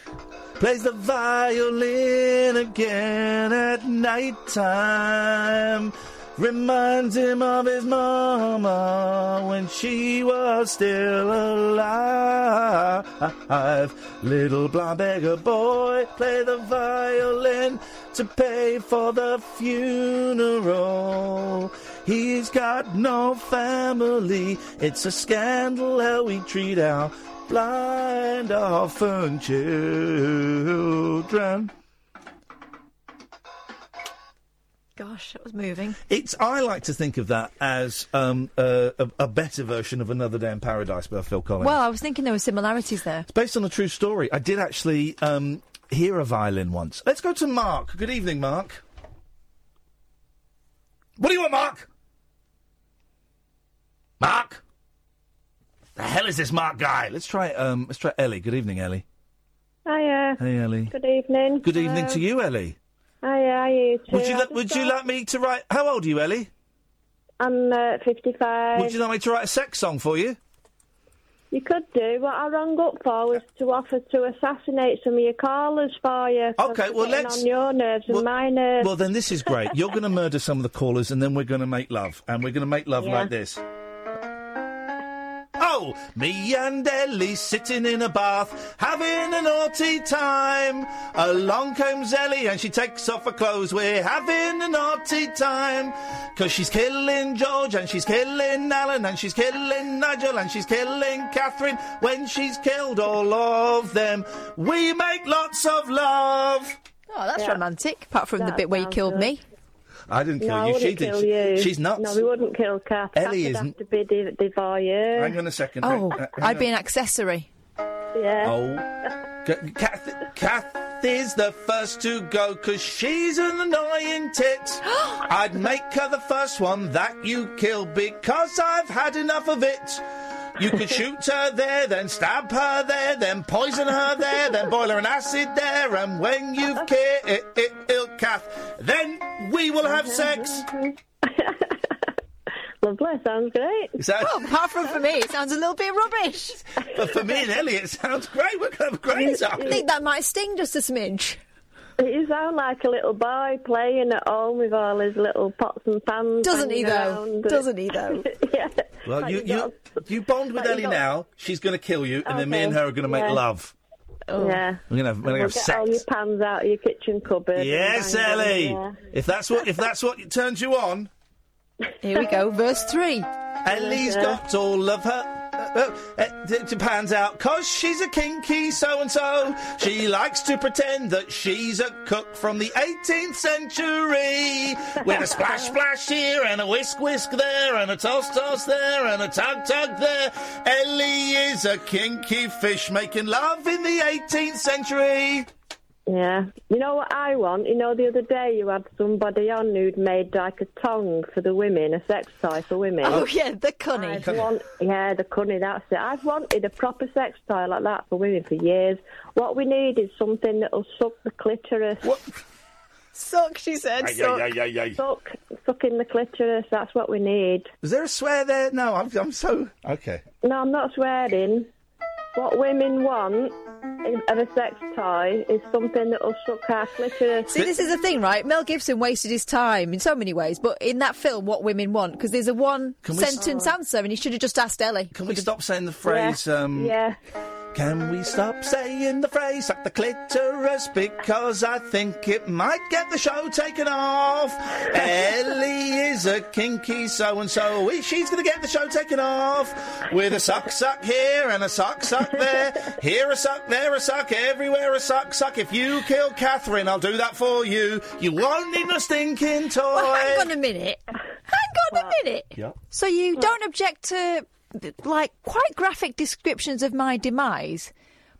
plays the violin again at night time. Reminds him of his mama when she was still alive. Little blonde beggar boy, play the violin to pay for the funeral. He's got no family. It's a scandal how we treat our blind orphan children.
Gosh, that was moving.
It's I like to think of that as um, a, a, a better version of Another Day in Paradise by Phil Collins.
Well, I was thinking there were similarities there.
It's based on a true story. I did actually um, hear a violin once. Let's go to Mark. Good evening, Mark. What do you want, Mark? Mark. The hell is this Mark guy? Let's try. Um, let's try Ellie. Good evening, Ellie.
Hiya.
Hey, Ellie.
Good evening.
Good evening to you, Ellie.
Hiya, how are you too?
Would you li- would you like me to write? How old are you, Ellie?
I'm uh, 55.
Would you like me to write a sex song for you?
You could do. What I rang up for was to offer to assassinate some of your callers for you. 'cause
Okay,
I'm
well,
getting
let's-
on your nerves and my nerves.
Well, then this is great. You're going to murder some of the callers, and then we're going to make love, and we're going to make love
Yeah.
like this. Oh, me and Ellie sitting in a bath, having a naughty time. Along comes Ellie and she takes off her clothes. We're having a naughty time. Cause she's killing George and she's killing Alan and she's killing Nigel and she's killing Catherine. When she's killed all of them, we make lots of love.
Oh, that's romantic. Apart from the
That
bit where you
sounds
killed
good.
me.
I didn't kill
no, I
you.
wouldn't
She did.
kill
She-
you.
She's nuts.
No, we wouldn't kill Kath.
Ellie
Kath would
isn't-
have to be de- devour you.
Hang on a second.
Oh,
hang- hang
I'd
on.
be an accessory.
Yeah.
Oh. Ca- Kath, Kath is the first to go because she's an annoying tit. I'd make her the first one that you kill because I've had enough of it. You could shoot her there, then stab her there, then poison her there, then boil her in acid there, and when you've killed Kath, then we will have sex.
Lovely, sounds great.
Is that-
Well, apart from for me, it sounds a little bit rubbish.
But for me and Ellie, it sounds great. We're going to have a great time.
I think that might sting just a smidge.
You sound like a little boy playing at home with all his little pots and pans.
Doesn't he
hanging
though?
around.
Doesn't he
*laughs*
though?
Well, you, you, you bond with
Like you
Ellie
got-
now. She's going to kill you, and then me
Okay,
and her are going to make
yeah.
love.
Oh.
Yeah.
We're going to have, we're gonna
We'll
have
get
sex.
all your pans out of your kitchen cupboard. and
Yes,
hang them
Ellie.
there.
If that's what if that's what turns you on,
Here we go, verse three.
Ellie's got all of her. Uh, uh, uh, d- d- pans out cause she's a kinky so and so. She likes to pretend that she's a cook from the 18th century with a splash splash here and a whisk whisk there and a toss toss there and a tug tug there. Ellie is a kinky fish making love in the 18th century.
Yeah. You know what I want? You know, the other day you had somebody on who'd made like a tongue for the women, a sex toy for women.
Oh yeah, the cunning.
I've want, yeah, the cunning, that's it. I've wanted a proper sex toy like that for women for years. What we need is something that'll suck the clitoris. What?
Suck, she said.
Aye, aye, aye, aye, aye.
Suck, suck in the clitoris, that's what we need.
Is there a swear there? No, I'm, I'm so. Okay.
No, I'm not swearing. What women want in- of a sex toy is something that'll suck our clitoris.
See, this is the thing, right? Mel Gibson wasted his time in so many ways, but in that film, what women want, because there's a one
Can we s-
sentence answer, and he should have just asked Ellie.
Can we stop saying the phrase? Um,
Yeah.
Can we stop saying the phrase "suck the clitoris" because I think it might get the show
*laughs*
taken off? Ellie is a kinky so and so. She's going to get the show taken off with a suck suck here and a suck suck
*laughs*
there. Here a suck, there a suck, everywhere a suck suck. If you kill Catherine, I'll do that for you. You won't need no stinking toy.
Well, hang on a minute. Hang on a minute.
Yeah.
So you don't object to like quite graphic descriptions of my demise,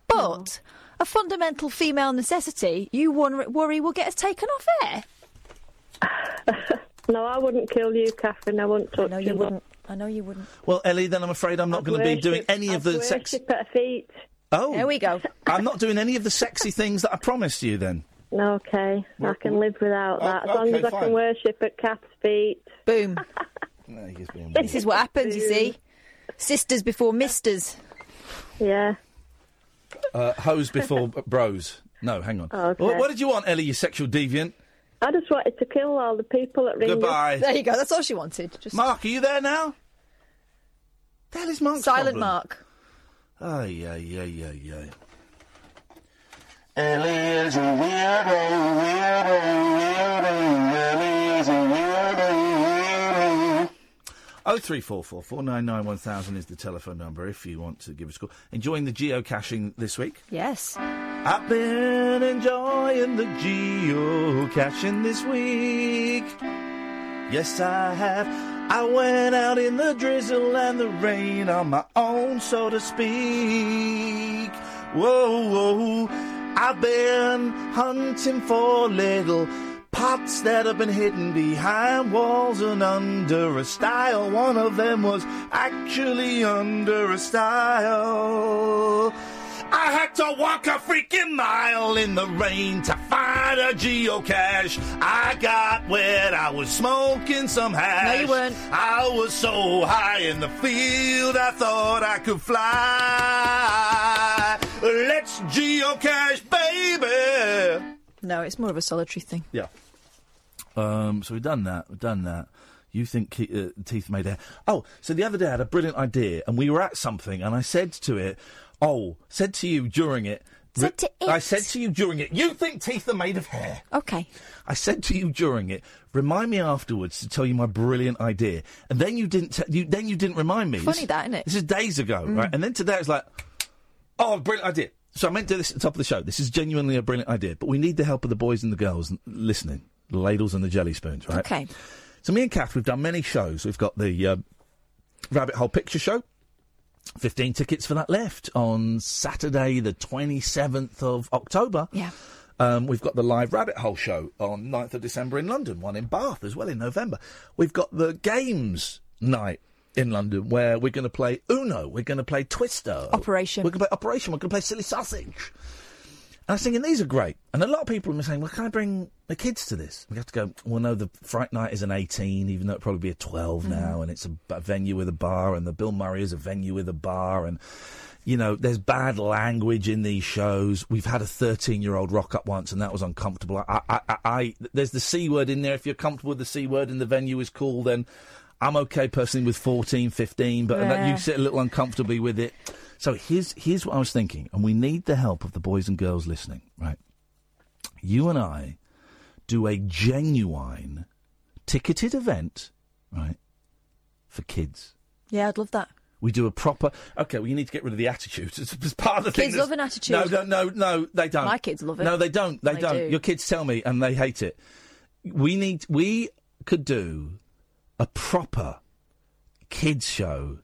but a fundamental female necessity you won- worry will get us taken off air.
No, I wouldn't kill you, Catherine. I wouldn't touch you.
wouldn't. I know you wouldn't.
Well, Ellie, then I'm afraid I'm not going to be doing any of the sex.
At her feet.
Oh.
There we go.
*laughs* I'm not doing any of the sexy things that I promised you then.
No, okay. I can live without that. As long
uh, okay,
as I
fine.
can worship at cat's feet.
Boom.
this
is what happens, you see. Sisters before misters.
Yeah.
Uh, hose
*laughs*
before b- bros. No, hang on.
Oh, okay.
Wh- What did you want, Ellie, you sexual deviant?
I just wanted to kill all the people that ring.
Goodbye.
There you go. That's all she wanted. Just
Mark, are you there now? That is Mark's
Silent
problem.
Mark.
Ay, ay, ay, ay, ay.
Ellie is a weirdo, weirdo, weirdo. Ellie is a weirdo, weirdo.
Oh three four four four nine nine one thousand is the telephone number if you want to give us a call. Enjoying the geocaching this week?
Yes.
I've been enjoying the geocaching this week. Yes, I have. I went out in the drizzle and the rain on my own, so to speak. Whoa, whoa. I've been hunting for little pots that have been hidden behind walls and under a stile. One of them was actually under a stile. I had to walk a freaking mile in the rain to find a geocache. I got wet. I was smoking some hash.
you weren't.
I was so high in the field, I thought I could fly. Uh, Let's geocache, baby.
No, it's more of a solitary thing.
Yeah. Um, so we've done that. We've done that. You think ke- uh, teeth made hair? Oh, so the other day I had a brilliant idea, and we were at something, and I said to it, "Oh," said to you during it. Said to it. I said to you during it. You think teeth are made of hair?
Okay.
I said to you during it. Remind me afterwards to tell you my brilliant idea, and then you didn't. Te- you then you didn't remind me.
Funny
This-
that, isn't it?
This is days ago,
Mm.
right? And then today I was like, "Oh, brilliant idea." So I meant to do this at the top of the show. This is genuinely a brilliant idea, but we need the help of the boys and the girls n- listening, the ladles and the jelly spoons, right?
Okay.
So me and Kath, we've done many shows. We've got the uh, Rabbit Hole Picture Show. 15 tickets for that left on Saturday, the 27th of October.
Yeah.
Um, we've got the live rabbit hole show on 9th of December in London, one in Bath as well in November. We've got the games night in London where we're going to play Uno, we're going to play Twister, Operation. We're going to play Operation, we're going to play Silly Sausage. And I was thinking, these are great. And a lot of people have been saying, well, can I bring the kids to this? We have to go, well, no, the Fright Night is an 18, even though it'd probably be a 12 now, and it's a, a venue with a bar, and the Bill Murray is a venue with a bar, and, you know, there's bad language in these shows. We've had a 13-year-old rock up once, and that was uncomfortable. I, I, I, I There's the C word in there. If you're comfortable with the C word and the venue is cool, then I'm okay personally with 14, 15, but that
Yeah.
you sit a little uncomfortably with it. So here's here's what I was thinking, and we need the help of the boys and girls listening, right? You and I do a genuine ticketed event, right, for kids.
Yeah, I'd love that.
We do a proper. Okay, well, you need to get rid of the attitude. *laughs* It's, it's part of the thing.
Kids
that's-
love an attitude.
No, no, no, no, they don't.
My kids love it.
No, they don't. They,
They
don't.
do.
Your kids tell me, and they hate it. We need. We could do a proper kids show.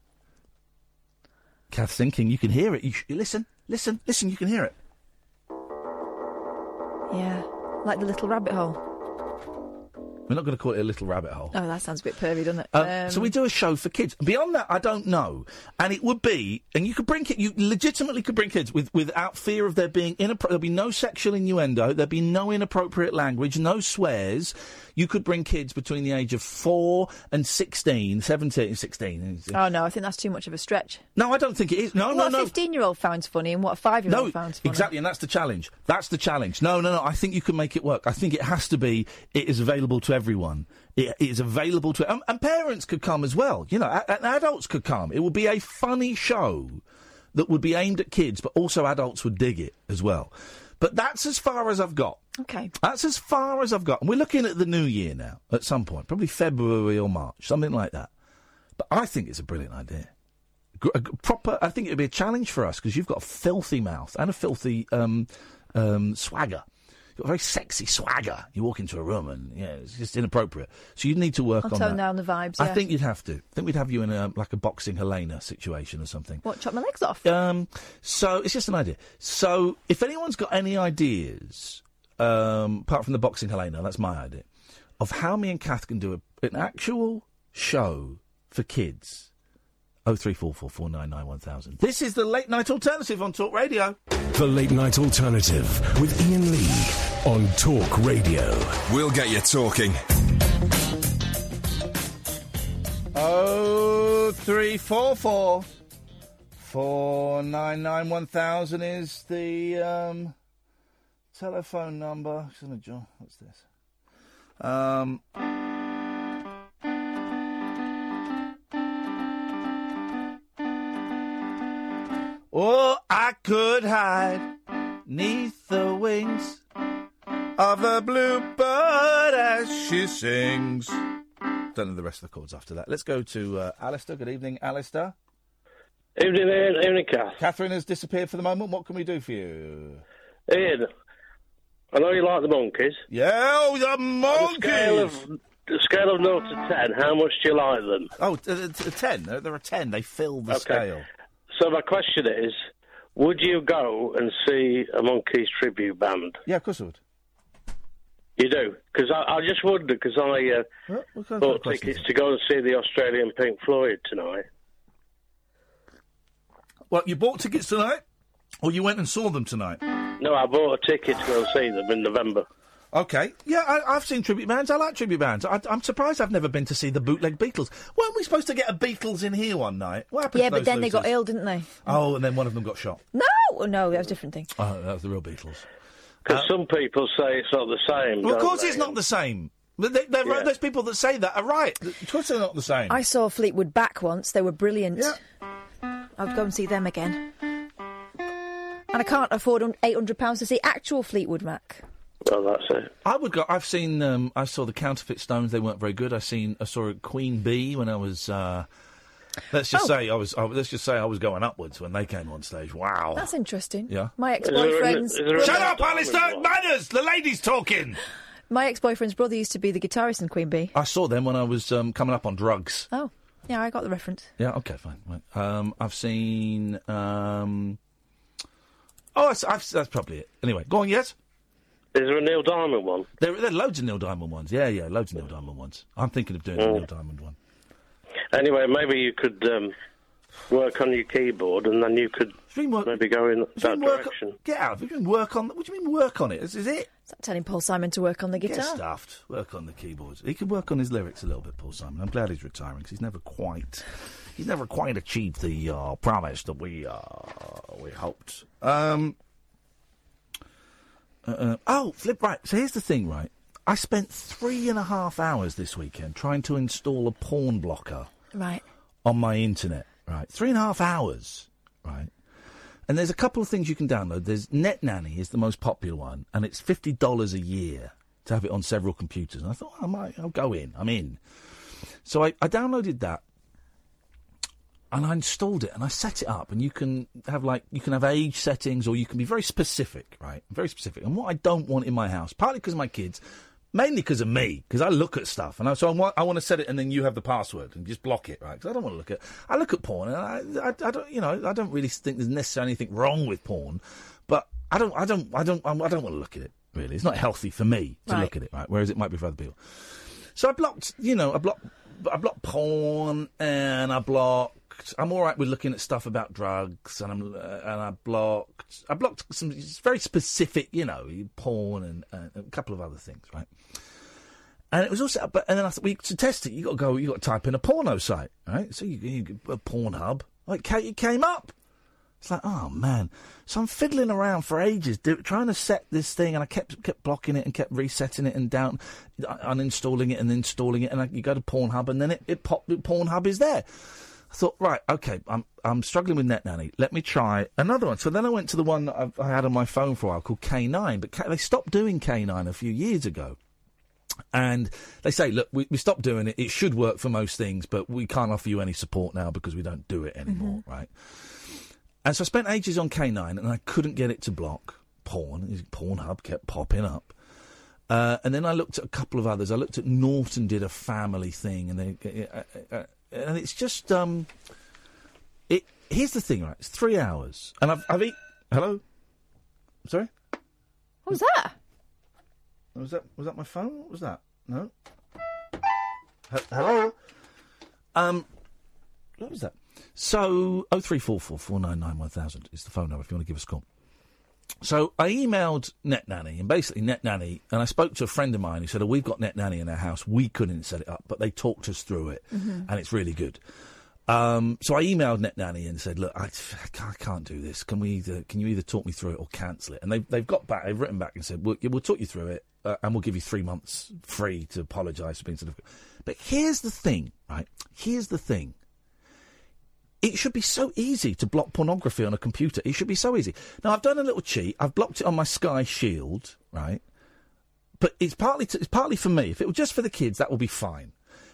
Kath thinking you can hear it. You sh- listen, listen, listen. You can hear it.
Yeah. Like the little rabbit hole.
We're not going to call it a little rabbit hole.
Oh, that sounds a bit pervy, doesn't it?
Um, so we do a show for kids. Beyond that, I don't know. And it would be, and you could bring it. You legitimately could bring kids with, without fear of there being inappropriate. There'd be no sexual innuendo. There'd be no inappropriate language, no swears. You could bring kids between the age of four and 16, 17 and 16.
Oh no, I think that's too much of a stretch.
No, Uh, I don't think it is. No,
what
no,
a
no.
fifteen-year-old finds funny and what a five-year-old
No,
finds funny.
exactly, and that's the challenge. That's the challenge. No, no, no. I think you can make it work. I think it has to be. It is available to everyone. It, it is available to, um, and parents could come as well. You know, a- and adults could come. It would be a funny show that would be aimed at kids, but also adults would dig it as well. But that's as far as I've got.
Okay.
That's as far as I've got. And we're looking at the new year now, at some point, probably February or March, something like that. But I think it's a brilliant idea. Gr- a g- proper, I think it would be a challenge for us because you've got a filthy mouth and a filthy um, um, swagger. You've got a very sexy swagger. You walk into a room and yeah, it's just inappropriate. So you need to work
I'll
on
tone
that.
down the vibes.
I
yeah.
think you'd have to. I think we'd have you in a like a boxing Helena situation or something.
What? Chop my legs off?
Um, so it's just an idea. So if anyone's got any ideas, um, apart from the boxing Helena, that's my idea, of how me and Kath can do a, an actual show for kids, Oh three four four four nine nine one thousand. This is the late night alternative on Talk Radio.
The Late Night Alternative with Ian Lee on Talk Radio.
We'll get you talking.
Oh three four four four nine nine one thousand is the um, telephone number. It's on a John. What's this? Um, oh, I could hide neath the wings of a bluebird as she sings. Don't know the rest of the chords after that. Let's go to uh, Alistair. Good evening, Alistair.
Evening, Ian. Evening, Kath.
Catherine has disappeared for the moment. What can we do for you?
Ian, I know you like the monkeys.
Yeah, oh, the monkeys!
The scale of, the scale of 0 to 10, how much do you like them?
Oh, t- t- t- ten. There there are ten. They fill the
Okay.
scale.
So my question is, would you go and see a monkeys tribute band?
Yeah, of course I would.
You do? Because I, I just wonder, because I
Huh? What
uh,
kind of
bought
question is
tickets to go and see the Australian Pink Floyd tonight.
it? Well, you bought tickets tonight, or you went and saw them tonight?
No, I bought a ticket to go and see them in November.
Okay. Yeah, I, I've seen tribute bands. I like tribute bands. I, I'm surprised I've never been to see the bootleg Beatles. Weren't we supposed to get a Beatles in here one night? What happened
Yeah,
to
but
those
then they got
losers?
ill, didn't they?
Oh, and then one of them got shot.
No, Oh, no, that was a different thing.
Oh, that was the real Beatles.
Because some people say it's not the same.
Uh. Well, of
don't
course
they?
it's not the same. But They, they're right-
Yeah.
Those people that say that are right. Of course they're not the same.
I saw Fleetwood back once. They were brilliant. I'd go and see them again. And I can't afford un- £800 to see actual Fleetwood Mac.
Well, that's it.
I would go. I've seen. Um, I saw the counterfeit Stones. They weren't very good. I seen. I saw Queen Bee when I was. Uh, let's just
Oh.
say I was. I, let's just say I was going upwards when they came on stage. Wow.
That's interesting.
Oh. Yeah.
My ex-boyfriend's...
Shut up, Alistair! It Matters. The lady's talking.
My ex-boyfriend's brother used to be the guitarist in Queen Bee.
I saw them when I was um, coming up on drugs.
Oh, yeah, I got the reference.
Yeah. Okay. Fine. Right. Um, I've seen. Um, oh, that's, I've, that's probably it. Anyway, go on. Yes.
Is there a Neil Diamond one?
There, there are loads of Neil Diamond ones. Yeah, yeah, loads of Neil Diamond ones. I'm thinking of doing the
Mm.
Neil Diamond one.
Anyway, maybe you could um, work on your keyboard and then you could maybe go in that direction.
Get out. You can work on. What do you mean work on it? This is it.
Stop telling Paul Simon to work on the
Get
guitar.
stuffed. Work on the keyboards. He could work on his lyrics a little bit, Paul Simon. I'm glad he's retiring because he's never quite, he's never quite achieved the uh, promise that we uh, we hoped. Um. uh, uh, oh, flip right. So here's the thing, right? I spent three and a half hours this weekend trying to install a porn blocker
Right.
on my internet, right? Three and a half hours, right? And there's a couple of things you can download. There's Net Nanny is the most popular one, and it's fifty dollars a year to have it on several computers. And I thought "Oh, I might, I'll go in. I'm in. So I, I downloaded that, and I installed it, and I set it up. And you can have like you can have age settings, or you can be very specific, right? Very specific. And what I don't want in my house, partly because of my kids, mainly because of me, because I look at stuff, and I, so I want, I want to set it, and then you have the password, and just block it, right? Because I don't want to look at. I look at porn, and I, I, I don't, you know, I don't really think there's necessarily anything wrong with porn, but I don't, I don't, I don't, I don't want to look at it. Really, it's not healthy for me to
Right.
look at it, right? Whereas it might be for other people. So I blocked, you know, I blocked, I blocked porn, and I blocked. I'm all right with looking at stuff about drugs, and I'm uh, and I blocked. I blocked some very specific, you know, porn and, uh, and a couple of other things, right? And it was also, but and then I thought, well, you- to test it, you got to go, you got to type in a porno site, right? So you, you a Pornhub, like ca- it came up. It's like, oh man. So I'm fiddling around for ages, do, trying to set this thing, and I kept kept blocking it and kept resetting it and down, uh, uninstalling it and installing it, and I, you go to Pornhub, and then it it popped. Pornhub is there. I thought, right, okay, I'm I'm struggling with Net Nanny. Let me try another one. So then I went to the one that I've, I had on my phone for a while called K9, but K- they stopped doing K9 a few years ago and they say, look, we, we stopped doing it. It should work for most things, but we can't offer you any support now because we don't do it anymore, right? And so I spent ages on K9 and I couldn't get it to block porn. Pornhub kept popping up. Uh, and then I looked at a couple of others. I looked at Norton did a family thing, and they, uh, uh, uh, and it's just um, it. Here's the thing, right? It's three hours, and I've I've eat. Hello, sorry.
What was that?
Was that was that my phone? What was that? No. He- Hello. Um, what was that? So, 0344 499 1000 is the phone number if you want to give us a call. So, I emailed Net Nanny, and basically, Net Nanny, and I spoke to a friend of mine who said, oh, We've got Net Nanny in our house. We couldn't set it up, but they talked us through it,
Mhm.
and it's really good. Um, so I emailed Net Nanny and said, "Look, I, I can't- I can't do this. Can we? Either, can you either talk me through it or cancel it?" And they've they've got back. They've written back and said, "We'll, we'll talk you through it, uh, and we'll give you three months free to apologise for being so difficult." But here's the thing, right? Here's the thing. It should be so easy to block pornography on a computer. It should be so easy. Now I've done a little cheat. I've blocked it on my Sky Shield, right? but it's partly t- it's partly for me. If it were just for the kids, that would be fine.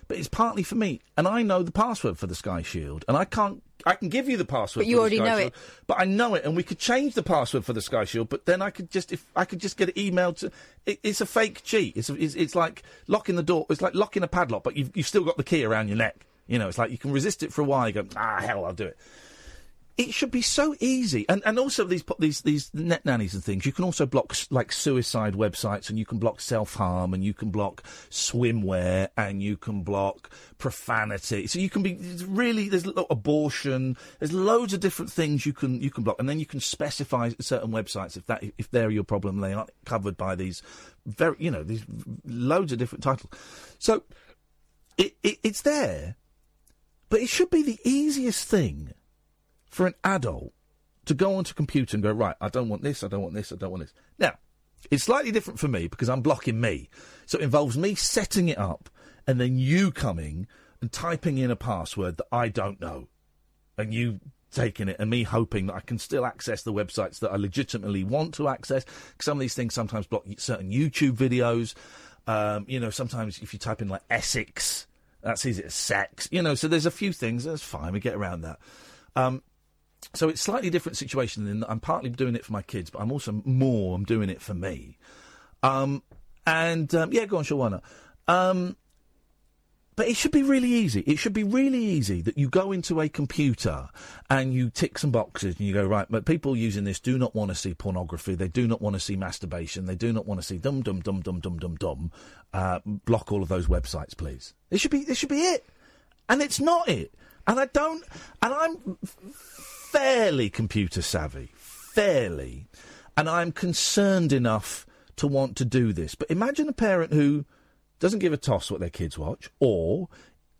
But it's partly for me, and I know the password for the Sky Shield, and I can't. I can give you the password.
But you
for
already
the Sky
know
Shield,
it.
But I know it, and we could change the password for the Sky Shield. But then I could just if I could just get it emailed to. It, it's a fake cheat. It's, a, it's it's like locking the door. It's like locking a padlock, but you've you've still got the key around your neck. You know, it's like you can resist it for a while. You go, ah, hell, I'll do it it should be so easy. And and also these po- these these net nannies and things. You can also block s- like suicide websites, and you can block self harm, and you can block swimwear, and you can block profanity. So you can be it's really there's lo- abortion. There's loads of different things you can you can block, and then you can specify certain websites if that if they're your problem, they aren't covered by these very you know these loads of different titles. So it, it it's there, but it should be the easiest thing for an adult to go onto a computer and go, right, I don't want this, I don't want this, I don't want this. Now, it's slightly different for me because I'm blocking me. So it involves me setting it up and then you coming and typing in a password that I don't know and you taking it and me hoping that I can still access the websites that I legitimately want to access. Some of these things sometimes block certain YouTube videos. Um, you know, sometimes if you type in like Essex, that sees it as sex. You know, so there's a few things. That's fine. We get around that. Um, so it's slightly different situation in that I'm partly doing it for my kids, but I'm also more I'm doing it for me. Um, and um, yeah, go on, sure, why not? Um, but it should be really easy. It should be really easy that you go into a computer and you tick some boxes and you go, right, but people using this do not want to see pornography. They do not want to see masturbation. They do not want to see dum, dum, dum, dum, dum, dum, dum. Uh, block all of those websites, please. It should be, this should be it. And it's not it. And I don't, and I'm fairly computer savvy, fairly. And I'm concerned enough to want to do this. But imagine a parent who doesn't give a toss what their kids watch, or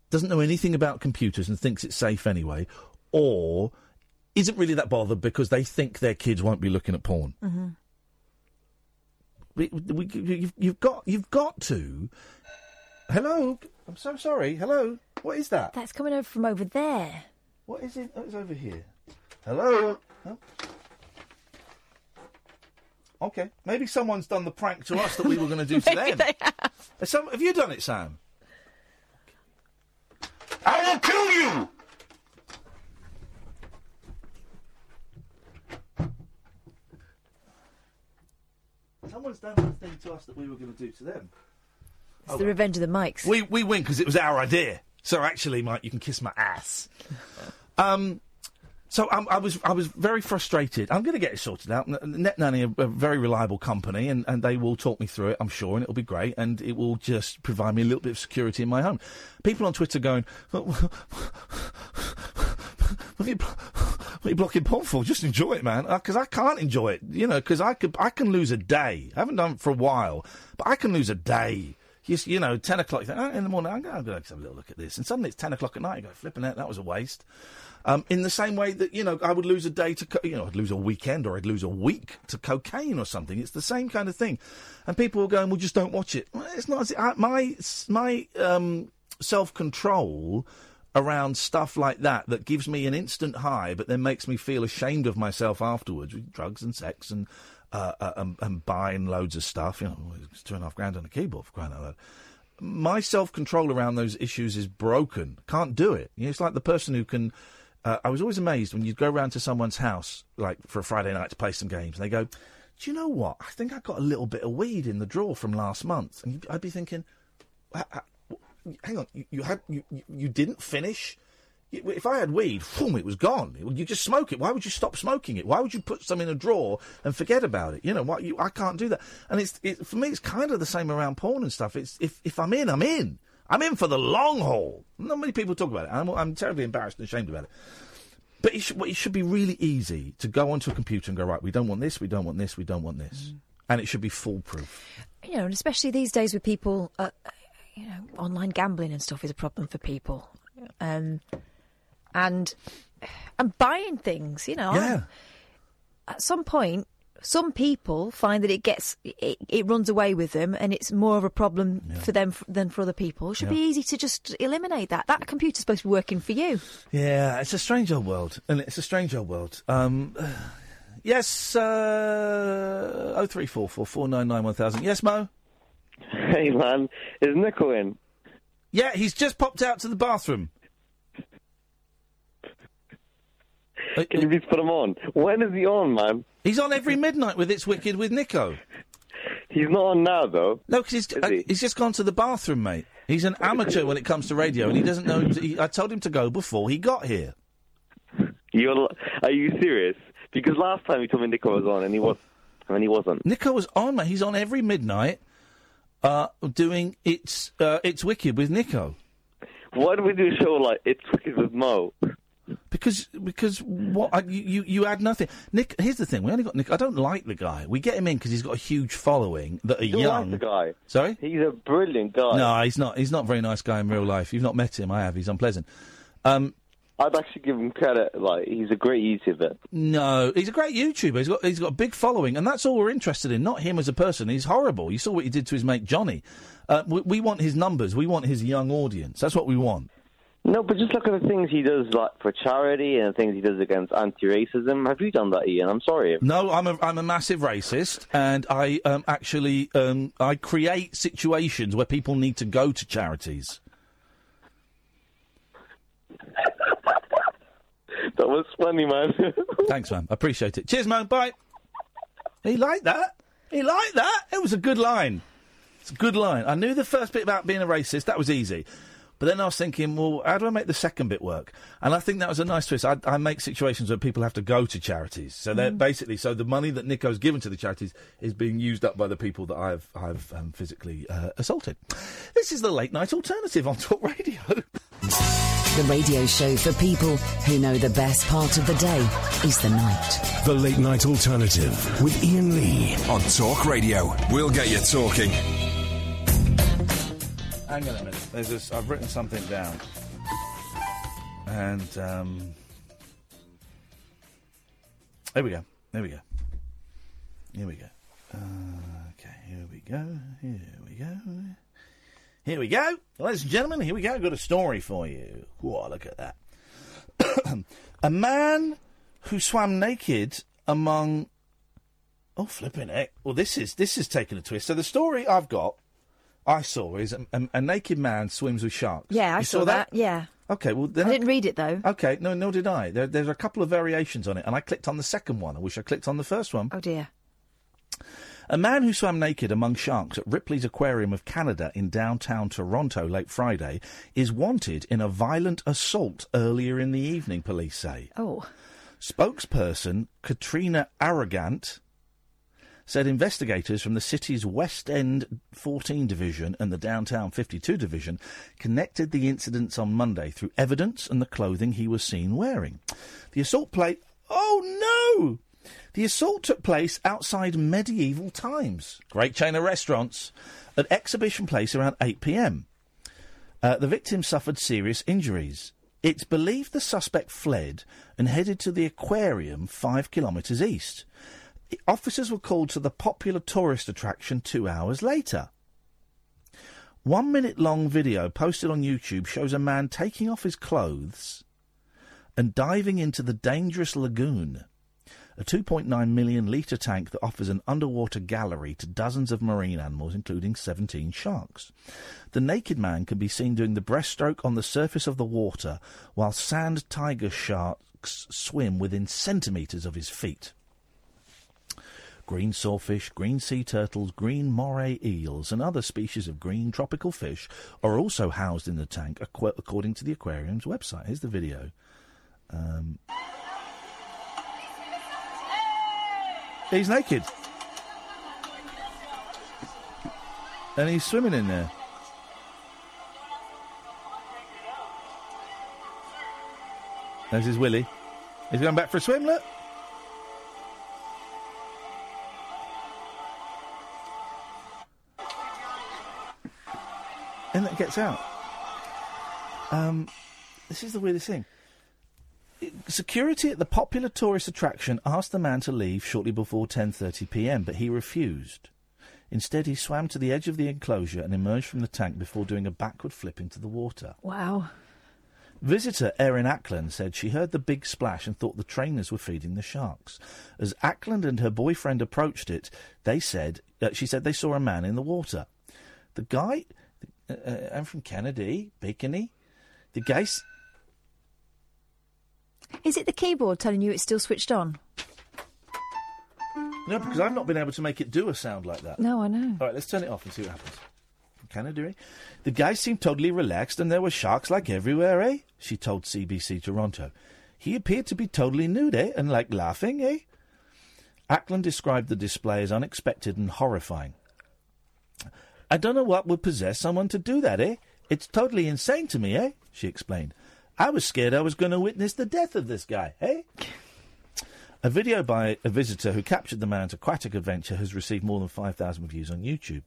doesn't know anything about computers and thinks it's safe anyway, or isn't really that bothered because they think their kids won't be looking at porn.
Mm-hmm.
We, we, you've, you've got, you've got to. Hello, I'm so sorry. Hello, what is that?
That's coming over from over there.
What is it? Oh, it's over here. Hello. Oh. Okay, maybe someone's done the prank to us that we were
*laughs*
going to do *laughs* to them. Has some- have you done it, Sam? I will kill you. Someone's done the thing to us that we were going to do to them.
It's the revenge of the mics.
We we win because it was our idea. So actually, Mike, you can kiss my ass. Um, so um, I was I was very frustrated. I'm going to get it sorted out. N- Net Nanny are a very reliable company, and, and they will talk me through it. I'm sure, and it'll be great, and it will just provide me a little bit of security in my home. People on Twitter going, *laughs* "What are you, blo- *laughs* what are you blocking porn for? Just enjoy it, man." Because I can't enjoy it, you know. Because I could I can lose a day. I haven't done it for a while, but I can lose a day. You, s- you know, 10 o'clock, you think, "Oh, in the morning, I'm going to have a little look at this. And suddenly it's 10 o'clock at night, you go, flipping out, that was a waste. Um, in the same way that, you know, I would lose a day to, co- you know, I'd lose a weekend or I'd lose a week to cocaine or something. It's the same kind of thing. And people are going, well, just don't watch it. Well, it's not, as- I, my, s- my um, self control around stuff like that that gives me an instant high but then makes me feel ashamed of myself afterwards with drugs and sex and uh, uh, and, and buying loads of stuff. You know, it's two and a half grand on a keyboard for crying out loud. My self control around those issues is broken. Can't do it. You know, it's like the person who can. Uh, I was always amazed when you'd go round to someone's house, like for a Friday night to play some games, and they go, "Do you know what? I think I got a little bit of weed in the drawer from last month." And you'd- I'd be thinking, "Ha- ha- w- "Hang on, you, you had you, you- you didn't finish." You- If I had weed, boom, it was gone. It- You just smoke it. Why would you stop smoking it? Why would you put some in a drawer and forget about it? You know, why, you, I can't do that. And it's it, for me, it's kind of the same around porn and stuff. It's if, if I'm in, I'm in. I'm in for the long haul. Not many people talk about it. I'm, I'm terribly embarrassed and ashamed about it. But it should, well, it should be really easy to go onto a computer and go, right, we don't want this, we don't want this, we don't want this. And it should be foolproof.
You know, and especially these days with people, uh, you know, online gambling and stuff is a problem for people. Um, and and buying things, you know.
Yeah.
At some point, some people find that it gets it, it runs away with them, and it's more of a problem for them f- than for other people. It should be
Yeah.
easy to just eliminate that. That computer's supposed to be working for you.
Yeah, it's a strange old world. And it's a strange old world. Um, *sighs* yes, uh, 0344 499 1000. Yes, Mo?
Hey, man. Is Nickel in?
Yeah, he's just popped out to the bathroom.
Can you please put him on? When is he on, man?
He's on every midnight with It's Wicked with Nico.
He's not on now, though.
No, because he's, uh, he's just gone to the bathroom, mate. He's an amateur when it comes to radio, and he doesn't know. He, I told him to go before he got here.
You're, l- are you serious? Because last time you told me Nickel was on, and he was, and he wasn't.
Nico was on, mate. He's on every midnight uh, doing It's uh, It's Wicked with Nico.
Why do we do a show like It's Wicked with Mo?
Because because what I, you you- you add nothing. Nick, here's the thing. We only got Nick. I don't like the guy. We get him in because he's got a huge following that are
You like
young.
the guy.
Sorry,
he's a brilliant guy.
No, he's not. He's not a very nice guy in real life. You've not met him. I have. He's unpleasant. Um,
I'd actually give him credit. Like he's a great YouTuber.
No, he's a great YouTuber. He's got he's got a big following, and that's all we're interested in. Not him as a person. He's horrible. You saw what he did to his mate Johnny. Uh, we, we want his numbers. We want his young audience. That's what we want.
No, but just look at the things he does, like for charity and the things he does against anti-racism. Have you done that, Ian? I'm sorry.
No, I'm a I'm a massive racist, and I um, actually um, I create situations where people need to go to charities.
*laughs* That was funny, man. *laughs*
Thanks, man. I appreciate it. Cheers, man. Bye. He liked that. He liked that. It was a good line. It's a good line. I knew the first bit about being a racist. That was easy. But then I was thinking, well, how do I make the second bit work? And I think that was a nice twist. I, I make situations where people have to go to charities. So they're
Mm.
basically, so the money that Nico's given to the charities is being used up by the people that I've, I've um, physically uh, assaulted. This is the late night alternative on Talk Radio.
The radio show for people who know the best part of the day is the night.
The Late Night Alternative with Ian Lee.
On Talk Radio, we'll get you talking.
Hang on a minute. There's this, I've written something down. And, um. There we go. There we go. Here we go. Uh, okay, here we go. Here we go. Here we go. Ladies and gentlemen, here we go. I've got a story for you. Whoa, look at that. *coughs* a man who swam naked among. Oh, flipping it. Well, this is this is taking a twist. So the story I've got, I saw, is a, a, a naked man swims with sharks.
Yeah, I
You
saw, that. Yeah,
Okay, well, then
I didn't read it though.
Okay, no, nor did I. There, there's a couple of variations on it, and I clicked on the second one. I wish I clicked on the first one.
Oh dear.
A man who swam naked among sharks at Ripley's Aquarium of Canada in downtown Toronto late Friday is wanted in a violent assault earlier in the evening, police say.
Oh.
Spokesperson Katrina Arrogant said investigators from the city's West End 14 Division and the Downtown 52 Division connected the incidents on Monday through evidence and the clothing he was seen wearing. The assault plate. Oh no! The assault took place outside medieval times. Great chain of restaurants. At Exhibition Place around 8 pm. Uh, the victim suffered serious injuries. It's believed the suspect fled and headed to the aquarium five kilometres east. The Officers were called to the popular tourist attraction two hours later. One minute long video posted on YouTube shows a man taking off his clothes and diving into the dangerous lagoon, a 2.9 million litre tank that offers an underwater gallery to dozens of marine animals, including 17 sharks. The naked man can be seen doing the breaststroke on the surface of the water while sand tiger sharks swim within centimetres of his feet green sawfish, green sea turtles, green moray eels, and other species of green tropical fish are also housed in the tank, aqu- according to the aquarium's website. Here's the video. Um, he's naked. And he's swimming in there. There's his willy. He's going back for a swim, look. And that gets out. Um, this is the weirdest thing. Security at the popular tourist attraction asked the man to leave shortly before 10:30 p.m., but he refused. Instead, he swam to the edge of the enclosure and emerged from the tank before doing a backward flip into the water.
Wow.
Visitor Erin Ackland said she heard the big splash and thought the trainers were feeding the sharks. As Ackland and her boyfriend approached it, they said uh, she said they saw a man in the water. The guy, uh, uh, I'm from Kennedy, Bickeney. The guy. s-
Is it the keyboard telling you it's still switched on?
No, because I've not been able to make it do a sound like that.
No, I know.
All right, let's turn it off and see what happens. Can I do it? The guy seemed totally relaxed, and there were sharks like everywhere, eh? She told CBC Toronto. He appeared to be totally nude, eh? And like laughing, eh? Ackland described the display as unexpected and horrifying. I don't know what would possess someone to do that, eh? It's totally insane to me, eh? She explained. I was scared I was going to witness the death of this guy, eh? A video by a visitor who captured the man's aquatic adventure has received more than 5,000 views on YouTube.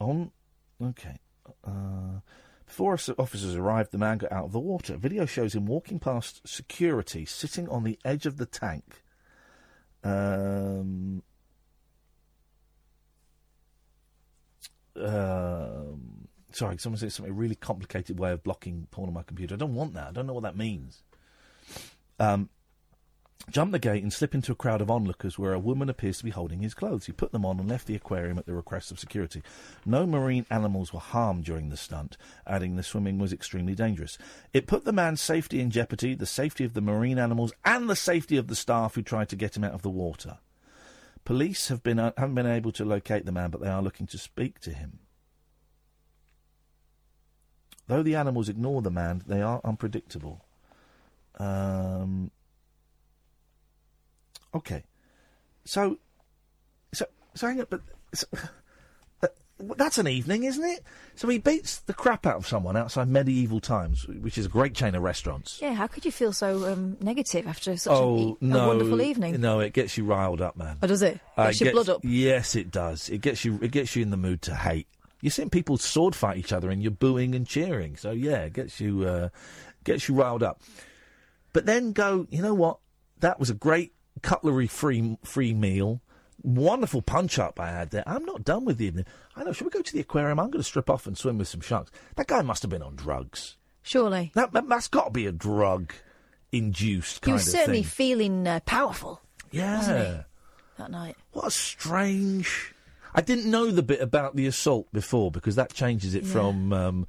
On. Okay. Uh, before us- officers arrived, the man got out of the water. Video shows him walking past security, sitting on the edge of the tank. Um, um, sorry, someone said something a really complicated way of blocking porn on my computer. I don't want that. I don't know what that means. Um, jump the gate and slip into a crowd of onlookers where a woman appears to be holding his clothes. He put them on and left the aquarium at the request of security. No marine animals were harmed during the stunt, adding the swimming was extremely dangerous. It put the man's safety in jeopardy, the safety of the marine animals, and the safety of the staff who tried to get him out of the water. Police have been uh, haven't been able to locate the man, but they are looking to speak to him. Though the animals ignore the man, they are unpredictable. Um, okay, so, so, so hang on, but so, that- that's an evening, isn't it? So he beats the crap out of someone outside medieval times, which is a great chain of restaurants.
Yeah, how could you feel so um, negative after such an
oh
e- a,
no!
wonderful evening?
No, it gets you riled up, man.
Oh, does it?
Uh,
Gets your blood up?
Yes, it does. It gets you. It gets you in the mood to hate. You're seeing people sword fight each other, and you're booing and cheering. So yeah, it gets you. Uh, gets you riled up. But then go. You know what? That was a great cutlery free free meal. Wonderful punch up I had there. I'm not done with the evening. I know. Should we go to the aquarium? I'm going to strip off and swim with some sharks. That guy must have been on drugs.
Surely.
That, that has got to be a drug induced
You
kind
were
of
certainly
thing.
feeling uh, powerful
Yeah.
wasn't he? that night.
What a strange. I didn't know the bit about the assault before because that changes it
Yeah.
from, um,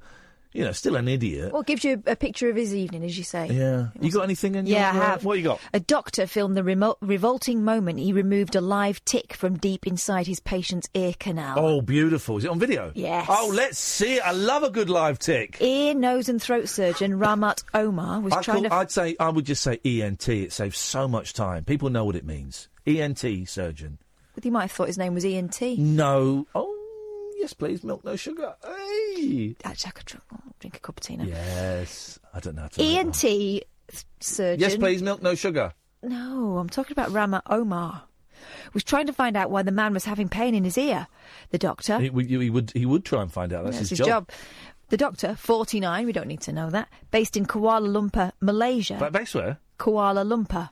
you know, still an idiot.
Well, it gives you a, a picture of his evening, as you say.
Yeah. You got anything in
Yeah,
your,
I
uh,
have.
What you got?
A doctor filmed the remo- revolting moment he removed a live tick from deep inside his patient's ear canal.
Oh, beautiful. Is it on video?
Yes.
Oh, let's see it. I love a good live tick.
Ear, nose, and throat surgeon Ramat Omar was
I
trying to.
would say, I would just say ENT. It saves so much time. People know what it means. ENT surgeon.
You might have thought his name was ENT.
No. Oh, yes, please. Milk, no sugar. Hey.
Actually, I could drink, oh, drink a cup of tea now.
Yes. I don't know how to.
ENT th- surgeon.
Yes, please. Milk, no sugar.
No, I'm talking about Rama Omar. Was trying to find out why the man was having pain in his ear. The doctor.
He, would- he would, he would try and find out. That's,
That's his, job. The doctor, 49, we don't need to know that, based in Kuala Lumpur, Malaysia.
Ba- based where?
Kuala Lumpur.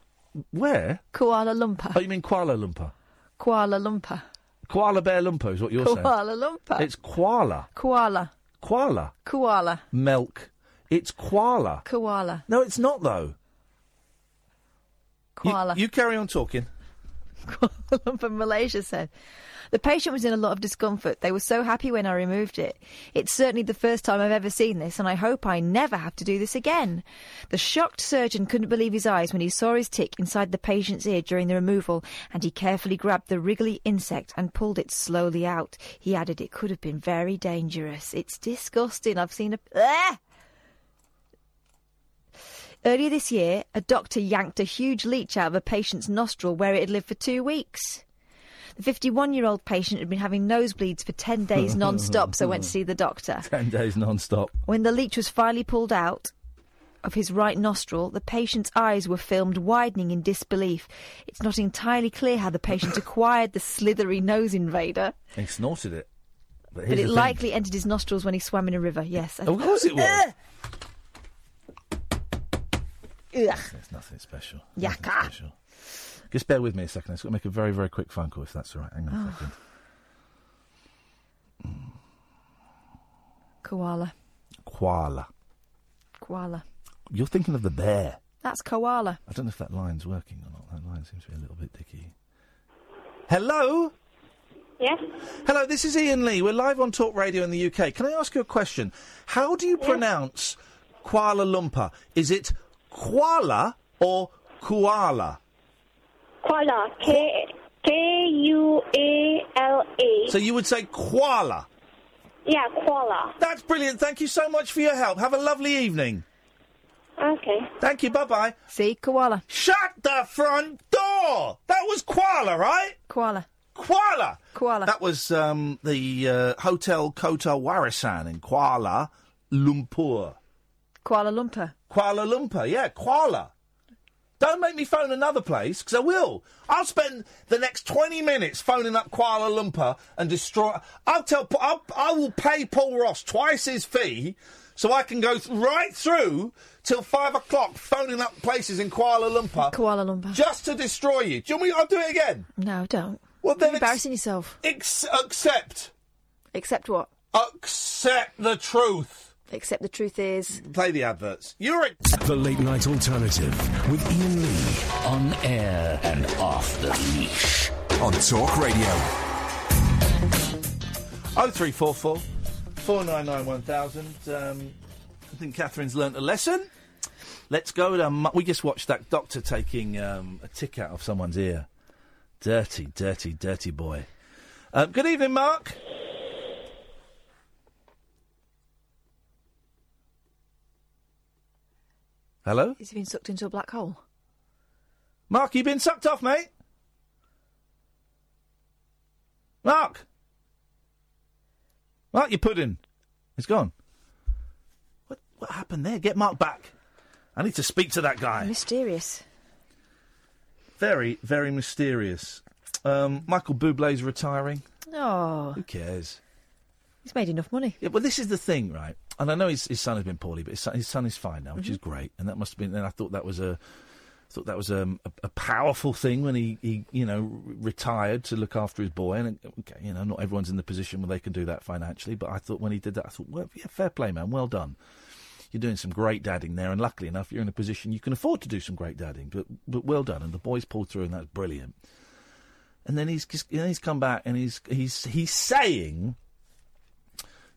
Where?
Kuala Lumpur.
Oh, you mean Kuala Lumpur?
Kuala Lumpur.
Koala Bear Lumpur is what you're saying.
Kuala Lumpur.
It's koala.
Koala.
Koala.
Koala.
Milk. It's koala.
Koala.
No, it's not, though. You-
Koala.
You, carry on talking. *laughs*
*laughs* from Malaysia said. The patient was in a lot of discomfort. They were so happy when I removed it. It's certainly the first time I've ever seen this, and I hope I never have to do this again. The shocked surgeon couldn't believe his eyes when he saw his tick inside the patient's ear during the removal, and he carefully grabbed the wriggly insect and pulled it slowly out. He added, It could have been very dangerous. It's disgusting. I've seen a. *laughs* Ah! Earlier this year, a doctor yanked a huge leech out of a patient's nostril where it had lived for two weeks. The 51 year old patient had been having nosebleeds for 10
*laughs*
days non stop, so went to see the doctor.
Ten days non-stop.
When the leech was finally pulled out, of his right nostril, the patient's eyes were filmed widening in disbelief. It's not entirely clear how the
*laughs*
patient acquired the slithery nose invader,
He snorted it. But,
but
here's
it
the thing.
likely entered his nostrils when he swam in a river. Yes. I-
Of
*laughs*
course it was.
Ugh.
It's nothing special.
Yucca.
Nothing special. Just bear with me a second. I just got to make a very, very quick phone call if that's all right. Hang on a
Oh.
second.
Koala.
Koala.
Koala.
You're thinking of the bear.
That's koala.
I don't know if that line's working or not. That line seems to be a little bit dicky. Hello?
Yes?
Hello, this is Ian Lee. We're live on Talk Radio in the UK. Can I ask you a question? How do you pronounce Kuala Lumpur? Is it Kuala or Koala?
Koala. K K U A L
E.
A.
So you would say Koala.
Yeah, koala.
That's brilliant. Thank you so much for your help. Have a lovely evening.
Okay.
Thank you. Bye bye.
See, koala.
Shut the front door. That was koala, right?
Koala.
Koala.
Koala.
That was um, the uh, Hotel Kota Warisan in Kuala Lumpur.
Kuala Lumpur.
Kuala Lumpur, yeah, Kuala. Don't make me phone another place, because I will. I'll spend the next 20 minutes phoning up Kuala Lumpur and destroy. I'll tell. Pa- I'll, I will pay Paul Ross twice his fee so I can go th- right through till five o'clock phoning up places in Kuala Lumpur.
Kuala Lumpur.
Just to destroy you. Do you want me? I'll do it again.
No, don't.
Well, then
You're embarrassing yourself.
Ex- accept.
Accept what?
Accept the truth.
Accept the truth is.
Play the adverts. You're a.
The Late Night Alternative with Ian Lee. On air and off the leash. On Talk Radio.
0344 499 1000. Um, I think Catherine's learnt a lesson. Let's go to. Mu- we just watched that doctor taking um, a tick out of someone's ear. Dirty, dirty, dirty boy. Um, good evening, Mark. Hello?
He's been sucked into a black hole.
Mark, you been sucked off, mate? Mark! Mark, your pudding. It's gone. What, what happened there? Get Mark back. I need to speak to that guy.
Mysterious.
Very, very mysterious. Um, Michael Bublé's retiring.
Oh,
Who cares?
he's made enough money.
Yeah, well, this is the thing, right? And I know his, his son has been poorly, but his son, his son is fine now, which is
Mhm.
great. And that must have been. And I thought that was a thought that was um, a, a powerful thing when he, he you know re- retired to look after his boy. And okay, you know, not everyone's in the position where they can do that financially. But I thought when he did that, I thought, well, yeah, fair play, man, well done. You're doing some great dadding there, and luckily enough, you're in a position you can afford to do some great dadding. But but well done, and the boys pulled through, and that's brilliant. And then he's just- then he's come back, and he's he's he's saying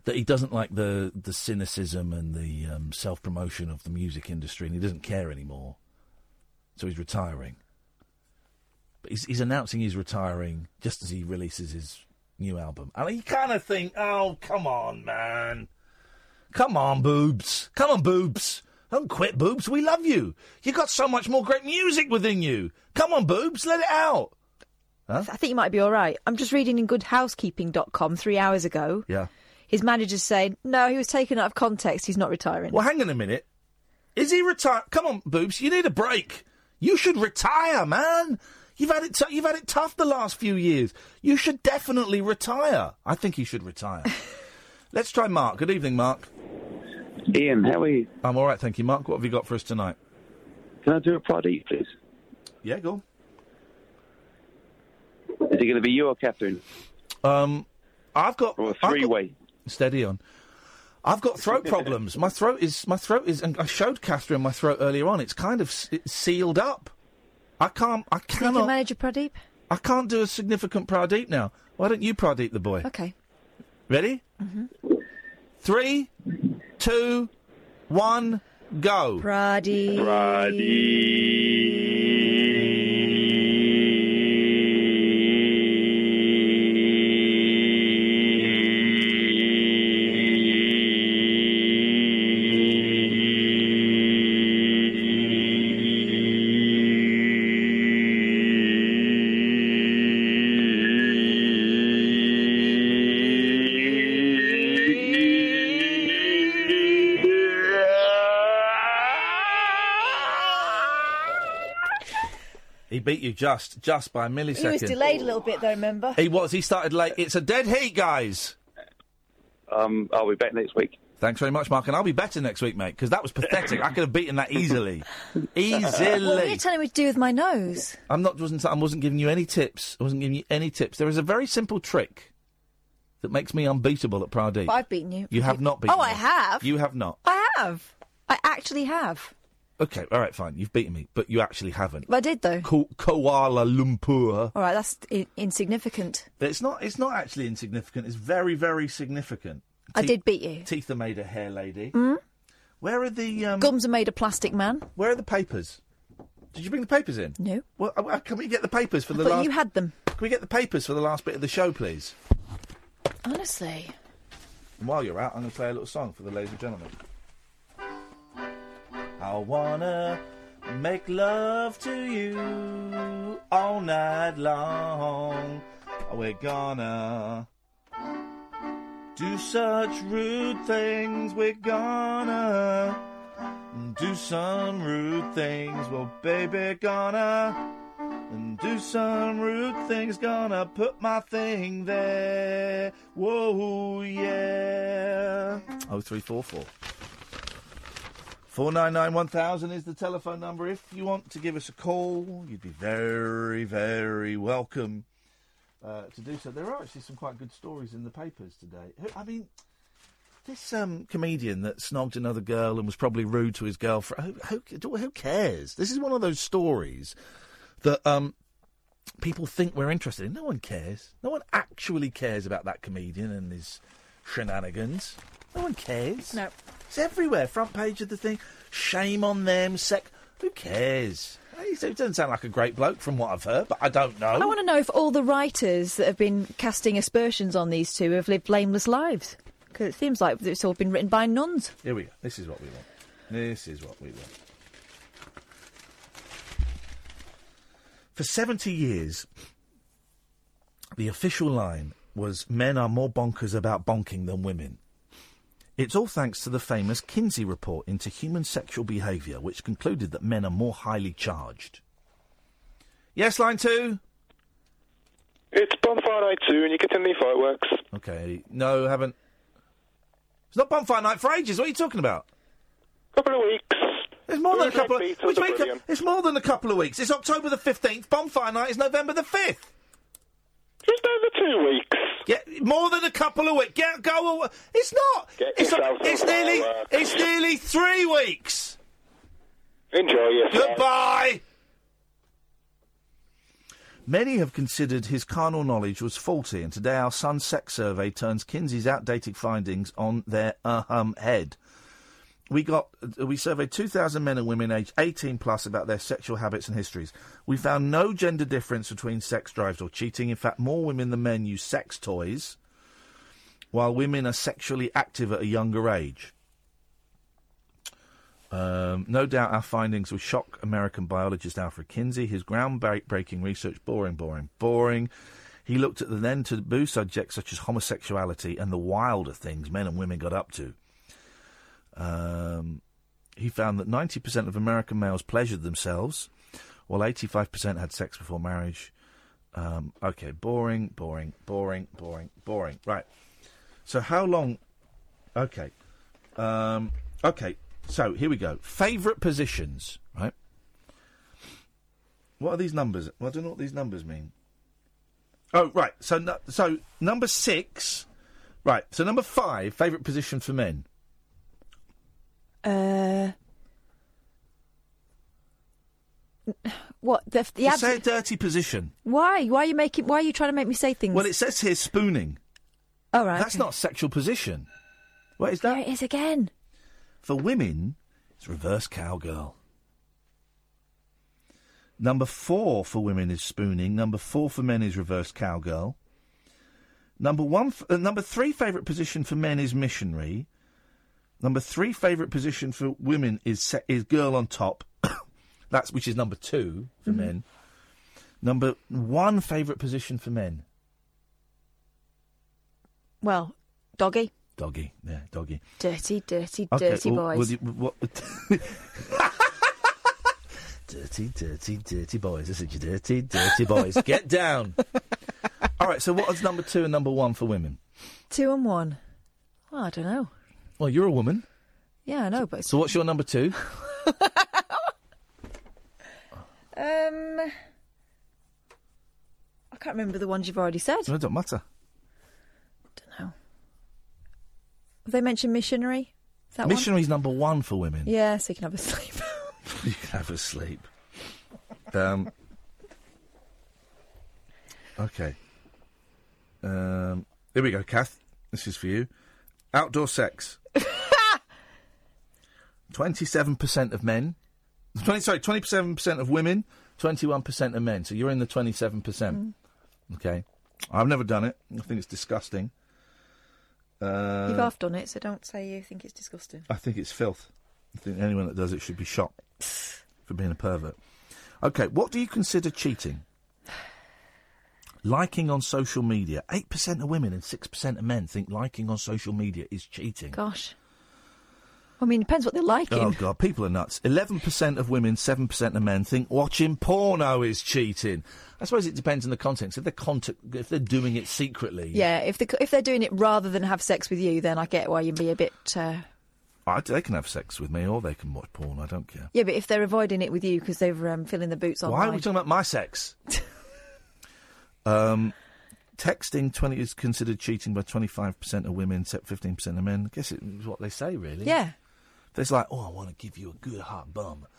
that he doesn't like the the cynicism and the um, self promotion of the music industry, and he doesn't care anymore. So he's retiring. But he's, he's announcing he's retiring just as he releases his new album, and you kind of think, "Oh, come on, man, come on, boobs, come on, boobs." Don't quit, boobs. We love you. You got so much more great music within you. Come on, boobs, let it out. Huh?
I think you might be all right. I'm just reading in goodhousekeeping.com three hours ago.
Yeah.
His manager's saying, no, he was taken out of context. He's not retiring.
Well, hang on a minute. Is he retire? Come on, boobs. You need a break. You should retire, man. You've had it. T- you've had it tough the last few years. You should definitely retire. I think he should retire. *laughs* Let's try Mark. Good evening, Mark.
Ian, how are you?
I'm all right, thank you, Mark. What have you got for us tonight?
Can I do a prod eat, please?
Yeah, go.
Is it going to be you or Catherine?
Um, I've got
or three way.
Steady on. I've got throat problems. My throat is my throat is, and I showed Catherine my throat earlier on. It's kind of s- it's sealed up. I can't. I
Can you
cannot.
manage a Pradeep?
I can't do a significant Pradeep now. Why don't you Pradeep the boy?
Okay. Mm-hmm.
Ready? Three, two, one, go.
Pradeep.
He beat you just just by a millisecond.
He was delayed a little bit, though. Remember?
He was. He started late. It's a dead heat, guys. Um, I'll be back next week. Thanks very much, Mark, and I'll be better next week, mate. Because that was pathetic. I could have beaten
*laughs*
that easily,
Well, you're
easily.
telling me what to do with my nose.
I'm not wasn't I wasn't giving you any tips. I wasn't giving you any tips. There is a very simple trick that makes me unbeatable at Pradeep.
But I've beaten you.
You have not beaten.
Oh, I
me.
have?
You have not.
I have. I actually have.
Okay, all right, fine. You've beaten me, but you actually haven't.
I did though.
Ko- Koala Lumpur.
All right, that's I- insignificant.
It's not. It's not actually insignificant. It's very, very significant.
I did beat you.
Teeth are made of hair, lady.
Mm?
Where are the um,
gums are made of plastic, man?
Where are the papers? Did you bring the papers in?
No.
Well, uh, uh, can we get the papers for the
thought
last?
you had them.
Can we get the papers for the last bit of the show, please?
Honestly,
And while you're out, I'm going to play a little song for the ladies and gentlemen. I wanna make love to you all night long. We're gonna do such rude things. We're gonna do some rude things. Well, baby, gonna and do some rude things. Gonna put my thing there. Whoa, yeah. Oh three four four. Four nine nine one thousand is the telephone number. If you want to give us a call, you'd be very, very welcome uh, to do so. There are actually some quite good stories in the papers today. Who- I mean, this um, comedian that snogged another girl and was probably rude to his girlfriend. Who, who, who cares? This is one of those stories that um, people think we're interested in. No one cares. No one actually cares about that comedian and his shenanigans. No one cares. No. It's everywhere. Front page of the thing. Shame on them. Sec. Who cares? He doesn't sound like a great bloke from what I've heard, but I don't know.
I want to know if all the writers that have been casting aspersions on these two have lived blameless lives. Because it seems like it's all been written by nuns.
Here we go. This is what we want. This is what we want. For 70 years, the official line was men are more bonkers about bonking than women. It's all thanks to the famous Kinsey report into human sexual behaviour, which concluded that men are more highly charged. Yes, line two.
It's Bonfire Night 2, and you can send me fireworks.
Okay, no, haven't. It's not bonfire night for ages. What are you talking about?
Couple of weeks.
It's more than a
Those Red
couple. Of,
Beatles
which
are
make
brilliant.
it's more than a couple of weeks. It's October the fifteenth. Bonfire night is November the fifth.
Just over two weeks.
Yeah, more than a couple of weeks. Get go. Away. It's not. it's
yourself
it's
some
nearly.
fireworks.
It's nearly three weeks.
Enjoy yourself.
Goodbye. Many have considered his carnal knowledge was faulty, and today our Sun Sex Survey turns Kinsey's outdated findings on their uh hum head. We got uh, we surveyed 2,000 men and women aged 18 plus about their sexual habits and histories. We found no gender difference between sex drives or cheating. In fact, more women than men use sex toys, while women are sexually active at a younger age. Um, no doubt our findings will shock American biologist Alfred Kinsey. His groundbreaking research, boring, boring, boring. He looked at the then taboo subjects such as homosexuality and the wilder things men and women got up to. Um, he found that 90% of American males pleasured themselves, while 85% had sex before marriage. Um, okay, boring, boring, boring, boring, boring. Right. So, how long? Okay. Um, okay. So, here we go. Favourite positions, right? What are these numbers? Well, I don't know what these numbers mean. Oh, right. So, nu- so number six. Right. So, number five, favourite position for men.
Uh, what the, the
You
abs-
say a dirty position.
Why? Why are you making? Why are you trying to make me say things?
Well, it says here spooning.
All right.
That's
okay.
not a sexual position. What is that?
There it is again.
For women, it's reverse cowgirl. Number four for women is spooning. Number four for men is reverse cowgirl. Number one, f- uh, number three favorite position for men is missionary. Number three favorite position for women is se- is girl on top. *coughs* That's which is number two for
Mm-hmm.
men. Number one favorite position for men
Well, doggy,
Doggy, yeah, doggy. oh,
dirty, dirty, dirty
well,
boys.
will you- what- *laughs* Dirty, dirty, dirty boys. This is your dirty, dirty boys. Get
*laughs*
down. All right, so what is number two and number one for women?
Two and one. Well, I don't know.
Well, you're a woman.
Yeah, I know, but it's-
So what's your
*laughs*
number two?
um, I can't remember the ones you've already said.
No, it don't matter.
Have they mentioned missionary? Is that
Missionary's number one for women.
one? Yeah, so you can have a *laughs* sleep.
*laughs* You can have a sleep. Um, okay. Um, here we go, Kath. This is for you. Outdoor sex. 27% of men. 20, sorry, 27% of women, 21% of men. So you're in the 27%. Okay. I've never done it. I think it's disgusting. Uh,
You've half done it, so don't say you think it's disgusting.
I think it's filth. I think anyone that does it should be shot for being a pervert. Okay, what do you consider cheating? Liking on social media. 8% of women and 6% of men think liking on social media is cheating.
Gosh. I mean, depends what they're liking.
Oh, God, people are nuts. 11% of women, 7% of men think watching porno is cheating. I suppose it depends on the context. If they're, contact, if they're doing it secretly,
Yeah, if they if they're doing it rather than have sex with you, then I get why you'd be a bit. Uh...
I, they can have sex with me or they can watch porn. I don't care.
Yeah, but if they're avoiding it with you because they're um, filling the boots on.
Why are we talking about
*laughs*
my sex? um, texting twenty is considered cheating by twenty five percent of women, except fifteen percent of men. I guess it's what they say, really.
Yeah.
There's like, oh, I want to give you a good hot bum. *laughs*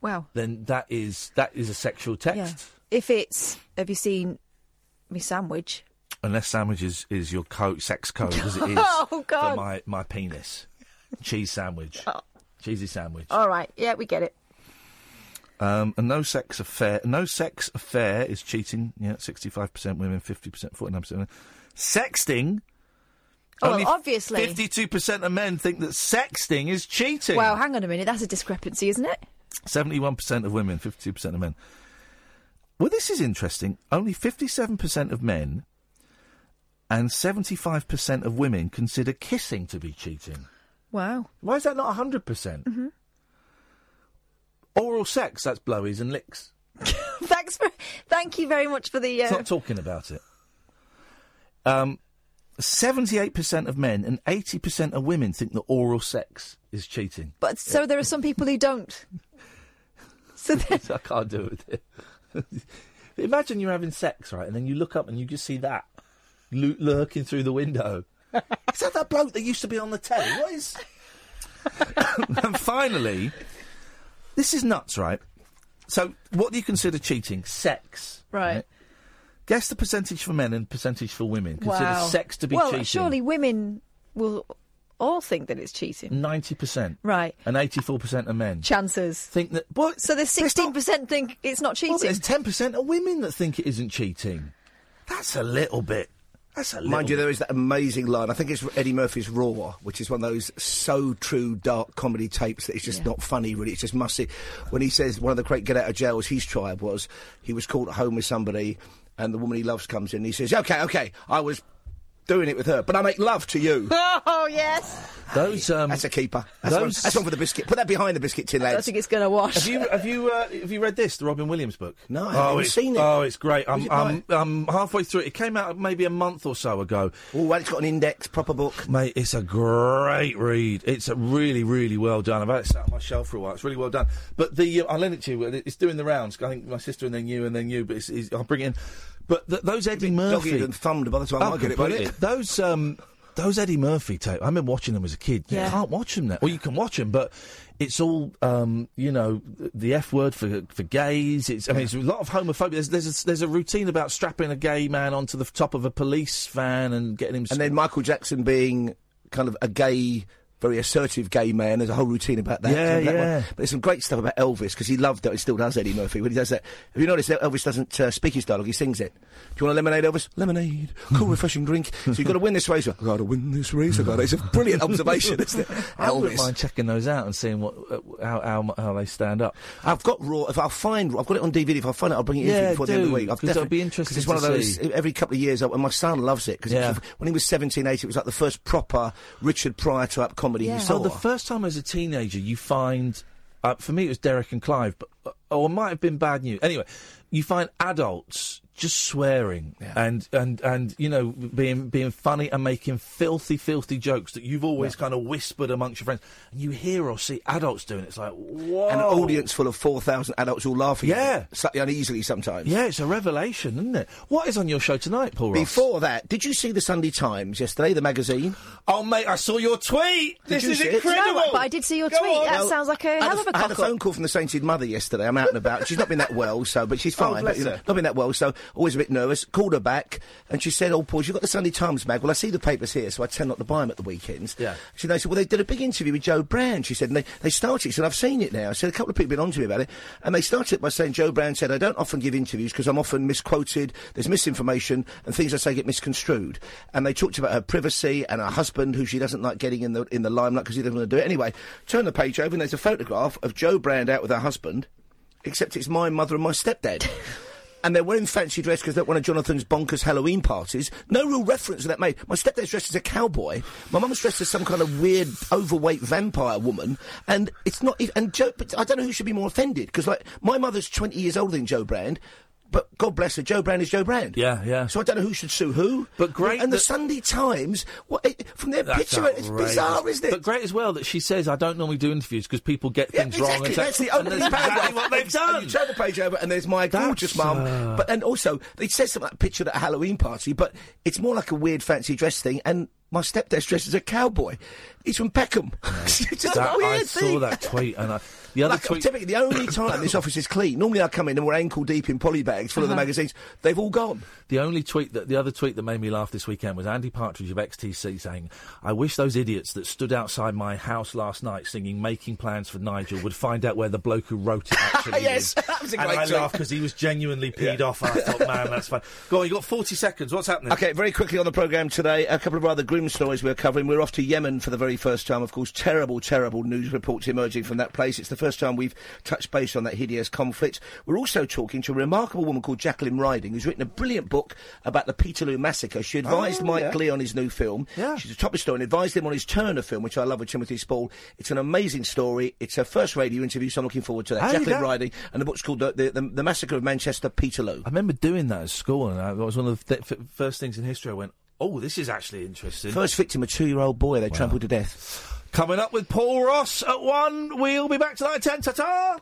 Wow.
Then that is that is a sexual text.
Yeah. If it's, have you seen me sandwich?
Unless sandwich is, is your code, sex code,
*laughs*
as it is
Oh,
for
God. Oh.
my my penis, cheese sandwich, cheesy sandwich.
All right. Yeah, we get it.
Um, and no sex affair. No sex affair is cheating. Yeah, sixty-five percent women, fifty percent, forty-nine percent. Sexting.
Oh, well, obviously.
fifty-two percent of men think that sexting is cheating.
Wow, hang on a minute. That's a discrepancy, isn't it? *laughs*
seventy-one percent of women, fifty-two percent of men. Well, this is interesting. Only fifty-seven percent of men and seventy-five percent of women consider kissing to be cheating.
Wow.
Why is that not hundred percent?
Mhm.
Oral sex, that's blowies and licks.
Thanks for, thank you very much for the. Uh...
Stop talking about it. Um, 78% of men and 80% of women think that oral sex is cheating.
But so there are some people who don't.
*laughs*
So
I can't do it with it. *laughs* Imagine you're having sex, right, and then you look up and you just see that lu- lurking through the window. is that that bloke that used to be on the telly? What is... *laughs* and finally, this is nuts, right? So, what do you consider cheating? Sex.
Right.
Guess the percentage for men and percentage for women. Consider
wow.
sex to be
well,
cheating.
surely women will all think that it's
Mm.
cheating.
90%.
Right.
And 84% of men.
Chances.
Think that. What?
So there's 16% think it's not cheating.
Well, there's 10% of women that think it isn't cheating. That's a little bit.
*laughs*
That's a little
Mind you, there is that amazing line. I think it's Eddie Murphy's Raw, which is one of those so true dark comedy tapes that it's just not funny, really. It's just musty. When he says one of the great get out of jails he's tried was he was caught at home with somebody and the woman he loves comes in and he says, Okay, okay, I was doing it with her, but I make love to
*laughs*
you.
*laughs* Oh, yes.
Those, um,
that's a keeper. That's, one,
those-
that's one for the biscuit. Put that behind the biscuit tin,
I don't
lads.
think it's going to wash.
Have you have you uh, have you read this, the Robin Williams book? No,
I haven't
it's,
seen it.
Oh, it's great. I'm,
Is it
I'm, I'm halfway through it. It came out maybe a month or so ago.
Oh, well, it's got an index, proper book.
Mate, it's a great read. It's a really, really well done. I've had it sat on my shelf for a while. It's really well done. But the uh, I'll lend it to you. It's doing the rounds. I think my sister and then you and then you. But it's, it's, I'll bring it in. But th- those Eddie Murphy
Doggy and thumbed by the time
Oh,
I get it, will
completely.
it?
Those um, those Eddie Murphy tape. I remember watching them as a kid. You
Yeah.
can't watch them now. Well, you can watch them, but it's all um, you know the F word for for gays. It's I mean, it's a lot of homophobia. There's there's a, there's a routine about strapping a gay man onto the top of a police van and getting him.
And then Michael Jackson being kind of a gay, very assertive gay man. There's a whole routine about that.
Yeah,
Do you remember that
yeah.
one? But there's some great stuff about Elvis because he loved that. He still does Eddie Murphy when he does that. Have you noticed that Elvis doesn't uh, speak his dialogue? He sings it. Do you want a lemonade, Elvis? Lemonade, *laughs* cool, refreshing drink. So you've got to win this race. I've got to win this race. I've got to. It's a
*laughs*
brilliant observation, isn't it?
I wouldn't
Elvis.
mind checking those out and seeing what uh, how, how mu- how they stand up.
I've got raw. If I'll find, I've got it on DVD. If I find it, I'll bring it in for
Yeah,
you before the end of
do,
the week. I've
'cause I'd
definitely-
be interested
'cause It's one of
to
those.
see.
Every couple of years, I- and my son loves it because
Yeah.
when he was 17, 18, it was like the first proper Richard Pryor type comedy he saw.
Oh, the first time as a teenager, you find. Uh, for me, it was Derek and Clive, but uh, or it might have been bad news. Anyway, you find adults just swearing and, and, and you know being being funny and making filthy filthy jokes that you've always kind of whispered amongst your friends, and you hear or see adults doing it. It's like whoa,
An audience full of 4,000 adults all laughing
Yeah.
at you, so- uneasily sometimes.
Yeah, it's a revelation, isn't it? What is on your show tonight, Paul Ross?
Before that, did you see the Sunday Times yesterday, the magazine?
Oh, mate, I saw your tweet.
Did
This
you
is
see it?
incredible. No, but I did see your Go tweet. on. That sounds like a
I had
hell of a
I had a
cock-up.
phone call from the sainted mother yesterday. I'm out and about. She's not been that well, so but she's
Oh,
fine.
bless
but, you know,
her.
not been that well, so always a bit nervous. Called her back, and she said, "Oh, Paul, you've got the Sunday Times mag. Well, I see the papers here, so I tend not to buy them at the weekends." Yeah. She they said, "Well, they did a big interview with Joe Brown." She said, and "They they started." She said, "I've seen it now." I said, "A couple of people have been on to me about it," and they started it by saying, "Joe Brown said I don't often give interviews because I'm often misquoted. There's misinformation, and things I say get misconstrued." And they talked about her privacy and her husband, who she doesn't like getting in the in the limelight because he doesn't want to do it anyway. Turn the page over, and there's a photograph of Joe Brown out with her husband except it's my mother and my stepdad. And they're wearing fancy dress because they're at one of Jonathan's bonkers Halloween parties. No real reference to that made. My stepdad's dressed as a cowboy. My mum's dressed as some kind of weird, overweight vampire woman. And it's not. e- And Joe, but I don't know who should be more offended because, like, my mother's twenty years older than Joe Brand, but God bless her, Joe Brand is Joe Brand.
Yeah, yeah.
So I don't know who should sue who. But great. And the Sunday Times, what it, from their
That's
picture, it's
outrageous.
bizarre, isn't it?
But great as well that she says, I don't normally do interviews because people get things wrong.
Exactly,
and say-
that's the
and
opening
that's
paragraph.
exactly what they've uh,
And You turn the page over, and there's my gorgeous mum. But and also, they said something like pictured at a Halloween party, but it's more like a weird fancy dress thing. And my stepdad's dressed as a cowboy. He's from
*laughs*
Peckham. it's just
That-
a weird
I saw
thing.
that tweet and I, the other
Like,
tweet.
typically, the only time this office is clean. Normally, I come in and we're ankle deep in poly bags full of the
Uh-huh.
magazines. They've all gone.
The only tweet that the other tweet that made me laugh this weekend was Andy Partridge of XTC saying, "I wish those idiots that stood outside my house last night singing making plans for Nigel would find out where the bloke who
*laughs*
wrote it actually
Ah, Yes,
is."
that was a
and
great
I
tweet.
laughed because he was genuinely peed off. And I thought, "Man,
*laughs*
that's fine." Go on, you got forty seconds. What's happening?
Okay, very quickly on the programme today, a couple of rather grim stories we're covering. We're off to Yemen for the very first time. Of course, terrible, terrible news reports emerging from that place. It's the first time we've touched base on that hideous conflict. We're also talking to a remarkable woman called Jacqueline Riding, who's written a brilliant book about the Peterloo Massacre. She advised
Oh,
Mike
yeah.
Glee on his new film. Yeah. She's a top historian, advised him on his Turner film, which I love with Timothy Spall. It's an amazing story. It's her first radio interview, so I'm looking forward to that.
How you
Jacqueline
go-
Riding, and the book's called The, the, the, the Massacre of Manchester Peterloo.
I remember doing that at school, and I, that was one of the th- f- first things in history. I went, "Oh, this is actually interesting."
First victim, a two-year-old boy they trampled to death.
Coming up with Paul Ross at one. We'll be back tonight at ten. Ta ta.